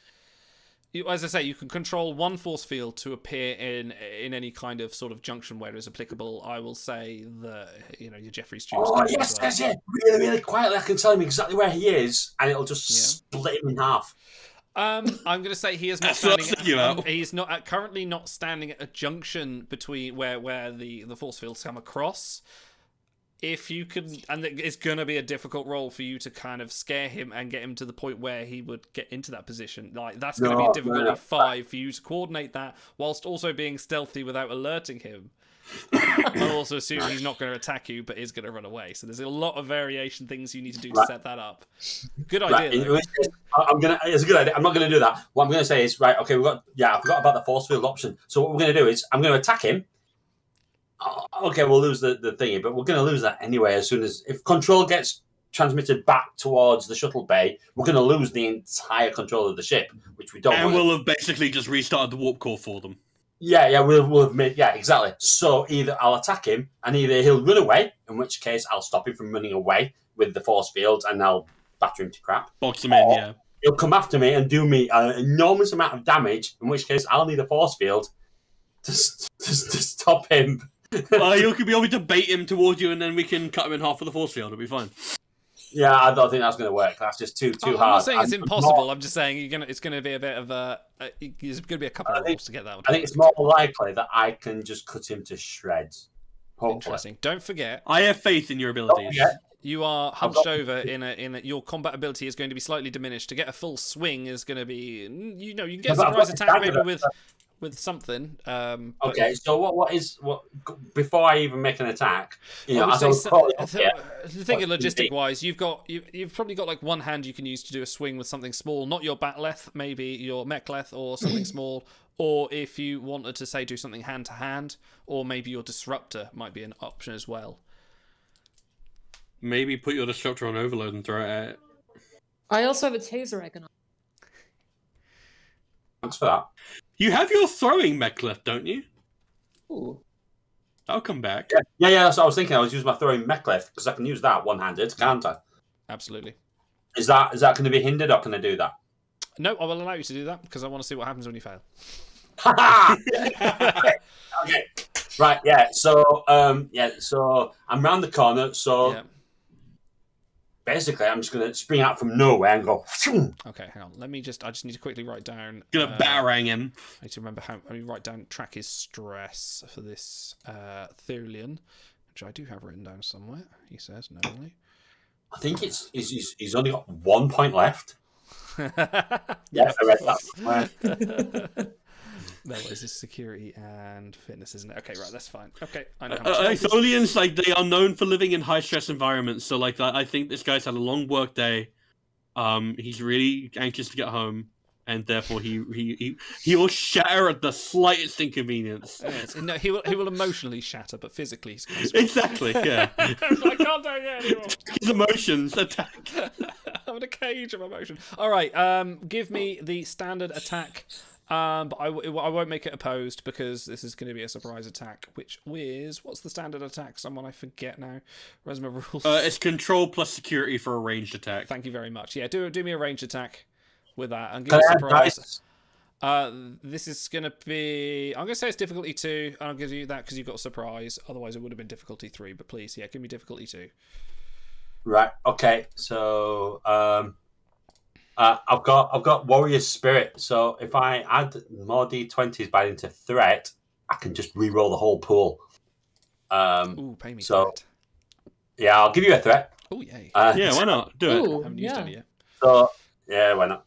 you, as I say, you can control one force field to appear in in any kind of sort of junction where it is applicable. I will say that you know your Jeffrey Stewart. Oh yes, yes, yes! Really, really quietly, I can tell him exactly where he is, and it'll just Yeah. split him in half. Um, I'm going to say he is not That's what I was standing. thinking um, about. he's not uh, currently not standing at a junction between where where the the force fields come across. If you can, and it- it's going to be a difficult role for you to kind of scare him and get him to the point where he would get into that position. Like that's going to be No, a difficult no. at five for you to coordinate that whilst also being stealthy without alerting him. I also assume he's not going to attack you, but is going to run away. So there's a lot of variation things you need to do to Right. set that up. Good Oh, Right. idea. in though. which case, I- I'm gonna. It's a good idea. I'm not gonna do that. What I'm gonna say is right. Okay, we have got. Yeah, I forgot about the force field option. So what we're gonna do is I'm gonna attack him. Oh, okay, we'll lose the the thingy, but we're gonna lose that anyway. As soon as if control gets transmitted back towards the shuttle bay, we're gonna lose the entire control of the ship, which we don't. and want. we'll have basically just restarted the warp core for them. Yeah, yeah, we'll, we'll have made. Yeah, exactly. So either I'll attack him, and either he'll run away, in which case I'll stop him from running away with the force field, and I'll batter him to crap. Box them in, Oh. yeah. He'll come after me and do me an enormous amount of damage, in which case I'll need a force field to, s- to, s- to stop him. uh, you'll be able to bait him towards you, and then we can cut him in half with the force field. It'll be fine. Yeah, I don't think that's going to work. That's just too too I'm hard. not saying it's I'm impossible. more- I'm just saying you're gonna. It's gonna be a bit of a. a there's gonna be a couple I of think- rules to get that. One. I think it's more likely that I can just cut him to shreds. Hopefully. interesting. Don't forget, I have faith in your Don't abilities. forget, you are I've hunched got- over in a in a, your combat ability is going to be slightly diminished. To get a full swing is going to be. You know, you can get a I've got- surprise I've got the attack dagger maybe that- with with something. Um, but Okay, so what? What is what? Before I even make an attack, you know, I would as I say was so- calling I up th- here, uh, thinking What's the logistic date? wise, you've got you, you've probably got like one hand you can use to do a swing with something small, not your batleth, maybe your mechleth or something small, or if you wanted to say do something hand to hand, or maybe your disruptor might be an option as well. Maybe put your disruptor on overload and throw it at it. I also have a taser I can. thanks for that. You have your throwing mech left, don't you? Ooh. I'll come back. Yeah, yeah, yeah, that's what I was thinking. I was using my throwing mech left because I can use that one-handed, can't I? Absolutely. Is that is that going to be hindered or can I do that? No, I will allow you to do that because I want to see what happens when you fail. Ha ha! okay. Right. Yeah. So um. Yeah. So I'm round the corner. So yeah. basically, I'm just going to spring out from nowhere and go. "Phew." Okay, hang on. Let me just. I just need to quickly write down. Gonna uh, batarang him. I need to remember how. Let me write down track is stress for this uh, Therian, which I do have written down somewhere. He says knowingly. I think it's, it's, he's he's only got one point left. yeah, I read that. that was his security and fitness, isn't it? Okay, right, that's fine. Okay, I know how much. Uh, that like, is. Tholians, like they are known for living in high stress environments. So like I I think this guy's had a long work day. Um, he's really anxious to get home, and therefore he he he, he will shatter at the slightest inconvenience. Yes, No, he will. He will emotionally shatter, but physically he's. kind of- Exactly. Yeah. I can't do it anymore. His emotions attack. I'm in a cage of emotion. All right, um, give me the standard Oh, attack, um, but I, w- I won't make it opposed because this is going to be a surprise attack. Which is what's the standard attack? Someone I forget now. Where's my rules? Uh, it's control plus security for a ranged attack. Thank you very much. Yeah, do do me a ranged attack with that and give Can me a I add surprise. dice? Uh, this is gonna be. I'm gonna say it's difficulty two, and I'll give you that because you've got a surprise. Otherwise, it would have been difficulty three. But please, yeah, give me difficulty two. Right. Okay. So um, uh, I've got I've got warrior spirit. So if I add more d twenties by into threat, I can just re-roll the whole pool. Um, Ooh, pay me. So- for it. yeah, I'll give you a threat. Oh yay. Uh, Yeah, why not? Do it. I Ooh, haven't used yeah. any yet. So yeah, why not?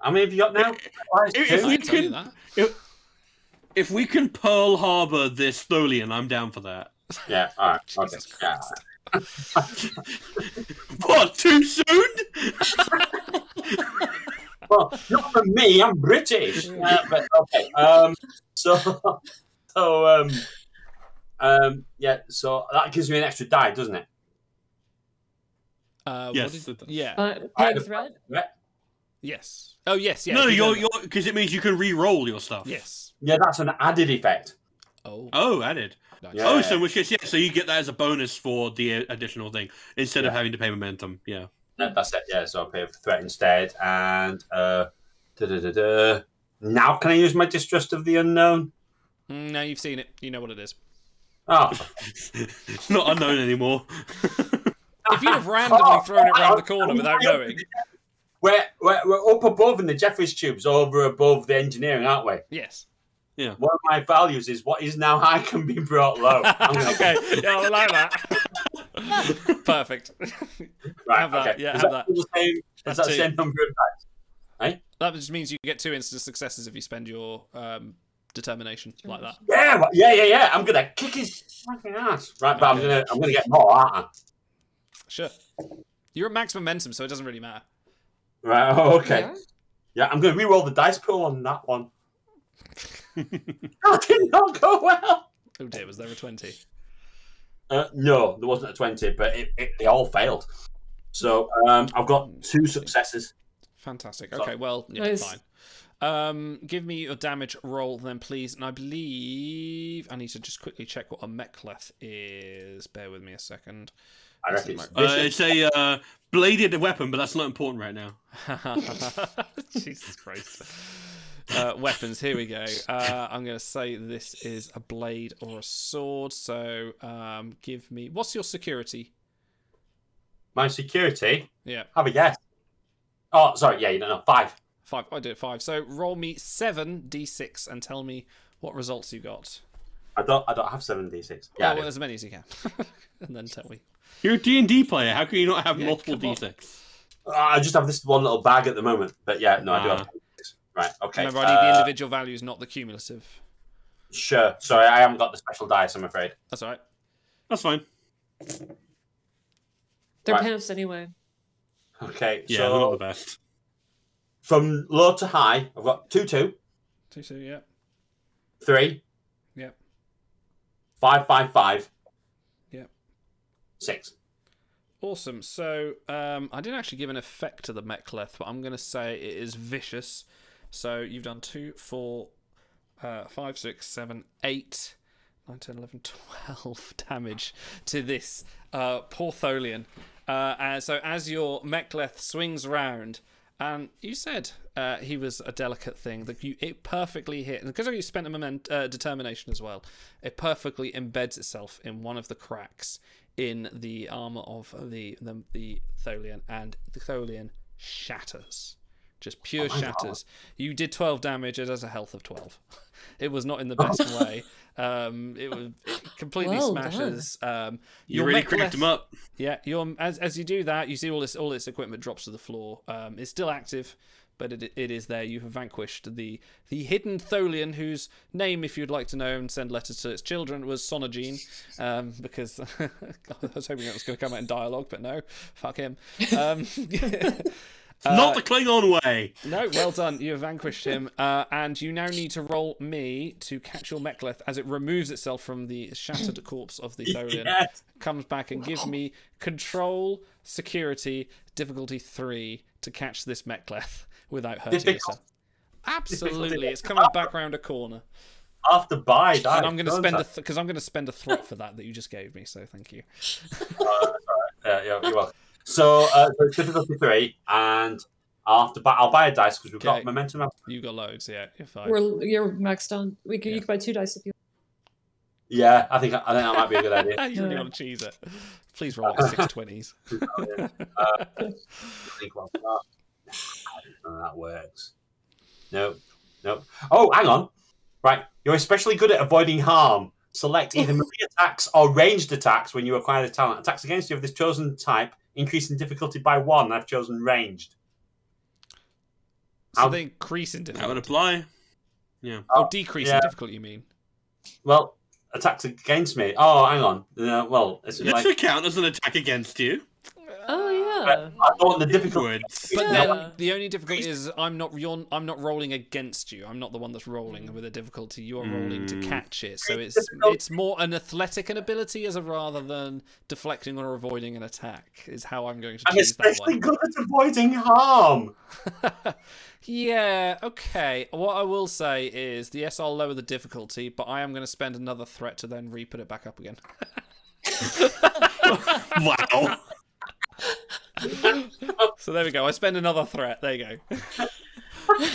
How many have you got now? Twice, if- two? I you can tell you can- that. If we can Pearl Harbor this Tholian, I'm down for that. yeah. All right. Okay. Jesus Yeah. Christ. What? Too soon? Well, not for me. I'm British. Uh, but okay. Um, so so um, um, yeah. So that gives me an extra die, doesn't it? Uh, what Yes, did- it does. yeah. Uh, I- paid threat. Yes. Oh yes. Yeah. no, if you you're know you're because it means you can re-roll your that. stuff. Yes. Yeah, that's an added effect. Oh. Oh, added. nice. yeah. Oh, so in which case, yeah. So you get that as a bonus for the uh, additional thing instead of having to pay momentum. Yeah. No, that's it. Yeah, so I pay for threat instead. And uh, da, da, da, da. now can I use my distrust of the unknown? Mm, No, you've seen it. You know what it is. Oh, it's not unknown anymore. If you'd have randomly Oh, thrown it round the oh, corner oh, without oh, knowing, we're, we're, we're up above in the Jeffries tubes, over above the engineering, aren't we? yes. One of my values is what is now high can be brought low. I'm gonna- okay. Yeah, I like that. Perfect. right, have that, okay. yeah, is have that. that, still The same, is That's that two. the same number of dice? That just means you get two instant successes if you spend your um, determination like that. Yeah, well, yeah, yeah, yeah. I'm gonna kick his fucking ass. Right, but I'm Okay. gonna I'm gonna get more, aren't I? Sure. You're at max momentum, so it doesn't really matter. Right, oh, okay. Yeah. Yeah, I'm going to re-roll the dice pool on that one. that did not go well. Oh dear, was there a twenty? Uh, no, there wasn't a twenty, but it, it, they all failed. So um, I've got two successes. Fantastic. So- Okay, well, yeah, Nice. fine. Um, give me your damage roll then, please. And I believe I need to just quickly check what a mechleth is. Bear with me a second. I That's reckon it's the Uh, it's vicious. a uh, bladed weapon, but that's not important right now. Jesus Christ. Uh, weapons, here we go. Uh, I'm going to say this is a blade or a sword. So um, give me. What's your security? my security. Yeah, Have a guess. Oh, sorry. Yeah, you don't know. Five. five. I did five. So roll me seven d6 and tell me what results you got. I don't. I don't have seven d six. Yeah, Yeah. I Oh, well, do. as many as you can. and then tell me. You're a D and D player. How can you not have Yeah, multiple come on. D6? Uh, I just have this one little bag at the moment. But yeah, no, I do Ah. have. 7d6. Right. Okay. Remember, I need the uh, individual values, not the cumulative. sure. Sorry, I haven't got the special dice. I'm afraid. That's all right. That's fine. They're Right. pants anyway. Okay. Yeah, they're not the so best. from low to high, I've got two, two, Two, two, yeah. three, Yep. five, five, five. Yep. Six. Awesome. So um, I didn't actually give an effect to the Mechleth, but I'm going to say it is vicious. So you've done two, four, uh, five, six, seven, eight, nine, 10, 11, 12 damage to this uh, poor Tholian. Uh, and so as your Mechleth swings round, and you said uh, he was a delicate thing that you it perfectly hit, and because you spent a moment uh, determination as well, it perfectly embeds itself in one of the cracks in the armor of the the, the Tholian, and the Tholian shatters. Just pure Oh shatters. You did 12 damage. It has a health of 12. It was not in the Oh. best way. Um, it was it completely Well done. smashes. Um, You your really mech cracked him left- up. yeah, you're, as as you do that, you see all this all its equipment drops to the floor. Um, it's still active, but it it is there. You have vanquished the the hidden Tholian, whose name, if you'd like to know and send letters to its children, was Sonogene, um, because I was hoping it was going to come out in dialogue, but no, fuck him. Um, uh, It's not the Klingon way. no, well done. You have vanquished him, uh, and you now need to roll me to catch your Mechleth as it removes itself from the shattered corpse of the Tholian Yes. comes back and gives me control, security, difficulty three to catch this Mechleth without hurting yourself. Absolutely, it's coming back round a corner, After buy, and I'm going to spend because I'm going to spend a threat for that that you just gave me. So thank you. Yeah, yeah, you're welcome. So, uh, so it's difficulty three, and after buy, I'll buy a dice because we've Okay. got momentum. up. You got loads, yeah. If I We're you're maxed on. We can, you can buy two dice if you. Yeah, I think I think that might be a good idea. you really Yeah. want to cheese it, please roll like six twenties. think about that. I don't know how that works. No, no. Oh, hang on. Right, you're especially good at avoiding harm. Select either melee attacks or ranged attacks when you acquire the talent. Attacks against you of this chosen type increase in difficulty by one. I've chosen ranged. So I'll- they increase in That would difficulty. apply. Oh, decrease yeah. in difficulty. You mean? Well, attacks against me. Oh, hang on. No, well, it's This like could count as an attack against you. Oh yeah. I don't want the It difficulty. would. But Yeah. then the only difficulty is I'm not you're, I'm not rolling against you. I'm not the one that's rolling with a difficulty. You're rolling to Mm. catch it. So it's difficult. it's more an athletic an ability as a rather than deflecting or avoiding an attack is how I'm going to I'm choose that especially one. good at avoiding harm. yeah, okay. What I will say is the yes, I'll lower the difficulty, but I am going to spend another threat to then re put it back up again. Wow. So there we go. I spend another threat. There you go.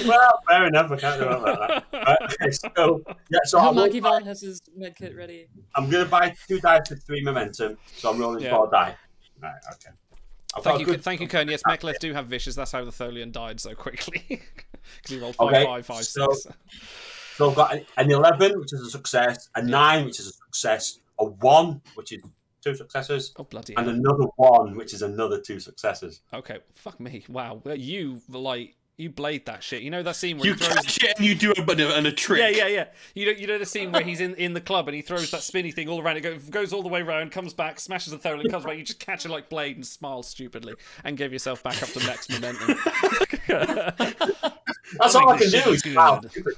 Well, fair enough. I can't do anything about that. Right, okay, so, yeah, so I will Monkey Vaughn has his med kit ready. I'm gonna buy two dice with three momentum, so I'm rolling Yeah. four die. Right, okay. I've got Thank a you, Oh, good- thank you, Kern. Yes, Mechleth do have vicious. That's how the Tholian died so quickly because he rolled five, Okay, five, five, six. so- So I've got an- an eleven, which is a success, a nine, which is a success, a one, which is two successes, Oh bloody and hell! another one, which is another two successes. Okay, fuck me. Wow, well, you like you blade that shit. You know that scene where You he throws. catch it and you do a bit of and a trick. Yeah, yeah, yeah. You know, you know the scene where he's in, in the club and he throws that spinny thing all around. It goes, goes all the way round, comes back, smashes the Tholian, comes back. You just catch it like blade and smile stupidly and give yourself back up to max momentum. That's I all I think this can do. shit Is is wow, good. stupidly.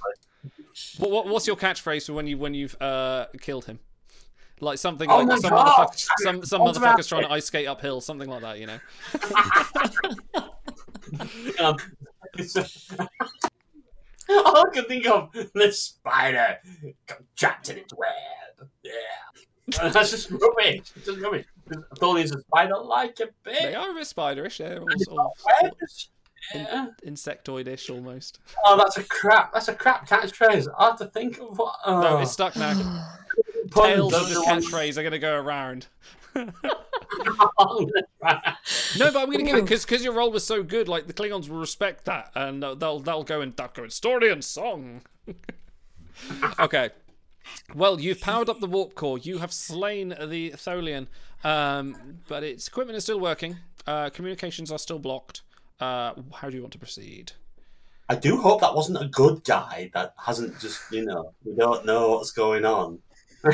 what, what, what's your catchphrase for when you when you've uh, killed him? Like something Oh my like some God! motherfucker, some some Automatic. motherfucker's trying to ice skate uphill, something like that. You know. Um, all I can think of the spider got trapped in its web. Yeah. And That's just rubbish. It's just rubbish. Tholian's a spider like a They bitch. are a bit spiderish, yeah, all, It's all, not all webs. Yeah. insectoidish almost. Oh, that's a crap. That's a crap catchphrase. I have to think of what. Oh, No, it's stuck now. pun, Tails of those this are the ones- catchphrase are going to go around. Oh, right. No, but I'm going to give it because your role was so good. Like the Klingons will respect that, and uh, they'll they'll go and they'll go in story and song. okay. Well, you've powered up the warp core. You have slain the Tholian, um, but its equipment is still working. Uh, communications are still blocked. Uh, how do you want to proceed? I do hope that wasn't a good guy that hasn't just, you know, we don't know what's going on.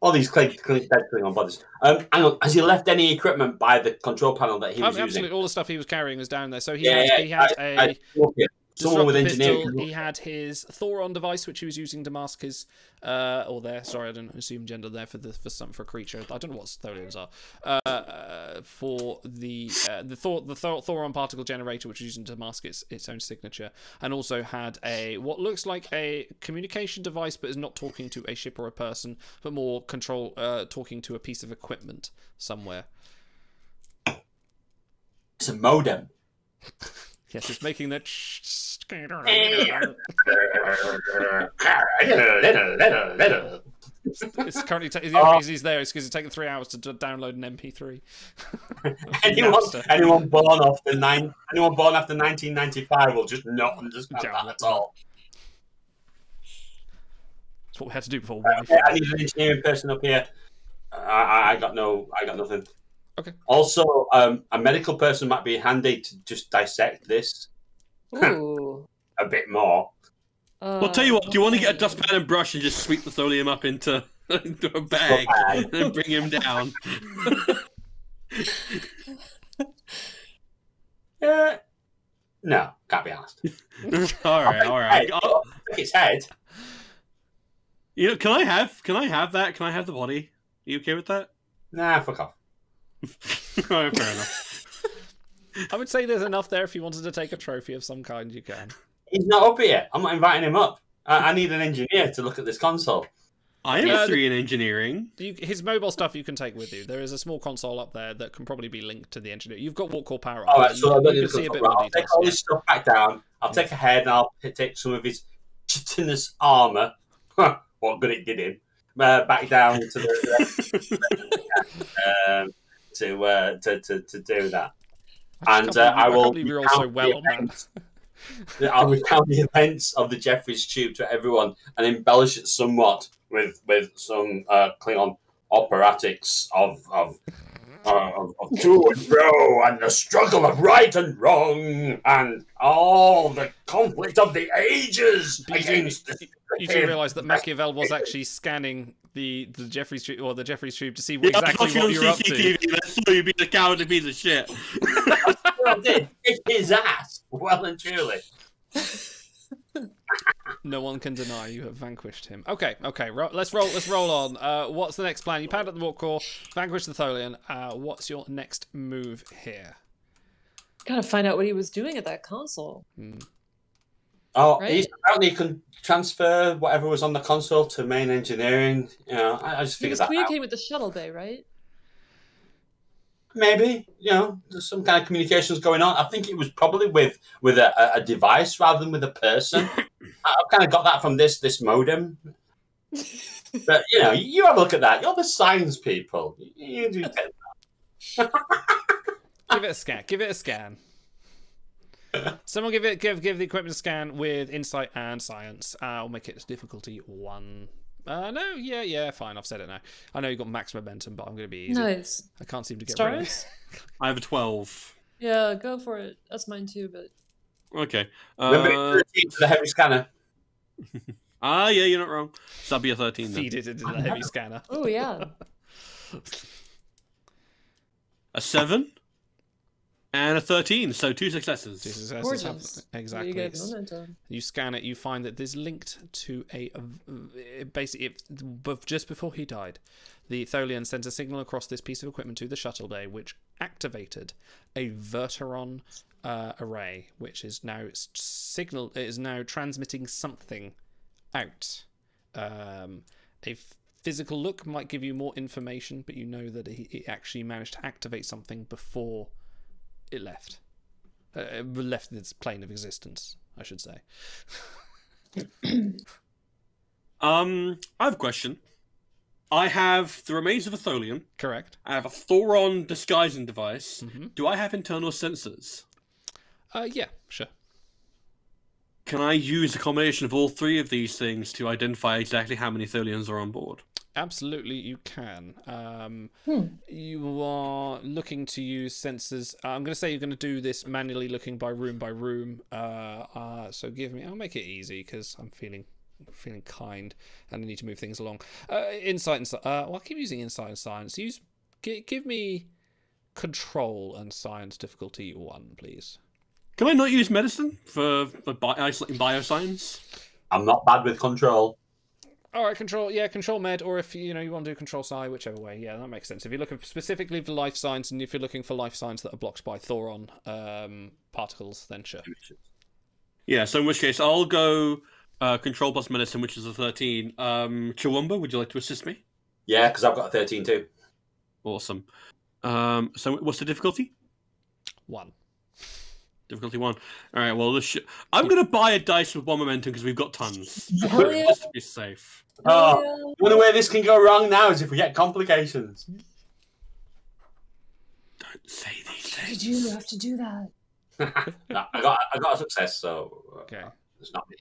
All these cling, cling, dead Klingon bodies. Um, hang on, has he left any equipment by the control panel that he Oh, was absolutely, using? all the stuff he was carrying was down there. So he Yeah, had, yeah, he had a. I- okay. Someone with Disruptor engineering. Pistol, he had his Thoron device, which he was using to mask his, uh, or their. Sorry, I didn't assume gender there for the for some for a creature. I don't know what Thorians are. Uh, Uh, for the uh, the Thor the Thor- Thoron particle generator, which was using to mask its its own signature, and also had a what looks like a communication device, but is not talking to a ship or a person, but more control uh, talking to a piece of equipment somewhere. It's a modem. Yes, it's making that. It's currently ta- the Uh, only reason he's there is because it's taken three hours to d- download an MP3. anyone, Napster. anyone born after nine, anyone born after 1995 will just not understand Yeah, that that's at all. That's what we had to do before Okay, Wi-Fi. I need an engineering person up here. I, I, I got no, I got nothing. Okay. Also, um, a medical person might be handy to just dissect this Ooh. a bit more. Uh, Well, tell you what, do you want to get a dustpan and brush and just sweep the tholium up into, into a bag Bye. and then bring him down? Yeah. No, can't be asked. all right, all right. Hey, I'll- take its head. you know, can I have can I have that? Can I have the body? Are you okay with that? Nah, fuck off. all right, fair enough. I would say there's enough there if you wanted to take a trophy of some kind, you can. He's not up here. I'm not inviting him up. I, I need an engineer to look at this console. I am Yeah, a three in engineering. You, his mobile stuff you can take with you. There is a small console up there that can probably be linked to the engineer. You've got what called power. All on, right, you, so I'm you going can to see a bit right, more I'll take all details. this stuff back down. I'll take a head and I'll p- take some of his chitinous armor. Huh, what good it did him. Uh, back down to the um, to, uh, to to to do that. Yeah. And can't believe- uh, I can't will believe you're all recount so well the on that. events. I'll recount the events of the Jeffries tube to everyone and embellish it somewhat with with some uh, Klingon operatics of of, uh, of, of to and fro and the struggle of right and wrong and all the conflict of the ages But you do- against the You do realise that Machiavel was actually scanning the the Jeffrey's tube or the Jeffrey's tube to see what, exactly what you're up to. I saw you being a cowardly piece of shit. Well, did kick his ass well and truly. No one can deny you have vanquished him. Okay, okay, ro- let's roll. Let's roll on. Uh, what's the next plan? You pound at the warp core, vanquish the Tholian. Uh, what's your next move here? Gotta find out what he was doing at that console. Hmm. Oh, Right. he's apparently can transfer whatever was on the console to main engineering. You know, I, I just He figured was that out. communicating with the shuttle bay, right? maybe you know there's some kind of communications going on i think it was probably with with a, a- a device rather than with a person I- i've kind of got that from this this modem but you know you have a look at that you're the science people You- you do get- Give it a scan. Give it a scan. Someone give it give give the equipment a scan with insight and science. Uh, I'll make it difficulty one. Uh, no, yeah, yeah, fine. I've said it now. I know you got max momentum, but I'm going to be easy. Nice. I can't seem to get rid of it. Stars? I have a twelve. Yeah, go for it. That's mine too, but Okay. remember Uh, it's 13 for the heavy scanner ah, yeah, you're not wrong. So that'd be a thirteen. Then. Feed it into the heavy scanner. oh yeah. A seven and a thirteen. So two successes. This is- this is Gorgeous. happening. Exactly. You get momentum. You scan it, you find that this linked to a a- basically it, bef- just before he died, the Tholian sent a signal across this piece of equipment to the shuttle bay, which activated a Verteron uh, array, which is now s- signal it is now transmitting something out. Um, a f- physical look might give you more information, but you know that he, it actually managed to activate something before it left. Uh, it left its plane of existence, I should say. Um, I have a question. I have the remains of a tholium. Correct. I have a thoron disguising device. Mhm. Do I have internal sensors? Uh, yeah, sure. Can I use a combination of all three of these things to identify exactly how many tholians are on board? Absolutely, you can. Um, Hmm. You are looking to use sensors. uh, I'm going to say you're going to do this manually, looking by room by room. Uh, uh, so give me. I'll make it easy because I'm feeling feeling kind and I need to move things along. Uh, insight and sci- uh, well, I keep using insight and science. Use gi- give me control and science difficulty one, please. Can I not use medicine for, for bi- isolating bioscience? i'm not bad with control All right, control. Yeah, control med, or if you know you want to do control psi, whichever way. Yeah, that makes sense. If you're looking specifically for life signs, and if you're looking for life signs that are blocked by thoron um, particles, then sure. Yeah, so in which case I'll go uh, control plus medicine, which is a 13. Um, Chiwumba, would you like to assist me? yeah because i've got a 13 too Awesome. Um, so what's the difficulty? One. Difficulty one. All right. Well, this sh- I'm gonna buy a dice with one momentum because we've got tons. Hell yeah. Just to be safe. Oh. Hell The only way this can go wrong now is if we get complications. Don't say these yeah. things. Did you have to do that? No, I got I got a success, so uh, Okay. it's not me.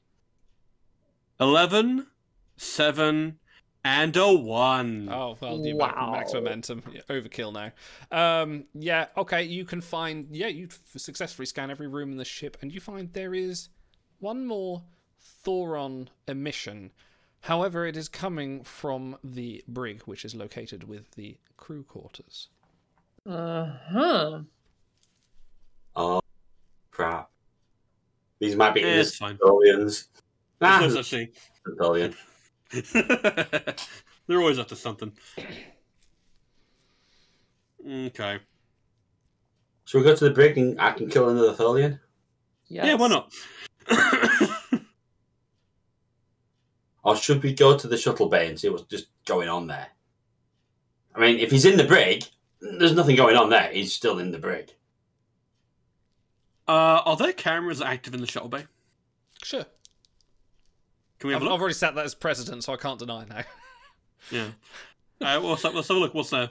11, 7, and a 1. Oh well, you Wow. max momentum Yeah, overkill now. Um, yeah, okay. You can find yeah, you f- successfully scan every room in the ship, and you find there is one more thoron emission. However, it is coming from the brig, which is located with the crew quarters. Uh huh. Oh crap! These might be Eh, it's fine. Centaurians. There's no Ah, such thing. Centaurian. They're always up to something. Okay. Should we go to the brig and I can kill another Tholian? Yes. Yeah, why not? Or should we go to the shuttle bay and see what's just going on there? I mean, if he's in the brig, there's nothing going on there. He's still in the brig. uh, are there cameras active in the shuttle bay? Sure. Can we I've, have I've a look? already set that as precedent, so I can't deny now. Yeah. All right, well, let's, have- let's have a look. What's there?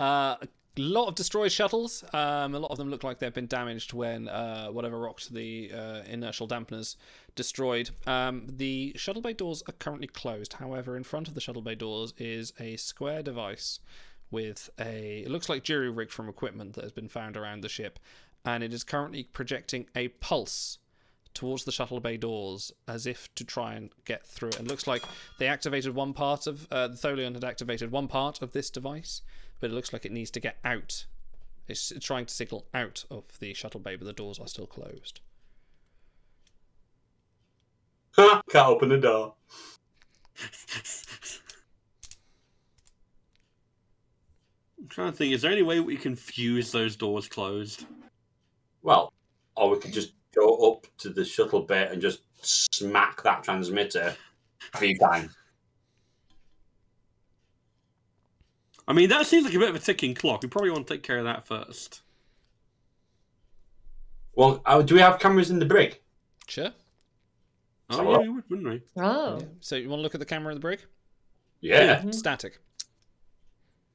Uh, a lot of destroyed shuttles. Um, a lot of them look like they've been damaged when uh, whatever rocked the uh, inertial dampeners destroyed. Um, the shuttle bay doors are currently closed. However, in front of the shuttle bay doors is a square device with a. It looks like jury rig from equipment that has been found around the ship, and it is currently projecting a pulse towards the shuttle bay doors as if to try and get through it. And looks like they activated one part of uh, the Tholian had activated one part of this device, but it looks like it needs to get out. It's trying to signal out of the shuttle bay, but the doors are still closed. Can't open the door. I'm trying to think. Is there any way we can fuse those doors closed? Well, or we could just go up to the shuttle bay and just smack that transmitter three times. I mean, that seems like a bit of a ticking clock. We probably want to take care of that first. Well, uh, do we have cameras in the brig? Sure. Oh, So- yeah, we would, wouldn't we? Oh. So you want to look at the camera in the brig? Yeah. Mhm. Static.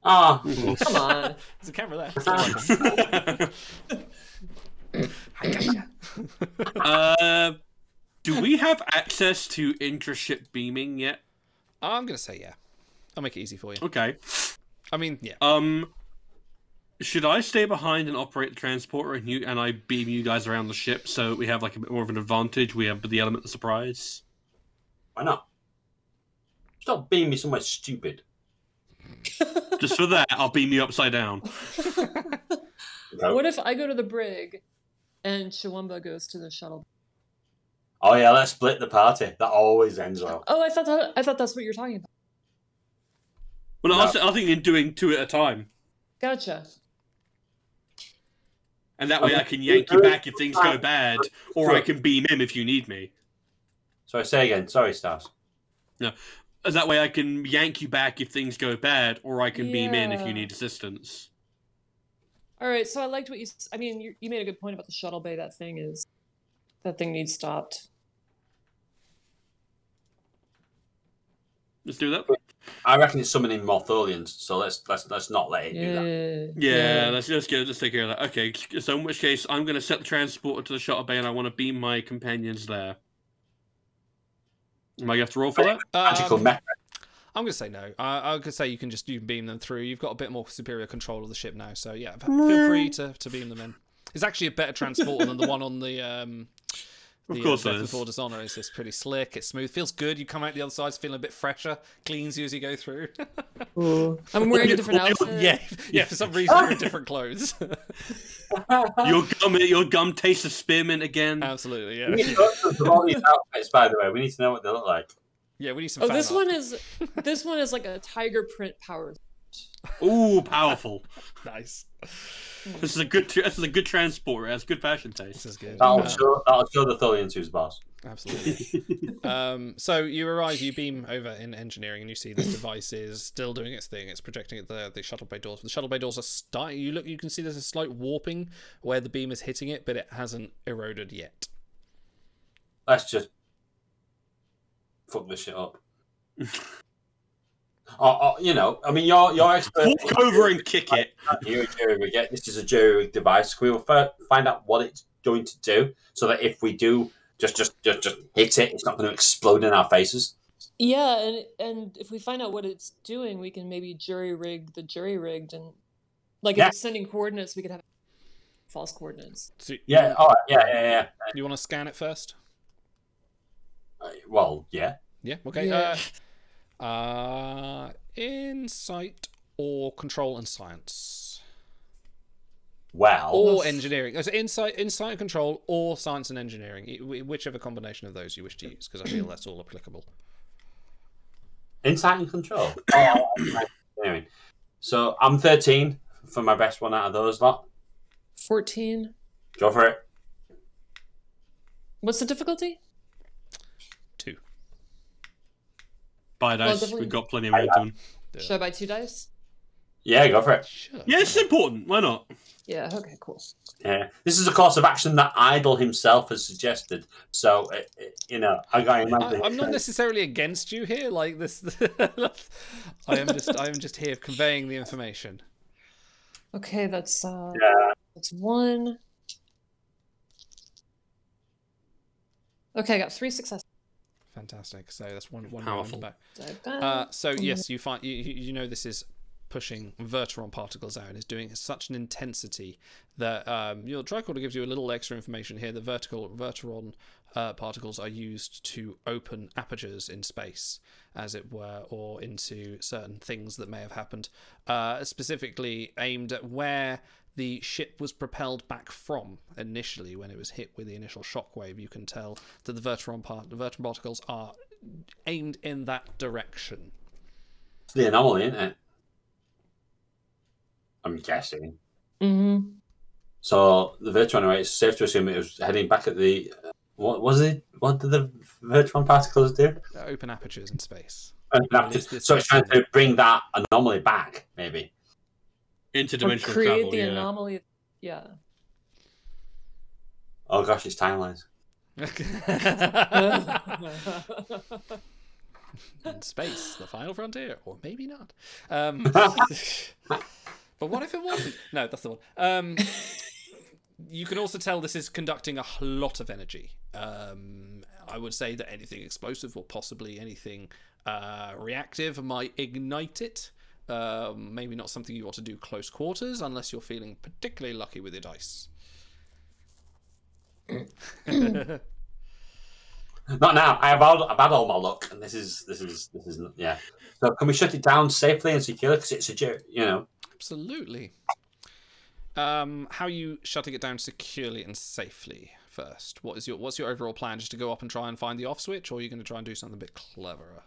Ah, Come on. There's a camera uh, do we have access to intraship beaming yet? I'm gonna say yeah. I'll make it easy for you. Okay. I mean, yeah. Um, should I stay behind and operate the transporter, and you and I beam you guys around the ship so we have like a bit more of an advantage? We have the element of surprise. why not? Stop being me somewhere stupid. Just for that, I'll beam you upside down. Okay. What if I go to the brig and Chiwamba goes to the shuttle? Oh yeah, let's split the party. That always ends well. Oh, I thought that, I thought that's what you're talking about. Well, No. I, was, I was thinking doing two at a time, Gotcha. and that way Okay. I can yank you back if things go bad, or I can beam him if you need me. Sorry, say again. Sorry, Stars. And That way I can yank you back if things go bad, or I can beam in if Yeah. you need assistance. All right. So I liked what you. s- I mean, you, you made a good point about the shuttle bay. That thing is, that thing needs stopped. Let's do that. I reckon it's summoning more Tholians, so let's let's let's not let it do that. Yeah. Yeah, let's let's get let's take care of that. Okay, so in which case I'm gonna set the transporter to the shuttle bay and I wanna beam my companions there. Am I gonna have to roll for Uh-huh. that? Magical Um, mech. I'm gonna say no. I, I could say you can just you can beam them through. You've got a bit more superior control of the ship now, so yeah, f- feel free to, to beam them in. It's actually a better transporter than the one on the um. Of The, course uh, it Death is. Before Dishonor is it's pretty slick. It's smooth. Feels good. You come out the other side feeling a bit fresher. Cleans you as you go through. I'm wearing you- a different well, you- outfit. yeah, yeah. For some reason, you're in different clothes. Your gum your gum tastes of spearmint again. Absolutely. We Yeah. need photos of all these outfits, by the way. We need to know what they look like. Yeah. We need some. Oh, fan this art. one is this one is like a tiger print power. Uh-huh. Ooh, powerful. nice. This is a good tr- this is a good transporter, it has good fashion This taste. is good. That'll Um, show that'll show the Tholians who's boss. Absolutely. um, so you arrive, you beam over in engineering, and you see this device is still doing its thing. It's projecting at the, the shuttle bay doors. The shuttle bay doors are start. You look, you can see there's a slight warping where the beam is hitting it, but it hasn't eroded yet. Let's just fuck this shit up. or, or, you know, I mean, your your expert. Walk over and kick it. you jury rig it. This is a jury rig device. We will fir- find out what it's going to do, so that if we do just just just, just hit it, it's not going to explode in our faces. Yeah, and and if we find out what it's doing, we can maybe jury rig the jury rigged and like Yeah. if it's sending coordinates, we could have false coordinates. So you- Yeah. All right. Yeah. Yeah. Yeah. You want to scan it first? Uh, Well. Yeah. Yeah. Okay. Yeah. Uh, uh, insight or control and science, Well. or engineering. As insight, insight and control, or science and engineering, i- wh- whichever combination of those you wish to use, because I feel that's all applicable. Insight and control. Oh, anyway. So I'm 13 for my best one out of those lot. Fourteen. Go for it. What's the difficulty? Two. By dice, definitely. we've got plenty of momentum. Yeah. Should I buy two dice? Yeah, go for it. Sure. Yeah, it's important. Why not? Yeah. Okay. Cool. Yeah. This is a course of action that Idle himself has suggested. So, uh, uh, you know, I got him. I, I'm not necessarily against you here. Like this, I am just I am just here conveying the information. Okay. That's uh. Yeah. That's one. Okay, I got three successes. Fantastic. So that's one one Powerful. round back. I've got- Uh, so yes, you find you, you you know this is pushing verteron particles out and is doing it such an intensity that um, your tricorder gives you a little extra information here that vertical verteron uh, particles are used to open apertures in space as it were or into certain things that may have happened uh, specifically aimed at where the ship was propelled back from initially when it was hit with the initial shockwave you can tell that the verteron part the verteron particles are aimed in that direction It's the anomaly, isn't it? I'm guessing. Mhm. So, the Virtual anyway, it's safe to assume it was heading back at the. uh, What was it? What did the Virtual particles do? They're Uh, open apertures in space. so, Release this it's trying to bring that anomaly back, maybe. Or Interdimensional create travel. the yeah. anomaly. Yeah. Oh, gosh, it's timelines. in space, the final frontier, or maybe not. Um, but what if it wasn't? No, that's the one. Um, you can also tell this is conducting a h- lot of energy. Um, I would say that anything explosive or possibly anything uh, reactive might ignite it. Um, maybe not something you want to do close quarters unless you're feeling particularly lucky with your dice. Not now. I have all, I've had all my luck, and this is this is this is yeah. So can we shut it down safely and securely? Because it's a ju- you know. Absolutely. Um, how are you shutting it down securely and safely first? What is your what's your overall plan? Just to go up and try and find the off switch, or are you going to try and do something a bit cleverer?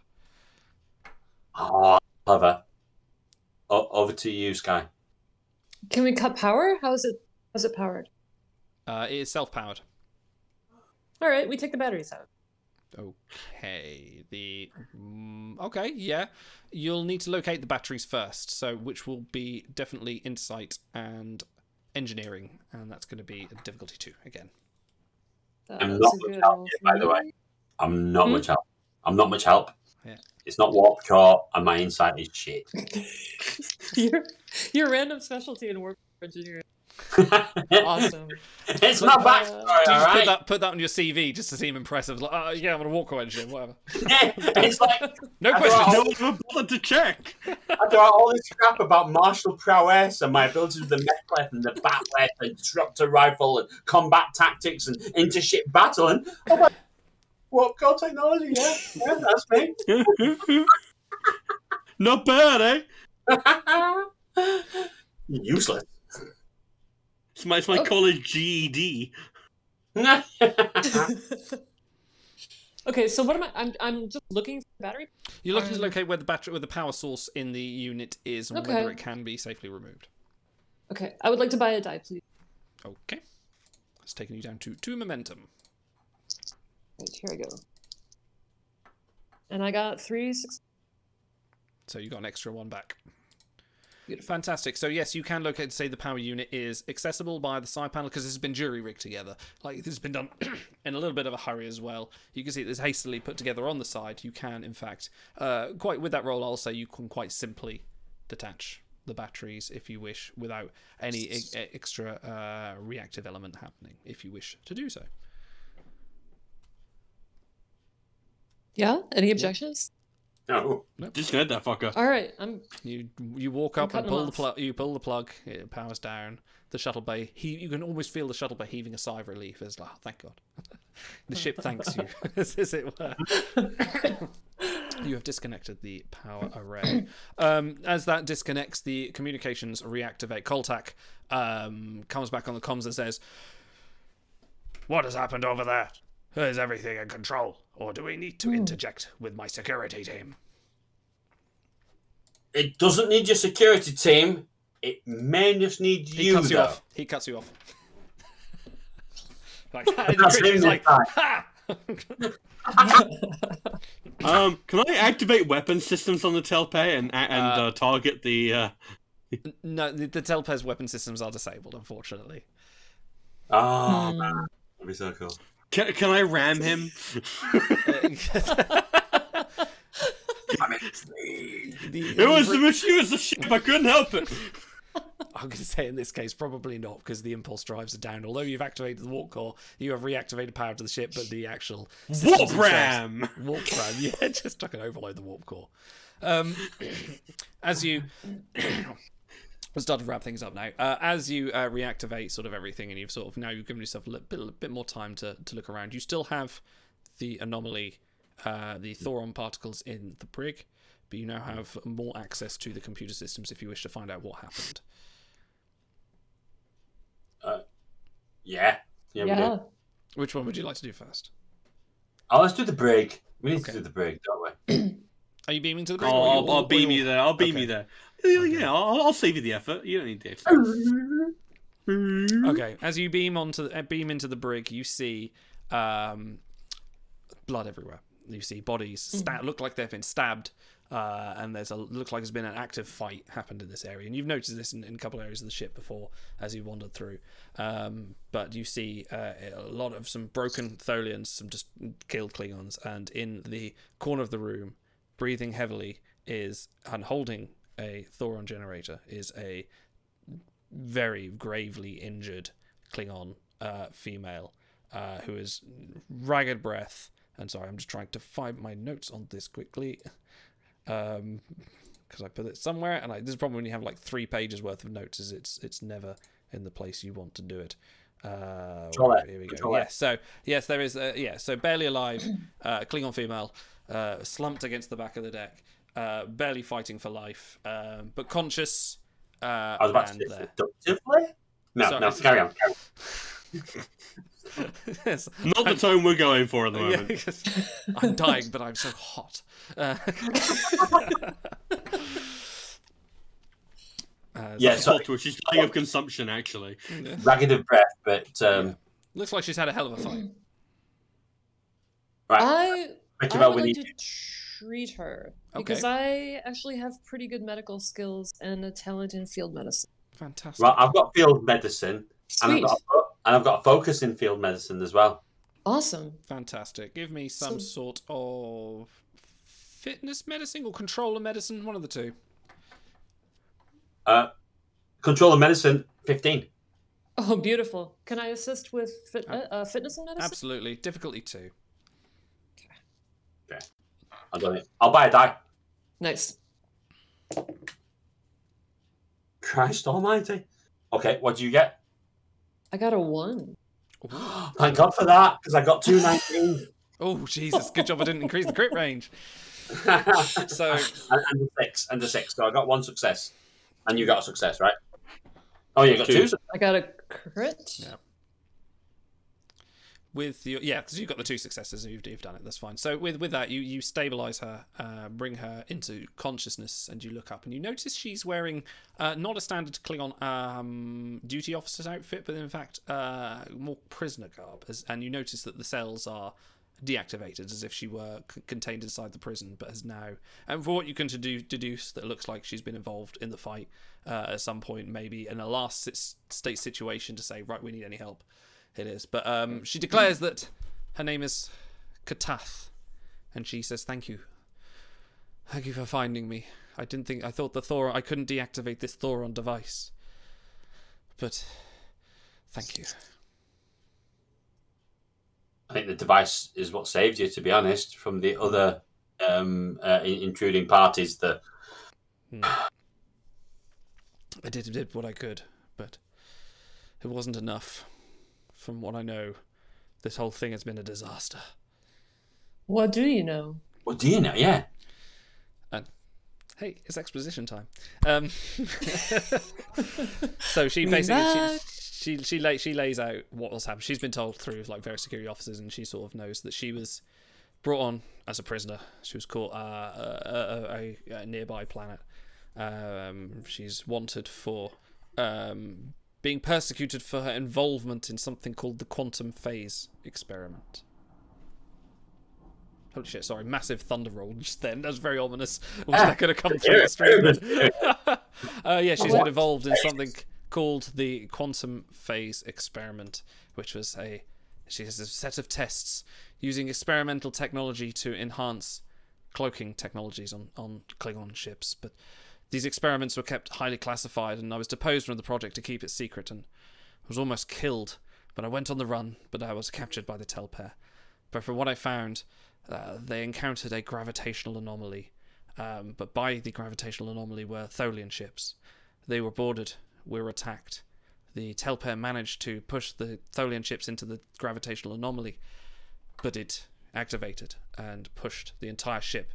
Oh, clever. O- over to you, Sky. Can we cut power? How is it? How's it powered? Uh, it is self powered. All right, we take the batteries out. Okay. The mm, okay, yeah. You'll need to locate the batteries first, so which will be definitely insight and engineering, and that's going to be a difficulty two again. That's I'm a not good without roll you, for by the way. me. I'm not Hmm? much help. I'm not much help. Yeah. It's not warp core, and my insight is shit. your, your random specialty in warp engineering. Awesome. it's my backstory, all Do you Uh, just put right. that put that on your CV just to seem impressive? Like, oh, yeah, I'm gonna walk away and shit, whatever. it's like No I thought questions. I No one even bothered to check. after all this crap about martial prowess and my abilities with the mechleth and the batleth and disruptor rifle and combat tactics and intership battle and oh my, warp core technology. Yeah, yeah, that's me. Not bad, eh? Useless. It's my, it's my E Oh. college GED. okay, so what am I? I'm I'm just looking for the battery. You're looking to Um, locate where the battery, where the power source in the unit is, and whether Okay. it can be safely removed. Okay, I would like to buy a die, please. Okay, that's taking you down to two momentum. Right, here I go. And I got three six. So you got an extra one back. Beautiful. Fantastic. So yes, you can locate say the power unit is accessible by the side panel because this has been jury rigged together. Like this has been done in a little bit of a hurry as well. You can see this hastily put together on the side. You can, in fact, uh, quite with that roll, I'll say you can quite simply detach the batteries if you wish without any e- e- extra uh, reactive element happening if you wish to do so. Yeah. Any objections? No. Disconnect that fucker. All right. I'm. You you walk I'm up and cutting pull them the off. plug. You pull the plug. It powers down. The shuttle bay. He you can almost feel the shuttle bay heaving a sigh of relief. It's like, oh, thank God, the ship thanks you, as, as it were. you have disconnected the power array. Um, as that disconnects, the communications reactivate. Coltac um, comes back on the comms and says, "What has happened over there? Is everything in control, or do we need Hmm. to interject with my security team?" It doesn't need your security team. It may just need He you, cuts you though. off. He cuts you off. like, That's Chris is him like, this time. ha! Um, can I activate weapon systems on the Telpe and and uh, target the? Uh, no, the, the Telpes weapon systems are disabled, unfortunately. Oh, Hmm. man. That'd be so cool. can, can I ram him? Damn it. It was the machine. It was the ship. I couldn't help it. I'm going to say in this case, probably not, because the impulse drives are down. Although you've activated the warp core, you have reactivated power to the ship, but the actual systems Warp themselves- ram. warp ram. Yeah, just fucking overload the warp core. Um, as you we'll start to wrap things up now. Uh, as you uh, reactivate sort of everything, and you've sort of now you've given yourself a little bit, little bit more time to to look around. You still have the anomaly, uh, the thoron particles in the brig, but you now have more access to the computer systems if you wish to find out what happened. Yeah. Yeah, we Yeah. do. Which one would you like to do first? Oh, let's do the break. We need Okay. to do the break, don't we? Are you beaming to the brig? Oh, or are you I'll, all- I'll beam all- you there. I'll beam Okay. you there. Yeah, yeah, I'll, I'll save you the effort. You don't need the effort. Okay, as you beam onto the, uh, beam into the brig, you see um, blood everywhere. You see bodies sta- look like they've been stabbed, uh, and there's a look like there's been an active fight happened in this area. And you've noticed this in, in a couple areas of the ship before as you wandered through. Um, but you see uh, a lot of some broken Tholians, some just killed Klingons, and in the corner of the room, breathing heavily, is and holding a Thoron generator is a very gravely injured Klingon uh, female uh, who is ragged breath. And sorry, I'm just trying to find my notes on this quickly. Um, because I put it somewhere, and I, this is probably when you have like three pages worth of notes. Is it's it's never in the place you want to do it. Uh, Control F, here we go. Control F. Yes, so yes, there is. A, yeah, so barely alive, uh, Klingon female, uh, slumped against the back of the deck, uh, barely fighting for life, um, but conscious. Uh, I was about to and say there. seductively? No, Sorry. no, carry on. Carry on. Yes. Not the tone we're going for at the Yeah, moment. because I'm dying, but I'm so hot. Uh, uh, Yeah, so- so Talk to her. She's dying of consumption, actually. ragged of breath, but um, looks like she's had a hell of a fight. right. I think I about would we like need. to treat her because I actually have pretty good medical skills and a talent in field medicine. Fantastic. Well, I've got field medicine, and I've Sweet, got a, fo- and I've got a focus in field medicine as well. awesome. Fantastic. Give me some So- sort of fitness medicine or controller medicine, one of the two. Uh, control of medicine, fifteen. Oh, beautiful. Can I assist with fit, uh, uh, fitness and medicine? Absolutely. Difficulty two. I've done it. I'll buy a die. Nice. Christ Almighty. Okay, what do you get? I got a one. Thank God for that, because I got two nineteen. Oh Jesus! Good job I didn't increase the crit range. and, So and a six, and a six. So I got one success, and you got a success, right? Oh, yeah, you got Two. two. success. I got a crit. Yeah. with your yeah because you've got the two successes and you've, you've done it that's fine so with with that you you stabilize her uh, bring her into consciousness and you look up and you notice she's wearing uh, not a standard klingon um, duty officer's outfit but in fact uh, more prisoner garb as, and you notice that the cells are deactivated as if she were c- contained inside the prison, but has now, and for what you can to do, deduce that it looks like she's been involved in the fight uh, at some point, maybe in a last sit- state situation to say, right, we need any help. It is. But um, she declares that her name is Katath, and she says, thank you. Thank you for finding me. I didn't think, I thought the Thoron, I couldn't deactivate this Thoron device. But thank you. I think the device is what saved you, to be honest, from the other um, uh, in- intruding parties. That I did, did what I could, but it wasn't enough. From what I know, this whole thing has been a disaster. What do you know? what do you know? Yeah, Hey, it's exposition time. Um, so she Bring basically back. she, she she lay, she lays out what was happened. She's been told through like various security officers, and she sort of knows that she was brought on as a prisoner. She was caught uh, a, a, a, a nearby planet. Um, she's wanted for um, being persecuted for her involvement in something called the quantum phase experiment. Holy shit, sorry, massive thunder roll just then. That was very ominous. Was that going to come through the stream? uh, yeah, she's been involved in something called the quantum phase experiment, which was a she has a set of tests using experimental technology to enhance cloaking technologies on, on Klingon ships. But these experiments were kept highly classified, and I was deposed from the project to keep it secret, and I was almost killed. But I went on the run, but I was captured by the Telpair. But from what I found, uh, they encountered a gravitational anomaly. Um, but by the gravitational anomaly were Tholian ships. They were boarded, we were attacked. The Telpair managed to push the Tholian ships into the gravitational anomaly, but it activated and pushed the entire ship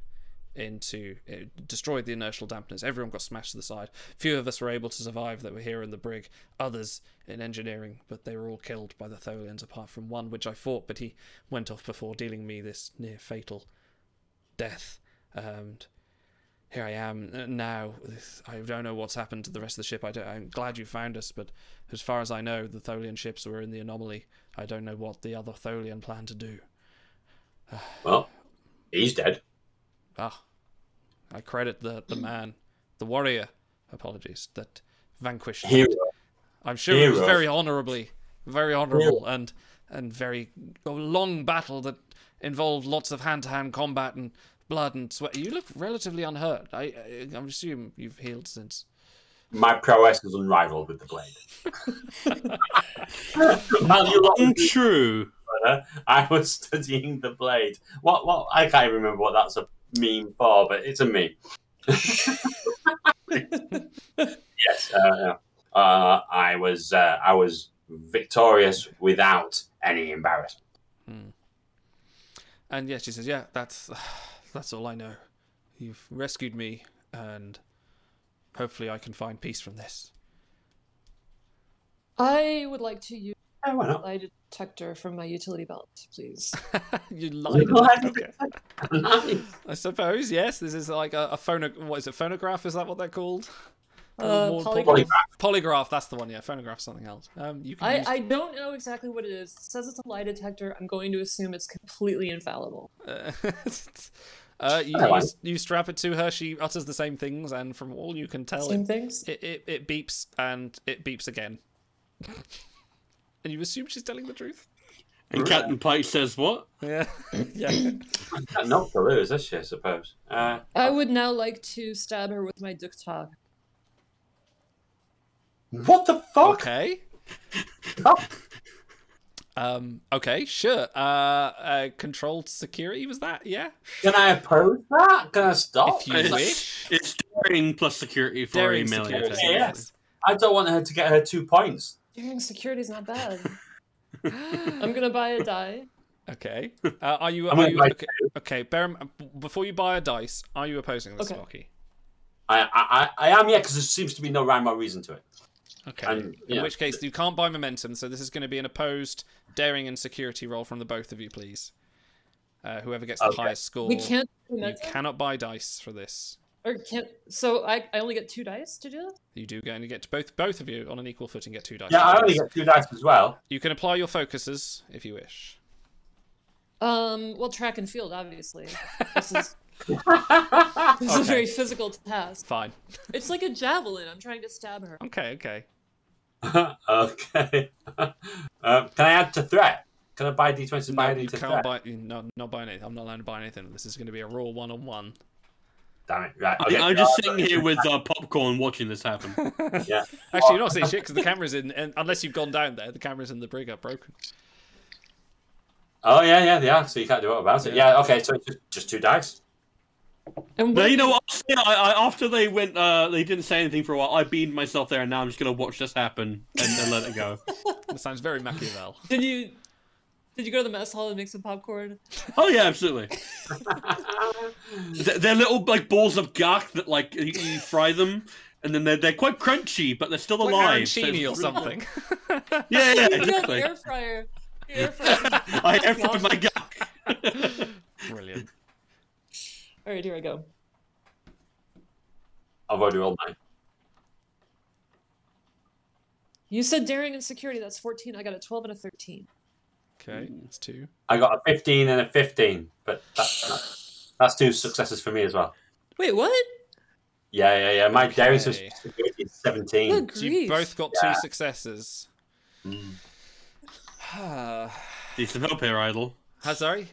into it destroyed the inertial dampeners everyone got smashed to the side few of us were able to survive that were here in the brig others in engineering but they were all killed by the tholians apart from one which i fought but he went off before dealing me this near fatal death um, here i am uh, now This- i don't know what's happened to the rest of the ship I don't, i'm glad you found us but as far as i know the tholian ships were in the anomaly i don't know what the other tholian plan to do well, he's dead. Ah, I credit the, the man, the warrior, apologies, that vanquished. that. Hero. I'm sure it was hero. very honourably, very honourable, and and very a long battle that involved lots of hand-to-hand combat and blood and sweat. You look relatively unhurt. I I, I assume you've healed since. My prowess is unrivaled with the blade. While you lot were True. there, I was studying the blade. What? What? I can't even remember what that's a meme for, but it's a meme. yes, uh, uh, I was. Uh, I was victorious without any embarrassment. And yeah, she says, "Yeah, that's that's all I know. You've rescued me, and hopefully, I can find peace from this." I would like to use Oh, why not? lie detector from my utility belt, please. you lied. lied. Okay. I suppose yes. This is like a, a phono. What is it? Phonograph? Is that what they're called? Uh, More polygraph. polygraph. Polygraph, That's the one. Yeah, phonograph. Something else. Um, you can. I, use, I don't know exactly what it is. It says it's a lie detector. I'm going to assume it's completely infallible. uh, uh, you, Oh, I- you, you strap it to her. She utters the same things, and from all you can tell, Same it, things. it, it it beeps and it beeps again. and you assume she's telling the truth. And Captain Pike says what? Yeah. yeah. Not for Lou, is this? I suppose. Uh, I would now like to stab her with my dick talk. what the fuck? Okay. Oh. Um. Okay. Sure. Uh, uh. Controlled security was that? Yeah. Can I oppose that? Can I stop? If you It's like, wish. It's daring plus security for Daring a million. security. Yeah, yeah. yes. I don't want her to get her two points. Daring security's not bad. I'm gonna buy a die. Okay. Uh, are you? I'm Are gonna you buy okay, okay. Bear in- before you buy a dice. Are you opposing this, Okay. Sparky? I, I, I, I am, yeah, because there seems to be no rhyme or reason to it. Okay. I'm- yeah. In which case, you can't buy momentum. So this is going to be an opposed daring and security roll from the both of you, please. Uh, whoever gets the Okay. highest score, We can't. do you that, cannot buy dice for this. or can't. So I, I only get two dice to do that. You do get and you get to both both of you on an equal footing. Get two dice. Yeah, for I this. only get two dice as well. You can apply your focuses if you wish. Um, well, track and field, obviously. This is, this is a Okay. very physical task. Fine. It's like a javelin. I'm trying to stab her. Okay, okay. okay. um, can I add to threat? Can I buy d20s and No, buy you it to can't threat? buy. No, not buying anything. I'm not allowed to buy anything. This is going to be a raw one-on-one. Damn it! Right. I, okay. I'm just Oh, sitting here with uh, popcorn watching this happen. Yeah. Actually, you're not seeing shit because the camera's in. And unless you've gone down there, the camera's in the brig are broken. Oh yeah, yeah, they are. So you can't do what about it. Yeah. Yeah. Okay. So it's just, just two dice. And Now what- you know what? I'll say- I, I, after they went, uh, they didn't say anything for a while. I beamed myself there, and now I'm just gonna watch this happen and, and let it go. That sounds very Machiavel. Did you did you go to the mess hall and make some popcorn? Oh yeah, absolutely. they're, they're little like balls of gak that like you, you fry them, and then they're they're quite crunchy, but they're still Like alive. so arancini it's- or something. Yeah, yeah, You got exactly. an air fryer. Your air fryer. I air fried my gak. Brilliant. All right, here I go. I've already rolled mine. You said daring and security. That's 14. I got a 12 and a 13. Okay, that's two. I got a 15 and a 15, but that's not, that's two successes for me as well. Wait, what? Yeah, yeah, yeah. My daring Okay. sensitivity is 17. Good So you grief. both got two successes. Ah, Need some help here, idol. How sorry?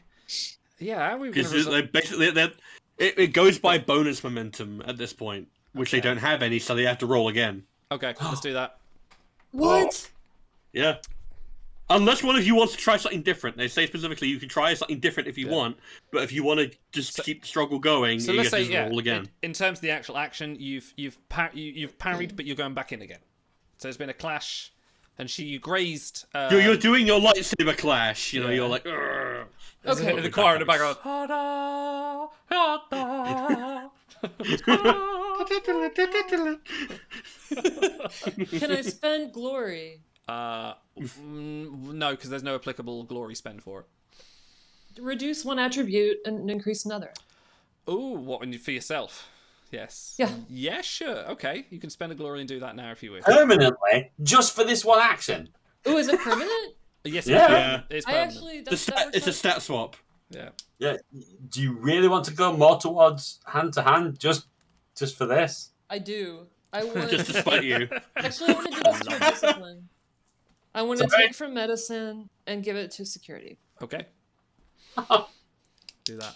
Yeah, how are we gonna Because resol- they basically they're, it, it goes by bonus momentum at this point, which they Okay. don't have any, so they have to roll again. Okay, let's do that. What? Yeah. Unless one of you wants to try something different, they say specifically you can try something different if you Yeah. want, but if you want to just keep the struggle going, So you let's have to say just yeah. roll In, again. in terms of the actual action, you've you've par- you, you've parried, but you're going back in again. So there's been a clash, and she you grazed. Uh, you're, you're doing your lightsaber clash, you know, yeah. you're like, "Urgh." there's a Okay. bit of the choir in the background. "Ha-da, ha-da, ha-da." Can I spend glory? uh, mm, no, because there's no applicable glory spend for it. Reduce one attribute and increase another. Ooh, what when you for yourself? Yes. Yeah. Yeah, sure. Okay, you can spend a glory and do that now if you wish. Um, Permanently, just for this one action. Oh, is it permanent? yes, Yeah. yeah. it's I permanent. actually. the That's, stat, that it's a works out- stat swap. Yeah. Yeah. Do you really want to go more towards hand to hand just just for this? I do. I want. Just to spite you. Actually, I want to do this through discipline. I want to Sorry? take from medicine and give it to security. Okay. do that.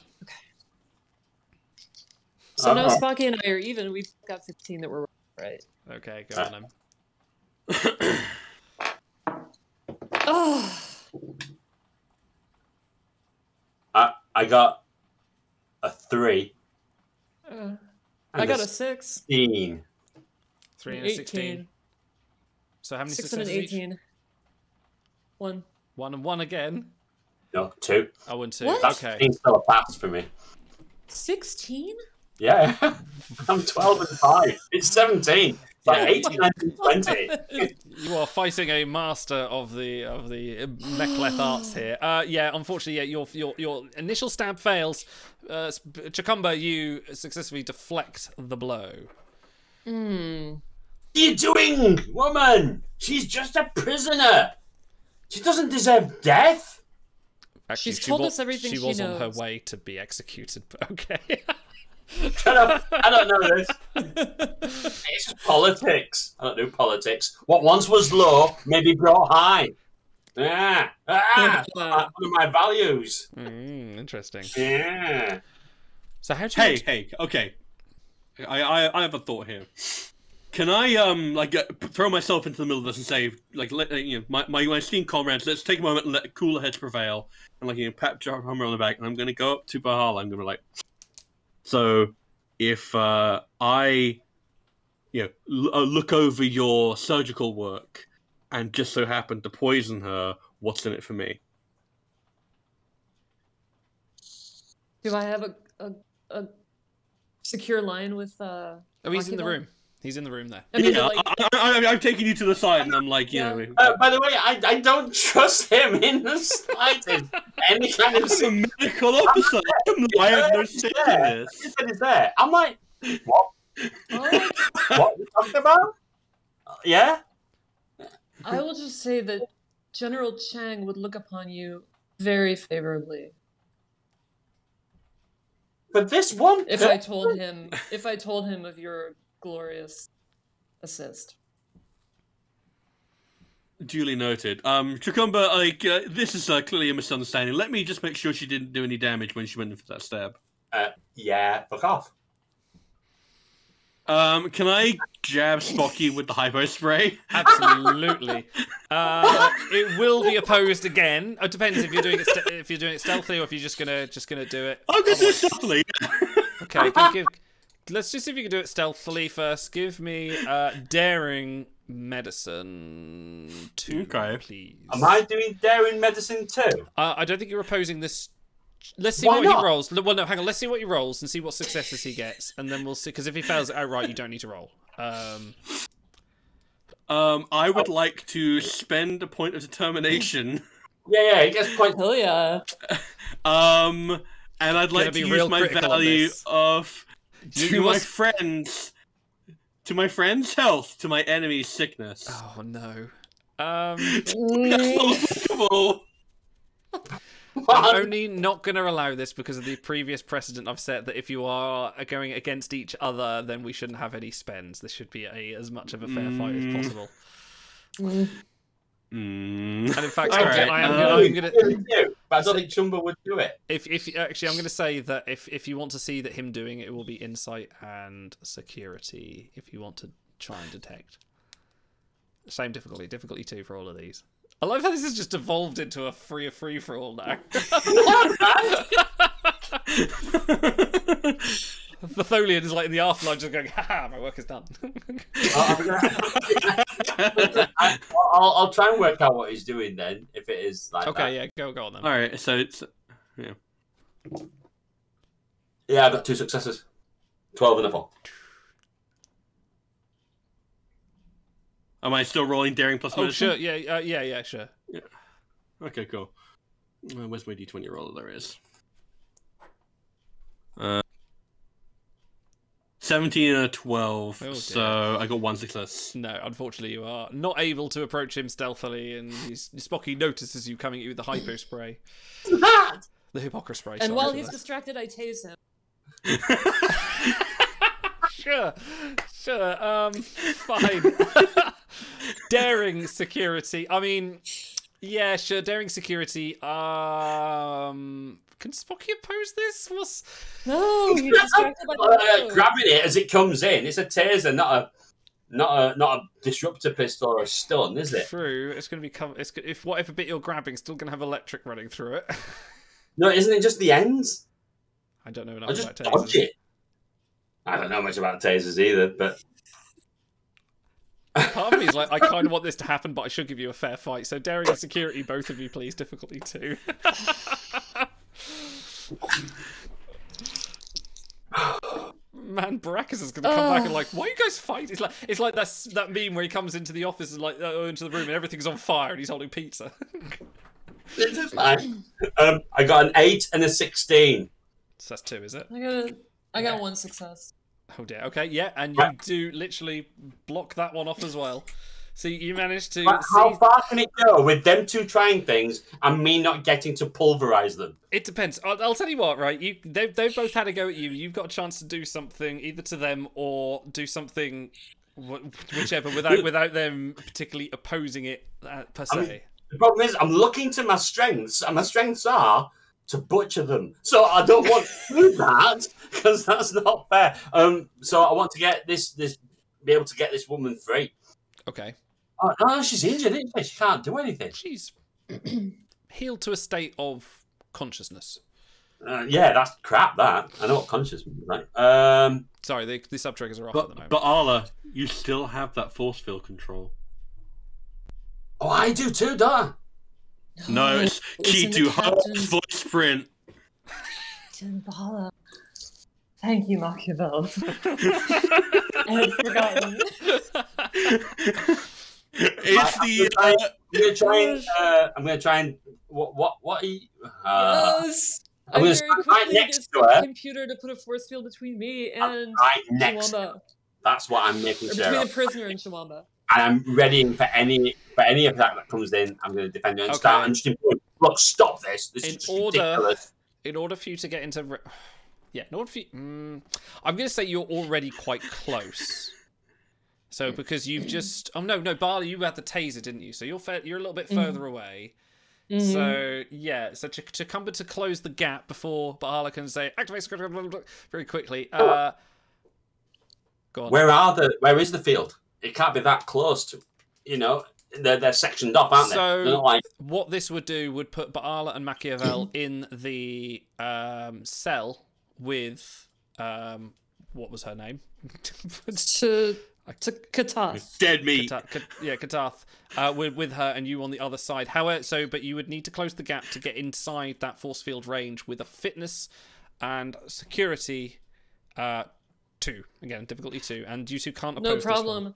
So now Uh-huh. Spocky and I are even. We've got 15 that we're right. Okay, go on. Em. Oh, I I got a three. I and got a six. sixteen. Three an and a sixteen. 18, So how many Six and an successes each? 18. One. One and one again. No, two. Oh, and two. What? That's Okay. 16 still a pass for me. 16? Yeah. I'm 12 and 5. It's 17. It's like Yeah. 18, 19, 20. You are fighting a master of the of the uh, Mechleth arts here. Uh, yeah, unfortunately, yeah, your your your initial stab fails. Uh, Sp- Chakumba, you successfully deflect the blow. Hmm. What are you doing, woman? She's just a prisoner. She doesn't deserve death. Actually, She's she told wa- us everything She she was on her knows. way to be executed. But okay. Shut up. I don't know this. It's just politics. I don't do politics. What once was low may be brought high. Yeah. Ah, that's one uh, of my values. mm, interesting. Yeah. So how do you? Hey, hey, okay. I, I, I have a thought here. Can I um like uh, p- throw myself into the middle of this and say like let, uh, you know my my, my esteemed comrades, let's take a moment and let cooler heads prevail and like you know pat Jar Hummer on the back and I'm gonna go up to Bahala. I'm gonna be like, so if uh, I you know l- uh, look over your surgical work and just so happen to poison her, what's in it for me? Do I have a, a, a secure line with. Uh, Oh, he's in the Machiavel? room. He's in the room there. I mean, yeah, like, I, I, I, I'm taking you to the side and I'm like you Yeah. know. Uh, by the way, I, I don't trust him in the slightest. Any kind of I'm a medical officer. I'm like, I have no say in Yeah. this. that is there. I'm like, what? oh, What are you talking about? Uh, Yeah. I will just say that General Chang would look upon you very favorably. for this one. If I told him, if I told him of your glorious assist, Duly noted. Um, Chukumba, like uh, this is uh, clearly a misunderstanding. Let me just make sure she didn't do any damage when she went in for that stab. Uh, yeah, fuck off. Um, can I jab Spocky with the hypo spray? Absolutely. Uh, it will be opposed again. It depends if you're doing it ste- if you're doing it stealthily or if you're just gonna just gonna do it. I'm gonna do it subtly. Okay, go give, let's just see if you can do it stealthily first. Give me uh, daring medicine two, Okay. please. Am I doing daring medicine too? Uh, I don't think you're opposing this. Let's see Why what not? he rolls. Well, no, hang on. Let's see what he rolls and see what successes he gets, and then we'll see. Because if he fails it outright, you don't need to roll. Um, Um, I would like to spend a point of determination. Yeah, yeah, it gets points. hell yeah! Um, and I'd like Gonna be to use real my critical on value this. of You to my must- friends, to my friends' health, to my enemy's sickness. oh no. Um, That's not applicable. Um, I'm only not going to allow this because of the previous precedent I've set that if you are going against each other, then we shouldn't have any spends. This should be a, as much of a fair fight as Mm. possible. Mm. Mm. And in fact, Okay, I'm- I am um, gonna- I'm going to. but I don't think Chumba would do it. If, if actually, I'm going to say that if if you want to see that him doing it, it will be insight and security. If you want to try and detect, same difficulty, difficulty two for all of these. I love how this has just evolved into a free a free for all now. the Tholian is like in the afterlife, just going, "Ha ha, my work is done." I'll, I'll, I'll try and work out what he's doing then, if it is like okay, that. yeah, go go on then. All right, so it's Yeah, I got two successes, twelve and a four. am I still rolling daring plus Oh medicine? sure, yeah, uh, yeah, yeah, sure. Okay, cool. Uh, where's my d20 roller? There it is. Uh, 17 and a 12, Oh, dear. so I got one success. No, unfortunately, you are not able to approach him stealthily, and he's, Spocky notices you coming at you with the hypo spray, the hypocrisy spray. And sorry while for he's that. distracted, I tase him. sure, sure. Um, fine. daring security. I mean, yeah, sure. Daring security. Um, can Spocky oppose this? What's No, he's distracted by the Uh, road. grabbing it as it comes in. It's a taser, not a not a not a disruptor pistol or a stun, is it? true? It's going to be com- it's go- if whatever bit you're grabbing, still going to have electric running through it. No, isn't it just the ends? I don't know enough I just about dodge tasers. it. I don't know much about tasers either, but Part of me is like, I kind of want this to happen, but I should give you a fair fight. So daring and security, both of you, please. Difficulty two. Man, Baracus is going to come back and like, why you guys fight? It's like it's like that that meme where he comes into the office and like uh, into the room and everything's on fire and he's holding pizza. this is fine. Um, I got an eight and a sixteen. so that's two, is it? I got, a, I got one success. Oh dear. Okay, yeah, and you Yeah. do literally block that one off as well. So you managed to. But how see- far can it go with them two trying things and me not getting to pulverize them? It depends. I'll, I'll tell you what, right? You they've they've both had a go at you. You've got a chance to do something either to them or do something, wh- whichever, without without them particularly opposing it uh, per se. I mean- The problem is, I'm looking to my strengths, and my strengths are to butcher them. So I don't want to do that because that's not fair. Um, so I want to get this this be able to get this woman free. okay, Oh, no, she's injured, isn't she? She can't do anything. she's healed to a state of consciousness. Uh, yeah, that's crap. That I know what conscious means, right? Um, Sorry, the the sub triggers are off at the But, moment. but Arla, you still have that force field control. oh, I do too, don't I? No, it's it's key in the to Hub's captain's- voice sprint. Dambala. Thank you, Machiavel. I had forgotten. It's the. uh, I'm gonna try and. Uh, I'm gonna try and. What? What? What? Are you, uh, yes. I'm I very gonna stand quickly right next gets to her. the computer to put a force field between me I'm and Right next. Chiwamba. That's what I'm making Or sure between the of. prisoner and Chiwamba. And I'm readying for any for any attack that comes in. I'm gonna defend it and Okay. start. I'm just in- look. Stop this. This In is just order- ridiculous. In order for you to get into, re- Yeah, in order for you, mm, I'm going to say you're already quite close. So because you've just oh no no Barley you had the taser didn't you so you're fa- you're a little bit further away Mhm. so yeah so Ch- Chikamba to close the gap before Barla can say activate script- blah, blah, blah," very quickly uh go on Where are the? Where is the field? It can't be that close to. You know, they're, they're sectioned off, aren't So- they? They're not like what this would do would put Baala and Machiavel in the um, cell with um, what was her name? Mm-hmm. to to Katath. Dead meat. Katath, Kat- yeah, Katath, uh, with, with her and you on the other side. However, so but you would need to close the gap to get inside that force field range with a fitness and security uh, two again difficulty two, and you two can't oppose. No this one. problem.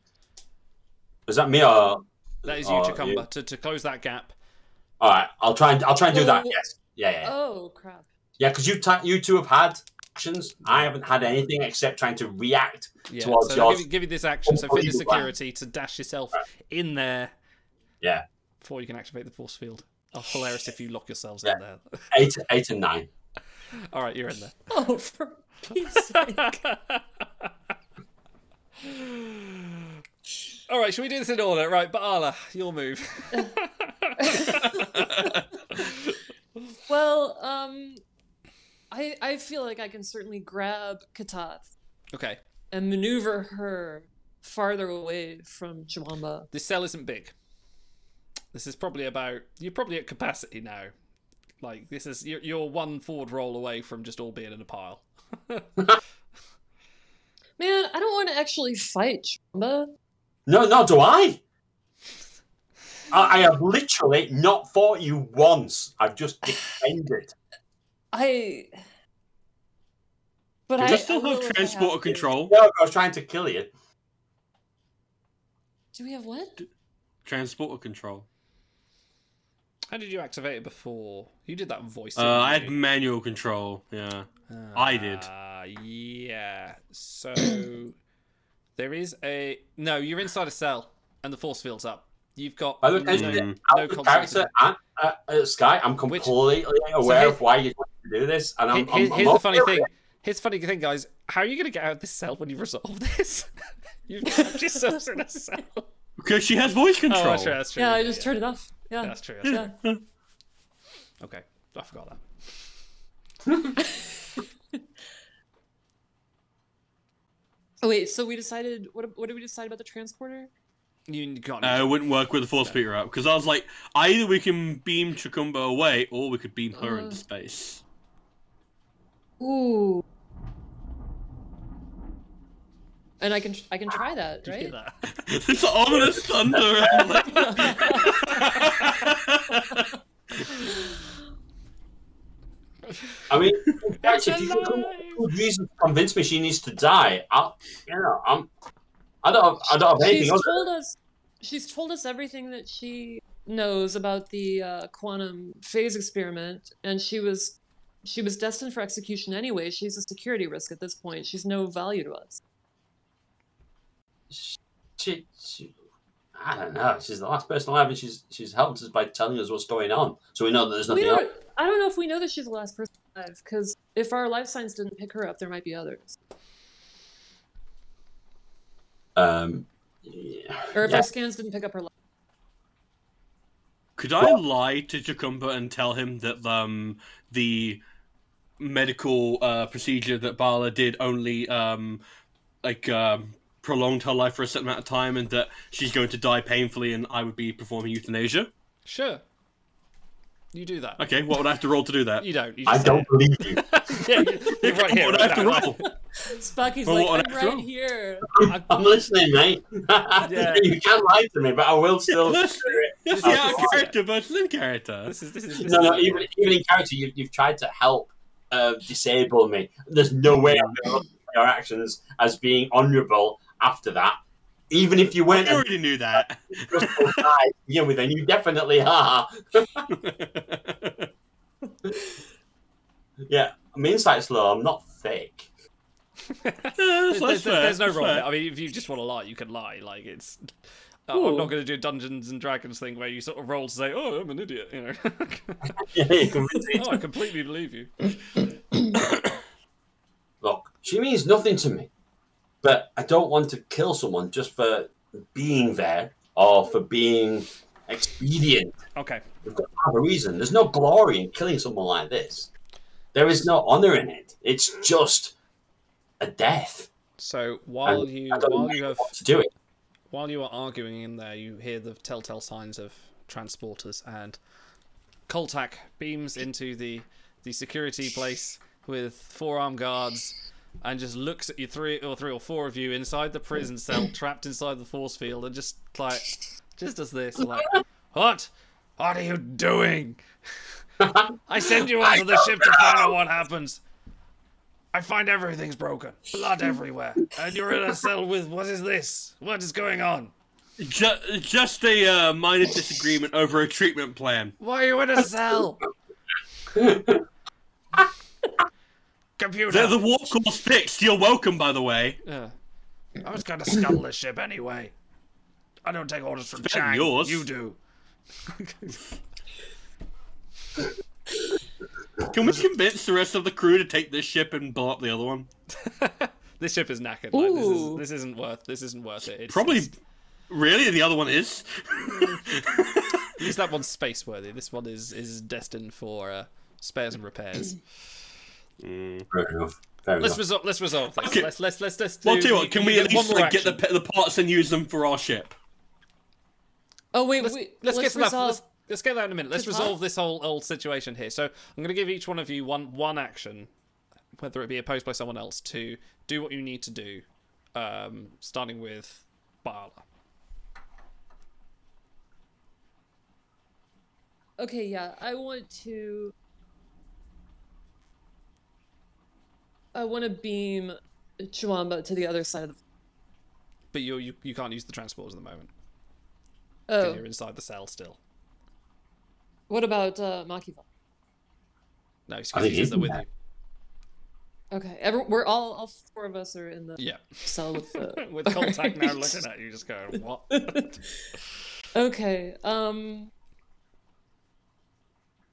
Is that me or? That is you, or Chikamba, to to close that gap. All right, I'll try and I'll try and do that. Oh. Yes. Yeah, yeah, Oh crap. yeah. Because you ta- you two have had actions. I haven't had anything except trying to react. Yeah, towards so they'll yours. give you, give you this action. So fitness Unbelievable. security to dash yourself in there. Yeah. Before you can activate the force field. Oh, hilarious if you lock yourselves in there. Eight, eight and nine. All right, you're in there. Oh for peace sake. All right, should we do this in order? Right, Baala, your move. Well, um I I feel like I can certainly grab Katath okay, and maneuver her farther away from Jwamba. this cell isn't big. This is probably about you're probably at capacity now. Like this is you're, you're one forward roll away from just all being in a pile. Man, I don't want to actually fight Jwamba. No, no, do I? I, I have literally not fought you once. I've just defended. I but Does I it still I will have if I transporter to. control? No, I was trying to kill you. Do we have what? Transporter control. How did you activate it before? You did that voice. Uh, didn't I had you? manual control. Yeah. I did. Ah, Yeah. So there is a no. You're inside a cell, and the force field's up. You've got By the way, no, can you no get Mm. out of concept character of- at, uh, uh, Sky? I'm Which- completely aware here- of why you're trying to do this, and I'm. Here- I'm, here- I'm here's the all funny for thing. it. Here's the funny thing, guys. How are you going to get out of this cell when you resolve this? You've trapped yourselves in a cell. Because she has voice Oh, control. that's true. That's true. Yeah, I just turned it off. Yeah. That's true. That's true. yeah. Okay, I forgot that. Oh, wait, so we decided what what did we decide about the transporter? You got Uh, it wouldn't work with the force beater up because I was like, either we can beam Chukumba away or we could beam her Uh. into space. Ooh. And I can I can try that, Did you right? get that? this ominous thunder. I'm like- I mean, actually, if you can come up with good reason to convince me she needs to die, I'll, you know, I'm. I don't. Have, I don't have anything. She's else. told us she's told us everything that she knows about the uh, quantum phase experiment and she was she was destined for execution anyway. She's a security risk at this point. She's no value to us. she, she, I don't know. She's the last person alive, and she's she's helped us by telling us what's going on, so we know that there's We nothing. don't else. I don't know if we know that she's the last person alive cuz if our life signs didn't pick her up, there might be others. Um, yeah. Or if Yeah. our scans didn't pick up her life. could I lie to Chukumba and tell him that um the medical uh, procedure that Bala did only um like um, prolonged her life for a certain amount of time and that she's going to die painfully and I would be performing euthanasia? Sure. You do that. Okay, what would I have to roll to do that? You don't. You I just don't believe you. Yeah, you- you're right here. what would I have to No, no. roll? Spocky's Well, what like, I'm would I right do?" here. I'm listening, mate. Yeah. you can lie to me, but I will still. Listen, this is I'll out try of it. character, but it's in character. This is this is. This No, is no. Even even in character, you, you've tried to help uh, disable me. There's no way I'm going to look at your actions as being honourable after that. Even if you I weren't a already knew that. trustful guy to begin with, and you definitely are. Yeah, I'm insight's low. I'm not fake. there's, There's, there's- there's no wrong. there. I mean, if you just want to lie, you can lie. Like it's. Oh, I'm Ooh. not going to do a Dungeons and Dragons thing where you sort of roll to say, "Oh, I'm an idiot," you know. Yeah, you convinced me. oh, I completely believe you. She means nothing to me. But I don't want to kill someone just for being there or for being expedient. Okay. We've got to have a reason. There's no glory in killing someone like this. There is no honor in it. It's just a death. So while And you I don't while know you have what to do it. while you are arguing in there, you hear the telltale signs of transporters, and Koltak beams into the the security place with four armed guards, and just looks at you three or three or four of you inside the prison cell, trapped inside the force field, and just like just does this like, what? What are you doing? I send you onto the ship to find out what happens. I find everything's broken, blood everywhere, and you're in a cell with what is this? What is going on? Ju- just a uh, minor disagreement over a treatment plan. Why are you in a cell? The, Computer. the war course fixed. You're welcome, by the way. Uh, I was going to scuttle the ship anyway. I don't take orders from Better than Chang. yours. You do. Can we convince the rest of the crew to take this ship and blow up the other one? This ship is knackered. like, this is- Ooh. this isn't worth. This isn't worth it. It's, Probably. Really, the other one is. At least that one's space worthy. This one is is destined for uh, spares and repairs. Fair enough. Fair let's enough. resolve. Let's resolve this. Okay. Let's let's let's let's. Do, well, tell you what, can we at get one least more like, get the, action. pa- the parts and use them for our ship? Oh wait, let's, wait, let's, get to that. resolve- Let's, let's get that in a minute. Let's Just resolve us? this whole old situation here. So I'm going to give each one of you one one action, whether it be opposed by someone else, to do what you need to do. Um, starting with Bala. Okay, yeah, I want to. I want to beam Chuamba to the other side of the. But you, you you can't use the transporters at the moment. 'cause Oh, You're inside the cell still. what about uh, Makiva? No, I excuse think me. He's he's in with there. you. Okay, every, we're all all four of us are in the Yeah. cell with the. with contact now Alright. looking at you, just going, what? Okay, um.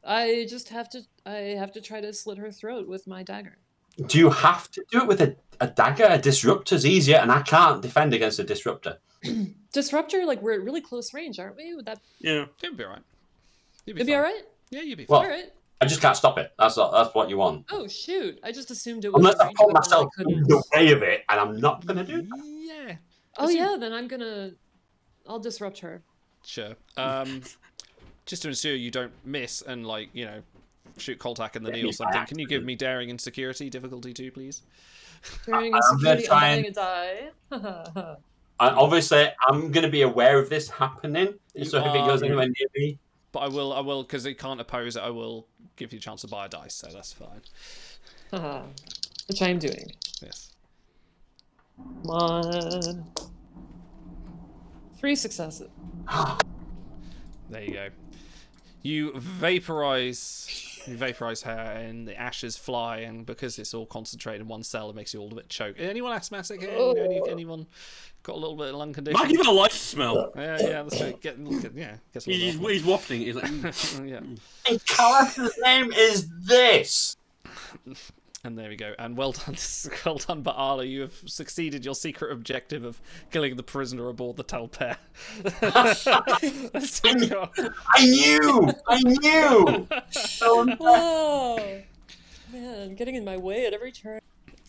I just have to. I have to try to slit her throat with my dagger. Do you have to do it with a, a dagger? A disruptor's easier, and I can't defend against a disruptor. Disruptor, like we're at really close range, aren't we? Would that Yeah. You'll be alright. You'll be, be all right? Yeah, you'll be fine. Well- All right. I just can't stop it. That's not, that's what you want. Oh shoot! I just assumed it was. Unless I range, but put then I myself in couldn't. the way of it, and I'm not going to do that. Yeah, Oh Listen- yeah, then I'm gonna. I'll disrupt her. sure. Um, just to ensure you don't miss and like you know, shoot Coltac in the knee or me something. back. Can you give me daring and security difficulty two, please? During I'm gonna security, try I'm and- rolling a die. And obviously, I'm going to be aware of this happening. You so if are- it goes anywhere near me, But I will, I will, because it can't oppose it. I will give you a chance to buy a dice, so that's fine. Which I'm doing. Yes. Come on. Three successes. There you go. You vaporize, you vaporize her, and the ashes fly. And because it's all concentrated in one cell, it makes you all a bit choke. Anyone asthmatic? here? Any, anyone got a little bit of lung condition? Might give it a life smell. Yeah, yeah, that's right. Get, get, yeah, gets a He's, little he's wafting. He's like, "Mm." awful. yeah. Hey, Callus's name is this. And there we go. And well done, well done, Baala. You have succeeded your secret objective of killing the prisoner aboard the Talpair. Let's take your- I knew. I knew. Whoa! Man, getting in my way at every turn.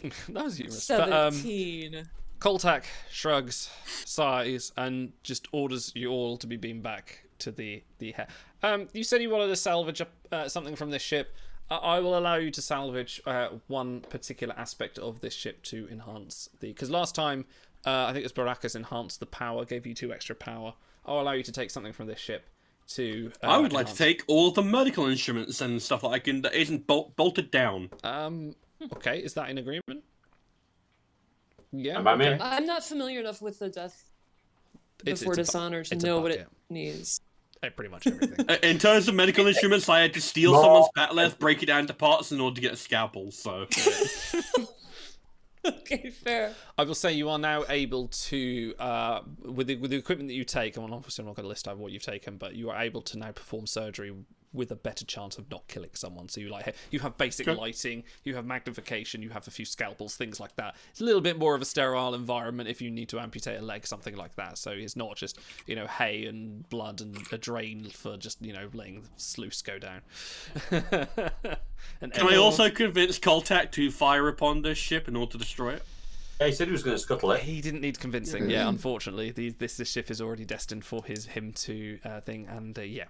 that was humorous. But, um, Seventeen. Koltak shrugs, sighs, and just orders you all to be beamed back to the the hair. Um, you said you wanted to salvage uh, something from this ship. I I will allow you to salvage uh, one particular aspect of this ship to enhance the. Because last time, uh, I think it was Baraka's enhanced the power, gave you two extra power. I'll allow you to take something from this ship to. Uh, I would like to enhance- take all the medical instruments and stuff that I can that isn't bolt, bolted down. Um, okay, is that in agreement? Yeah. Am I okay. in? I'm not familiar enough with the death It's- before it's a bu- dishonor to it's a know what it bucket. needs. Uh, Pretty much everything. Uh, In terms of medical instruments, I had to steal No. someone's batleth, break it down to parts in order to get a scalpel. So Okay, fair. I will say you are now able to, uh, with the, with the equipment that you take, and obviously I'm not going to list out what you've taken, but you are able to now perform surgery with a better chance of not killing someone. So you like you have basic Okay. lighting, you have magnification, you have a few scalpels, things like that. It's a little bit more of a sterile environment if you need to amputate a leg, something like that. So it's not just you know hay and blood and a drain for just you know letting the sluice go down. and Can I also convince Coltac to fire upon this ship in order to destroy it? Yeah, he said he was going to scuttle it. He didn't need convincing. Yeah, unfortunately, the, this this ship is already destined for his him to uh, thing, and uh, yeah,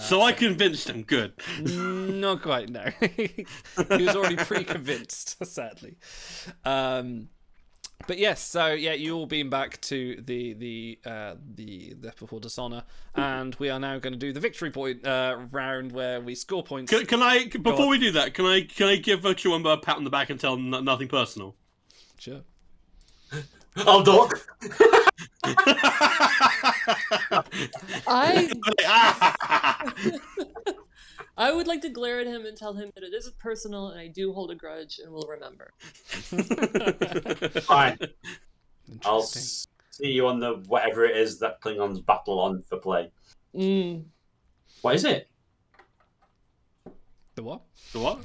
so I convinced him. Good. not quite. No, he was already pre-convinced. Sadly, um, but yes. So yeah, you all beam back to the the uh, the the before dishonor, and we are now going to do the victory point uh, round where we score points. Can, can I? Before on. we do that, can I? Can I give uh, Chuamba a pat on the back and tell him no- nothing personal? Sure. I'll duck. I Ah! I would like to glare at him and tell him that it isn't personal and I do hold a grudge and will remember. Fine. I'll Interesting. s- see you on the whatever it is that Klingons battle on for play. Mm. What is it? The what? The what?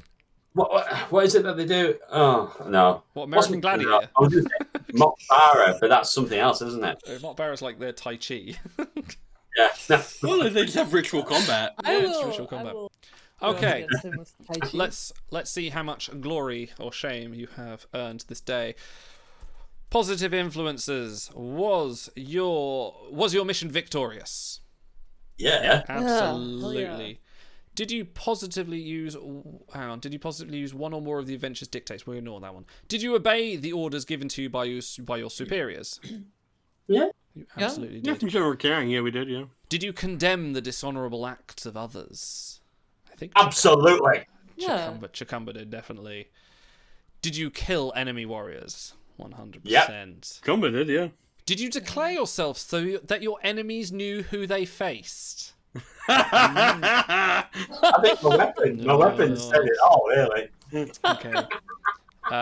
What, what what is it that they do? Oh no, What American What's- Gladiator? No, I was gonna say Mokbara, but that's something else, isn't it? Uh, Mark Barra's like their Tai Chi. Yeah. Well, they just have ritual combat. I Yeah, it's will. ritual combat. I will go Okay. against him with Tai Chi. Let's let's see how much glory or shame you have earned this day. Positive influences. Was your was your mission victorious? yeah. hell yeah. Absolutely. Did you positively use? Hang on. Did you positively use one or more of the adventure's dictates? We'll ignore that one. Did you obey the orders given to you by your by your superiors? Yeah. You Yeah. absolutely Yeah, did. from general caring. Yeah, we did. Yeah. Did you condemn the dishonorable acts of others? I think Absolutely. Yeah. Chikamba, Chikamba did definitely. Did you kill enemy warriors? One hundred percent. Combat did. Yeah. Did you declare yourself so you- that your enemies knew who they faced? Mm. I think my weapon, my weapon said it all, really. Okay. uh,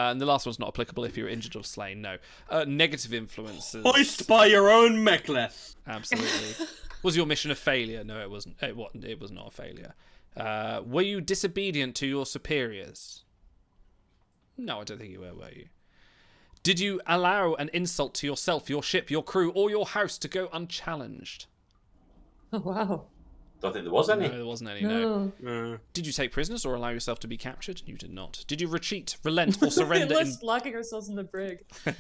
and the last one's not applicable if you were injured or slain. No. Uh, negative influences. Hoist by your own mechless. Absolutely. was your mission a failure? No, it wasn't. It wasn't. It was not a failure. Uh, were you disobedient to your superiors? No, I don't think you were. Were you? Did you allow an insult to yourself, your ship, your crew, or your house to go unchallenged? Oh, wow. Don't think there was No, any. there wasn't any. No. No. Uh, Did you take prisoners or allow yourself to be captured? You did not. Did you retreat, relent, or surrender? in... Unless locking ourselves in the brig. I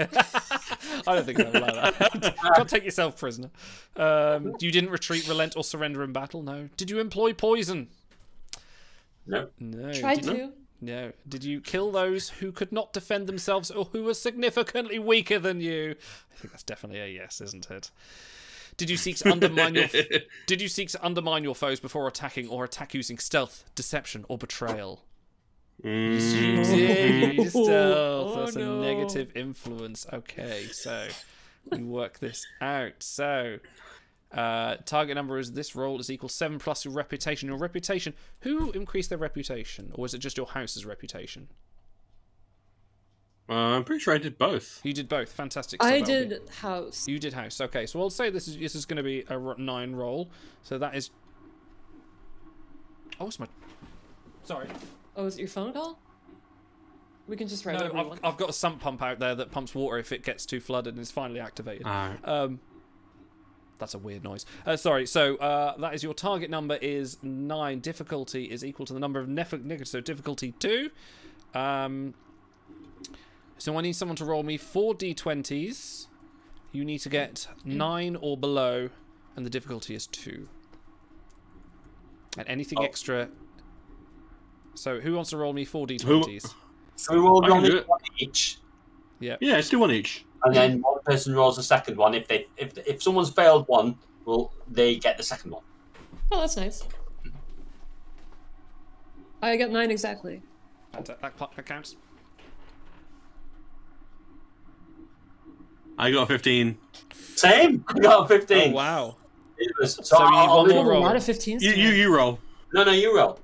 don't think I would allow that. Can't take yourself prisoner. Um, you didn't retreat, relent, or surrender in battle. No. Did you employ poison? No. No. Try Did- to. No. Did you kill those who could not defend themselves or who were significantly weaker than you? I think that's definitely a yes, isn't it? Did you seek to undermine your Did you seek to undermine your foes before attacking or attack using stealth, deception, or betrayal? Mm. You did. You stealth. That's Oh, no. a negative influence. Okay, so we work this out. So uh, target number is this roll is equal seven plus your reputation. Your reputation. Who increased their reputation, or is it just your house's reputation? uh, I'm pretty sure I did both. You did both. Fantastic. So I that'll be- did house. You did house. Okay, so I'll say this is this is going to be a r- nine roll. So that is. Oh, it's my. Sorry. Oh, is it your phone call? We can just write No, whatever we I've, want. I've got a sump pump out there that pumps water if it gets too flooded and is finally activated. Alright. Um, that's a weird noise. Uh, sorry. So uh, that is your target number is nine. Difficulty is equal to the number of nef- negatives. So difficulty two. Um, so I need someone to roll me four d20s. You need to get nine or below, and the difficulty is two. And anything extra. So who wants to roll me four d20s? So we all I can roll do it. one each, Yeah. Yeah, let's do one each. and then one person rolls the second one. If they if if someone's failed one, well, they get the second one. Oh, that's nice. I got nine exactly. That, that, that counts. I got 15. Same. I got Oh fifteen. wow! It was- so So you need I'll- I'll one do- more A roll. lot of 15s. You, you, you roll. No, no, you roll.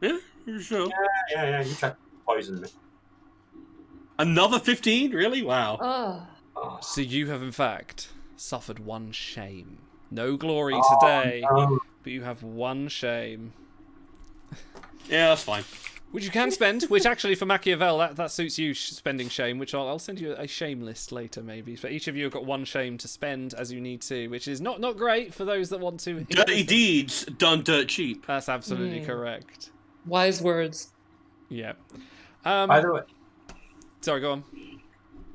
Yeah, you sure. Yeah, yeah, you tried to poison me. Another 15? Really? Wow. Oh, Oh, So you have in fact suffered one shame. No glory Oh, today, no. but you have one shame. Yeah, that's fine. Which you can spend, which actually for Machiavel, that, that suits you sh- spending shame, which I'll, I'll send you a shame list later maybe. But each of you have got one shame to spend as you need to, which is not, not great for those that want to. Dirty deeds done dirt cheap. That's absolutely correct. Wise words. Yeah. Um, By the way, sorry, go on.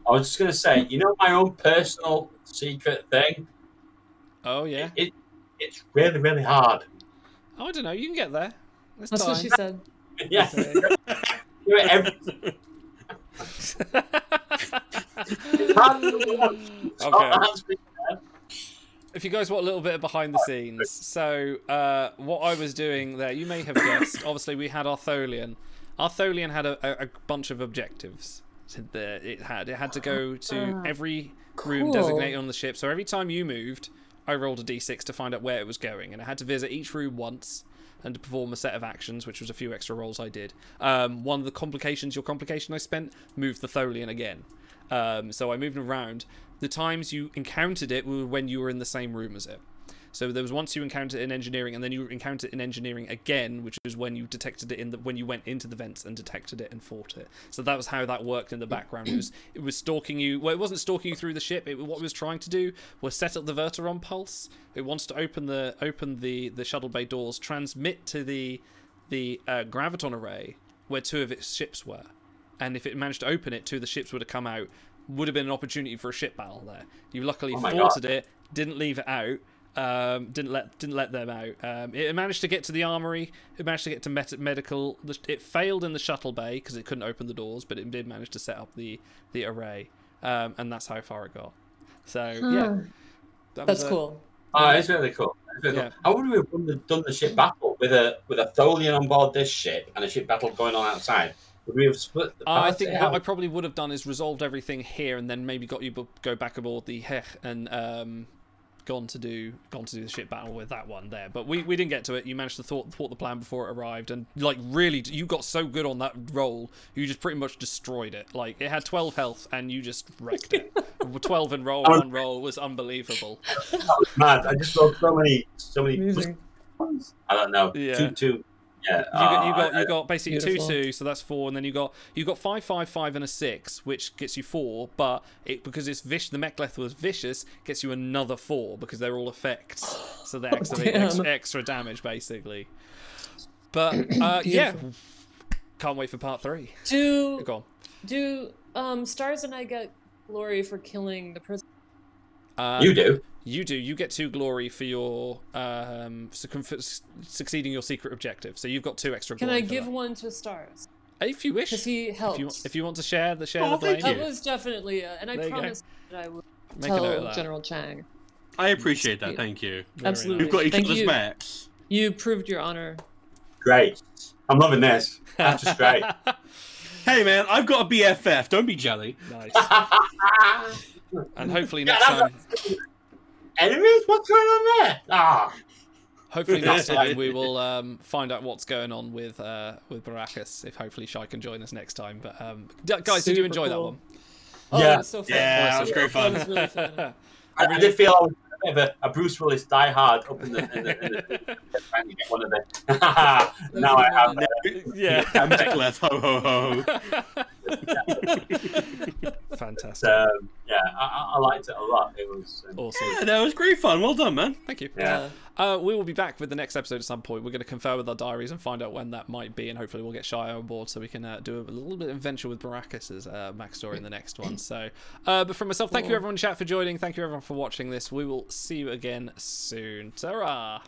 I was just going to say, you know, my own personal secret thing. Oh, yeah. It, it's really, really hard. Oh, I don't know. You can get there. There's That's what she time. said. Yeah, Okay. do it every time. Okay. if you guys want a little bit of behind the scenes, so uh, what I was doing there, you may have guessed. Obviously, we had Artholian. Artholian had a, a, a bunch of objectives. that It had it had to go to Ah, every room cool. designated on the ship. So every time you moved, I rolled a d6 to find out where it was going, and I had to visit each room once and to perform a set of actions, which was a few extra rolls I did. Um, one of the complications, your complication I spent, moved the Tholian again. Um, so I moved around. The times you encountered it were when you were in the same room as it. So there was once you encountered it in engineering, and then you encountered it in engineering again, which was when you detected it in the when you went into the vents and detected it and fought it. So that was how that worked in the background. It was it was stalking you. Well, it wasn't stalking you through the ship. It, what it was trying to do was set up the Verteron pulse. It wants to open the open the the shuttle bay doors, transmit to the the uh, graviton array where two of its ships were and if it managed to open it, two of the ships would have come out. Would have been an opportunity for a ship battle there. You luckily Oh my God. thwarted it, didn't leave it out, um, didn't let didn't let them out. Um, it managed to get to the armory. It managed to get to met- medical. The sh- It failed in the shuttle bay because it couldn't open the doors, but it did manage to set up the the array, um, and that's how far it got. So yeah, Huh. that Hmm. That's was a- cool. Oh, it's really cool. It's really Uh, Yeah. cool. How would we have done the, done the ship battle with a with a Tholian on board this ship and a ship battle going on outside? Would we have split? The Uh, I party think out? what I probably would have done is resolved everything here, and then maybe got you b- go back aboard the Hech and um, gone to do gone to do the ship battle with that one there. But we, we didn't get to it. You managed to thwart, thwart the plan before it arrived, and like really, you got so good on that roll, you just pretty much destroyed it. Like it had twelve health, and you just wrecked it. twelve and roll, one roll was unbelievable. mad. I just saw so many, so many. Amazing. I don't know. Yeah. Two, two. Yeah. You got, you ah, got, I- you got basically Beautiful. two two, so that's four, and then you got you got five five five and a six, which gets you four. But it because it's vish, the Mechleth was vicious, gets you another four because they're all effects, so they're extra, Oh, damn. extra damage basically. But uh, yeah, Beautiful. can't wait for part three. Do Go do um stars and I get glory for killing the prisoner? on. Um, you do. You do. You get two glory for your um, succ- succeeding your secret objective. So you've got two extra. Can glory I for give that. one to stars? if you wish? Because he if helped. you if you want to share the share Oh, the blame, thank that you. was definitely, uh, and I There you go. promised that I would make a note of tell that. General Chang. I appreciate that. Thank you. Very nice. Absolutely. We've got each Thank other's you. backs. You proved your honor. Great. I'm loving this. That's just great. Hey man, I've got a BFF. Don't be jelly. nice. and hopefully next that's time, Enemies? What's going on there? Ah, hopefully next Yeah. time we will um, find out what's going on with uh, with Baracus. If hopefully Shai can join us next time. But um, d- guys, did you Super enjoy cool. Oh, Yeah. it was so fun. Yeah, that was great fun. That was really that fun. one? I, I did feel I was a bit of a, a Bruce Willis Die Hard up in the, in the, in the trying to get one of the. now I have. I'm yeah. back left. Ho ho ho. Fantastic. Um, yeah, I- I, I liked it a lot. It was. Um, Awesome. Yeah, that was great fun. Well done, man. Thank you. yeah. Uh, we will be back with the next episode at some point. We're going to confer with our diaries and find out when that might be, and hopefully we'll get Shia on board so we can uh, do a little bit of adventure with Baracus's uh, Mac story in the next one. So, uh, but from myself, thank you Cool. everyone in chat for joining. Thank you everyone for watching this. We will see you again soon. ta